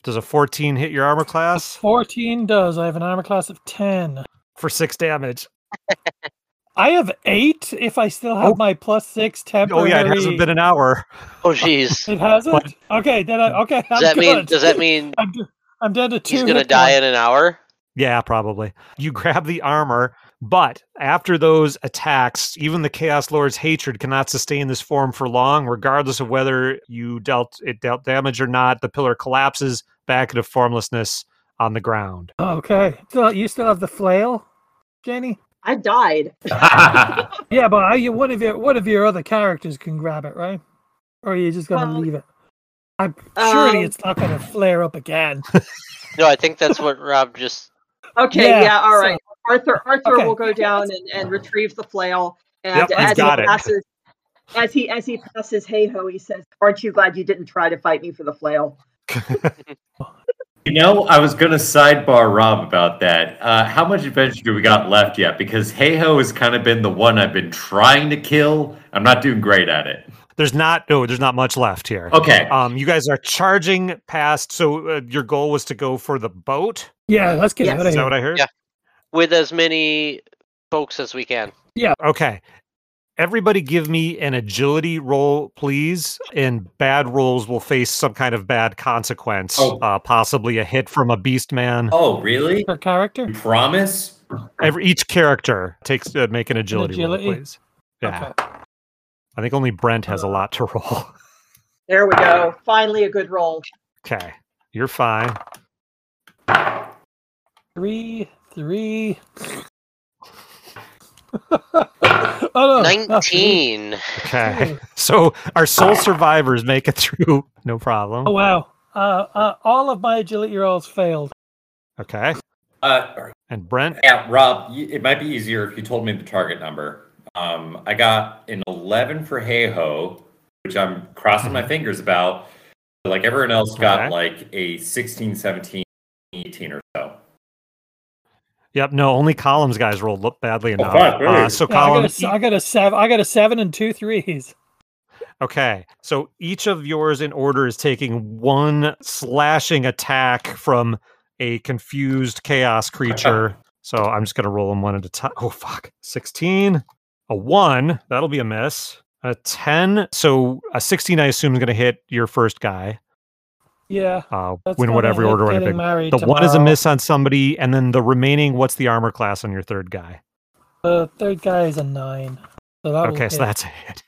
Speaker 1: Does a 14 hit your armor class
Speaker 3: 14 does. I have an armor class of 10.
Speaker 1: for six damage?
Speaker 3: I have 8 if I still have
Speaker 1: Oh.
Speaker 3: my plus 6
Speaker 1: Oh,
Speaker 3: temporary.
Speaker 1: yeah, it hasn't been an hour. (laughs)
Speaker 6: Oh jeez.
Speaker 3: It hasn't? Okay, then I, okay, I'm
Speaker 6: Does that mean
Speaker 3: good.
Speaker 6: does that mean
Speaker 3: I'm, d- I'm down to 2
Speaker 6: he's gonna
Speaker 3: hit
Speaker 6: die
Speaker 3: points.
Speaker 6: in an hour?
Speaker 1: Yeah, probably. You grab the armor, but after those attacks, even the Chaos Lord's hatred cannot sustain this form for long, regardless of whether you dealt it dealt damage or not. The pillar collapses back into formlessness on the ground.
Speaker 3: Okay. So you still have the flail, Jenny?
Speaker 2: I died.
Speaker 3: Yeah, but are you, one of your one of your other characters can grab it, right? Or are you just going to
Speaker 2: Well,
Speaker 3: leave it? I'm surely
Speaker 2: um,
Speaker 3: it's not going to flare up again.
Speaker 6: No, I think that's what Rob just
Speaker 2: Okay.
Speaker 3: Yeah,
Speaker 2: Yeah. all
Speaker 3: so-
Speaker 2: right. Arthur. Arthur
Speaker 3: Okay.
Speaker 2: will go down and, and retrieve the flail. And
Speaker 1: Yep, he's
Speaker 2: as he
Speaker 1: got it.
Speaker 2: passes, as he as he passes, hey ho, he says, "Aren't you glad you didn't try to fight me for the flail?"
Speaker 4: You know, I was gonna sidebar Rob about that. Uh, how much adventure do we got left yet? Because Hey Ho has kind of been the one I've been trying to kill. I'm not doing great at it.
Speaker 1: There's not no, there's not much left here.
Speaker 4: Okay.
Speaker 1: Um, you guys are charging past. So uh, your goal was to go for the boat.
Speaker 3: Yeah, let's get
Speaker 2: Yes.
Speaker 3: out of
Speaker 1: Is that
Speaker 3: here.
Speaker 1: what I heard?
Speaker 6: Yeah. with as many folks as we can.
Speaker 1: Okay. Everybody give me an agility roll, please. And bad rolls will face some kind of bad consequence.
Speaker 4: Oh.
Speaker 1: Uh, possibly a hit from a beast man.
Speaker 4: Oh, really?
Speaker 3: Her character?
Speaker 4: Promise?
Speaker 1: Every, each character takes uh, make an agility, roll,
Speaker 3: agility?
Speaker 1: please. Yeah.
Speaker 3: Okay.
Speaker 1: I think only Brent has a lot to (laughs) roll.
Speaker 2: There we go. Finally, a good roll.
Speaker 1: okay. You're fine.
Speaker 3: 3 3 (laughs) oh, no, Oh, not (laughs) three.
Speaker 6: Nineteen.
Speaker 1: Okay. (laughs) So our soul survivors make it (laughs) through. No
Speaker 3: Oh
Speaker 1: problem.
Speaker 3: wow! Uh, uh, all of my agility rolls failed.
Speaker 1: Okay.
Speaker 4: Uh,
Speaker 1: And Brent,
Speaker 4: yeah, Rob, y- it might be easier if you told me the target number. Um, I got an 11 for Hey Ho, which I'm crossing my fingers about. Like everyone else
Speaker 1: Mm-hmm. Okay.
Speaker 4: got like a 16, 17, 18 or so.
Speaker 1: yep. No, only Columns guys rolled lo- badly enough.
Speaker 4: fuck, really?
Speaker 1: Uh, so
Speaker 3: Yeah, I, got a,
Speaker 1: Columns,
Speaker 3: se- I got a seven. I got a seven and two threes.
Speaker 1: Okay. So each of yours in order is taking one slashing attack from a confused chaos
Speaker 3: (laughs)
Speaker 1: creature. so I'm just going to roll them one at a time. Oh, fuck. 16. A one. That'll be a miss. A 10. So a 16, I assume, is going to hit your first guy.
Speaker 3: Yeah,
Speaker 1: Uh,
Speaker 3: that's
Speaker 1: win
Speaker 3: gonna
Speaker 1: whatever
Speaker 3: hit
Speaker 1: order or
Speaker 3: getting
Speaker 1: anything.
Speaker 3: married
Speaker 1: The one is a
Speaker 3: tomorrow.
Speaker 1: miss on somebody. And then the remaining, what's the armor class on your third guy?
Speaker 3: The third guy is a nine. So that will
Speaker 1: Okay, so
Speaker 3: hit.
Speaker 1: that's a hit.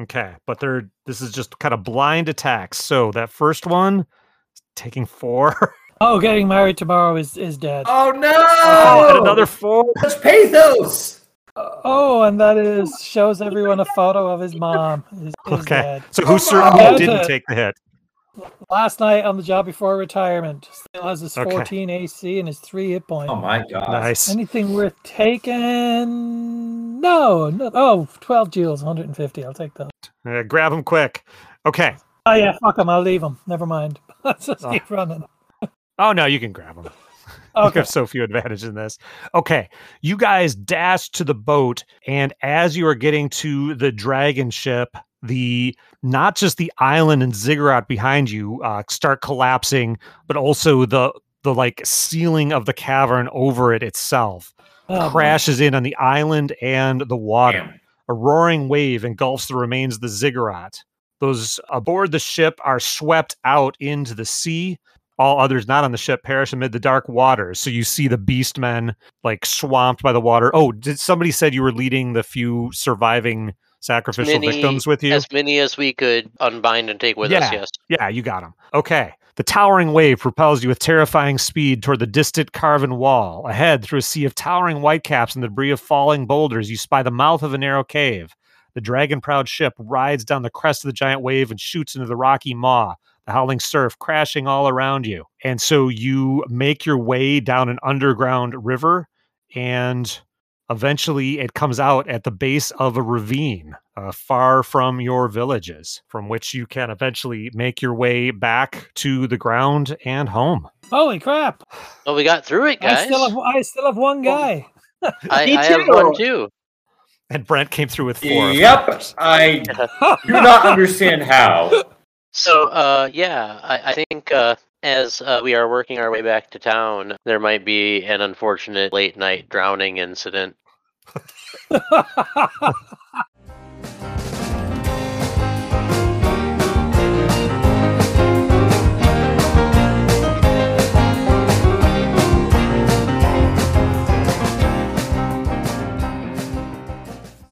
Speaker 1: Okay, but they're this is just kind of blind attacks. So that first one is taking four. (laughs)
Speaker 3: Oh, getting married tomorrow is is dead.
Speaker 4: Oh no!
Speaker 1: Oh, and another four.
Speaker 4: Such pathos.
Speaker 3: Oh, and that is shows everyone a photo of his mom. Is,
Speaker 1: (laughs)
Speaker 3: is
Speaker 1: Okay.
Speaker 3: dead.
Speaker 1: So who certainly
Speaker 3: on.
Speaker 1: didn't take the hit?
Speaker 3: Last night on the job before retirement, still has his
Speaker 1: Okay.
Speaker 3: 14 AC and his three hit points.
Speaker 4: Oh my god!
Speaker 1: Nice.
Speaker 3: Anything worth taking? No, no. Oh, 12 joules, 150. I'll take that.
Speaker 1: Uh, grab him quick. Okay.
Speaker 3: Oh, yeah, fuck him. I'll leave him. Never mind. (laughs) Let's just
Speaker 1: Ah.
Speaker 3: keep running.
Speaker 1: Oh no, you can grab him. You
Speaker 3: Okay.
Speaker 1: have so few advantage in this. Okay. You guys dash to the boat, and as you are getting to the dragon ship, the not just the island and ziggurat behind you uh, start collapsing, but also the the like ceiling of the cavern over it itself
Speaker 3: Oh,
Speaker 1: crashes in on the island and the water.
Speaker 4: Damn.
Speaker 1: A roaring wave engulfs the remains of the ziggurat. Those aboard the ship are swept out into the sea. All others not on the ship perish amid the dark waters. So you see the beastmen like swamped by the water. Oh, did somebody said you were leading the few surviving sacrificial
Speaker 6: Many
Speaker 1: victims with you?
Speaker 6: As many as we could unbind and take with us,
Speaker 1: Yeah.
Speaker 6: yes.
Speaker 1: Yeah, you got him. Okay. The towering wave propels you with terrifying speed toward the distant carven wall. Ahead, through a sea of towering whitecaps and the debris of falling boulders, you spy the mouth of a narrow cave. The dragon proud ship rides down the crest of the giant wave and shoots into the rocky maw, the howling surf crashing all around you. And so you make your way down an underground river, and eventually it comes out at the base of a ravine uh, far from your villages, from which you can eventually make your way back to the ground and home.
Speaker 3: Holy crap.
Speaker 6: Well, Oh, we got through it,
Speaker 3: I
Speaker 6: guys.
Speaker 3: still, have, I still have one guy.
Speaker 6: I,
Speaker 2: Me
Speaker 6: I have one
Speaker 2: too.
Speaker 6: too.
Speaker 1: And Brent came through with four. of
Speaker 4: Yep. I
Speaker 1: (laughs)
Speaker 4: do not understand how.
Speaker 6: So, uh, yeah, I, I think uh, as uh, we are working our way back to town, there might be
Speaker 3: (laughs)
Speaker 6: an unfortunate late night drowning incident.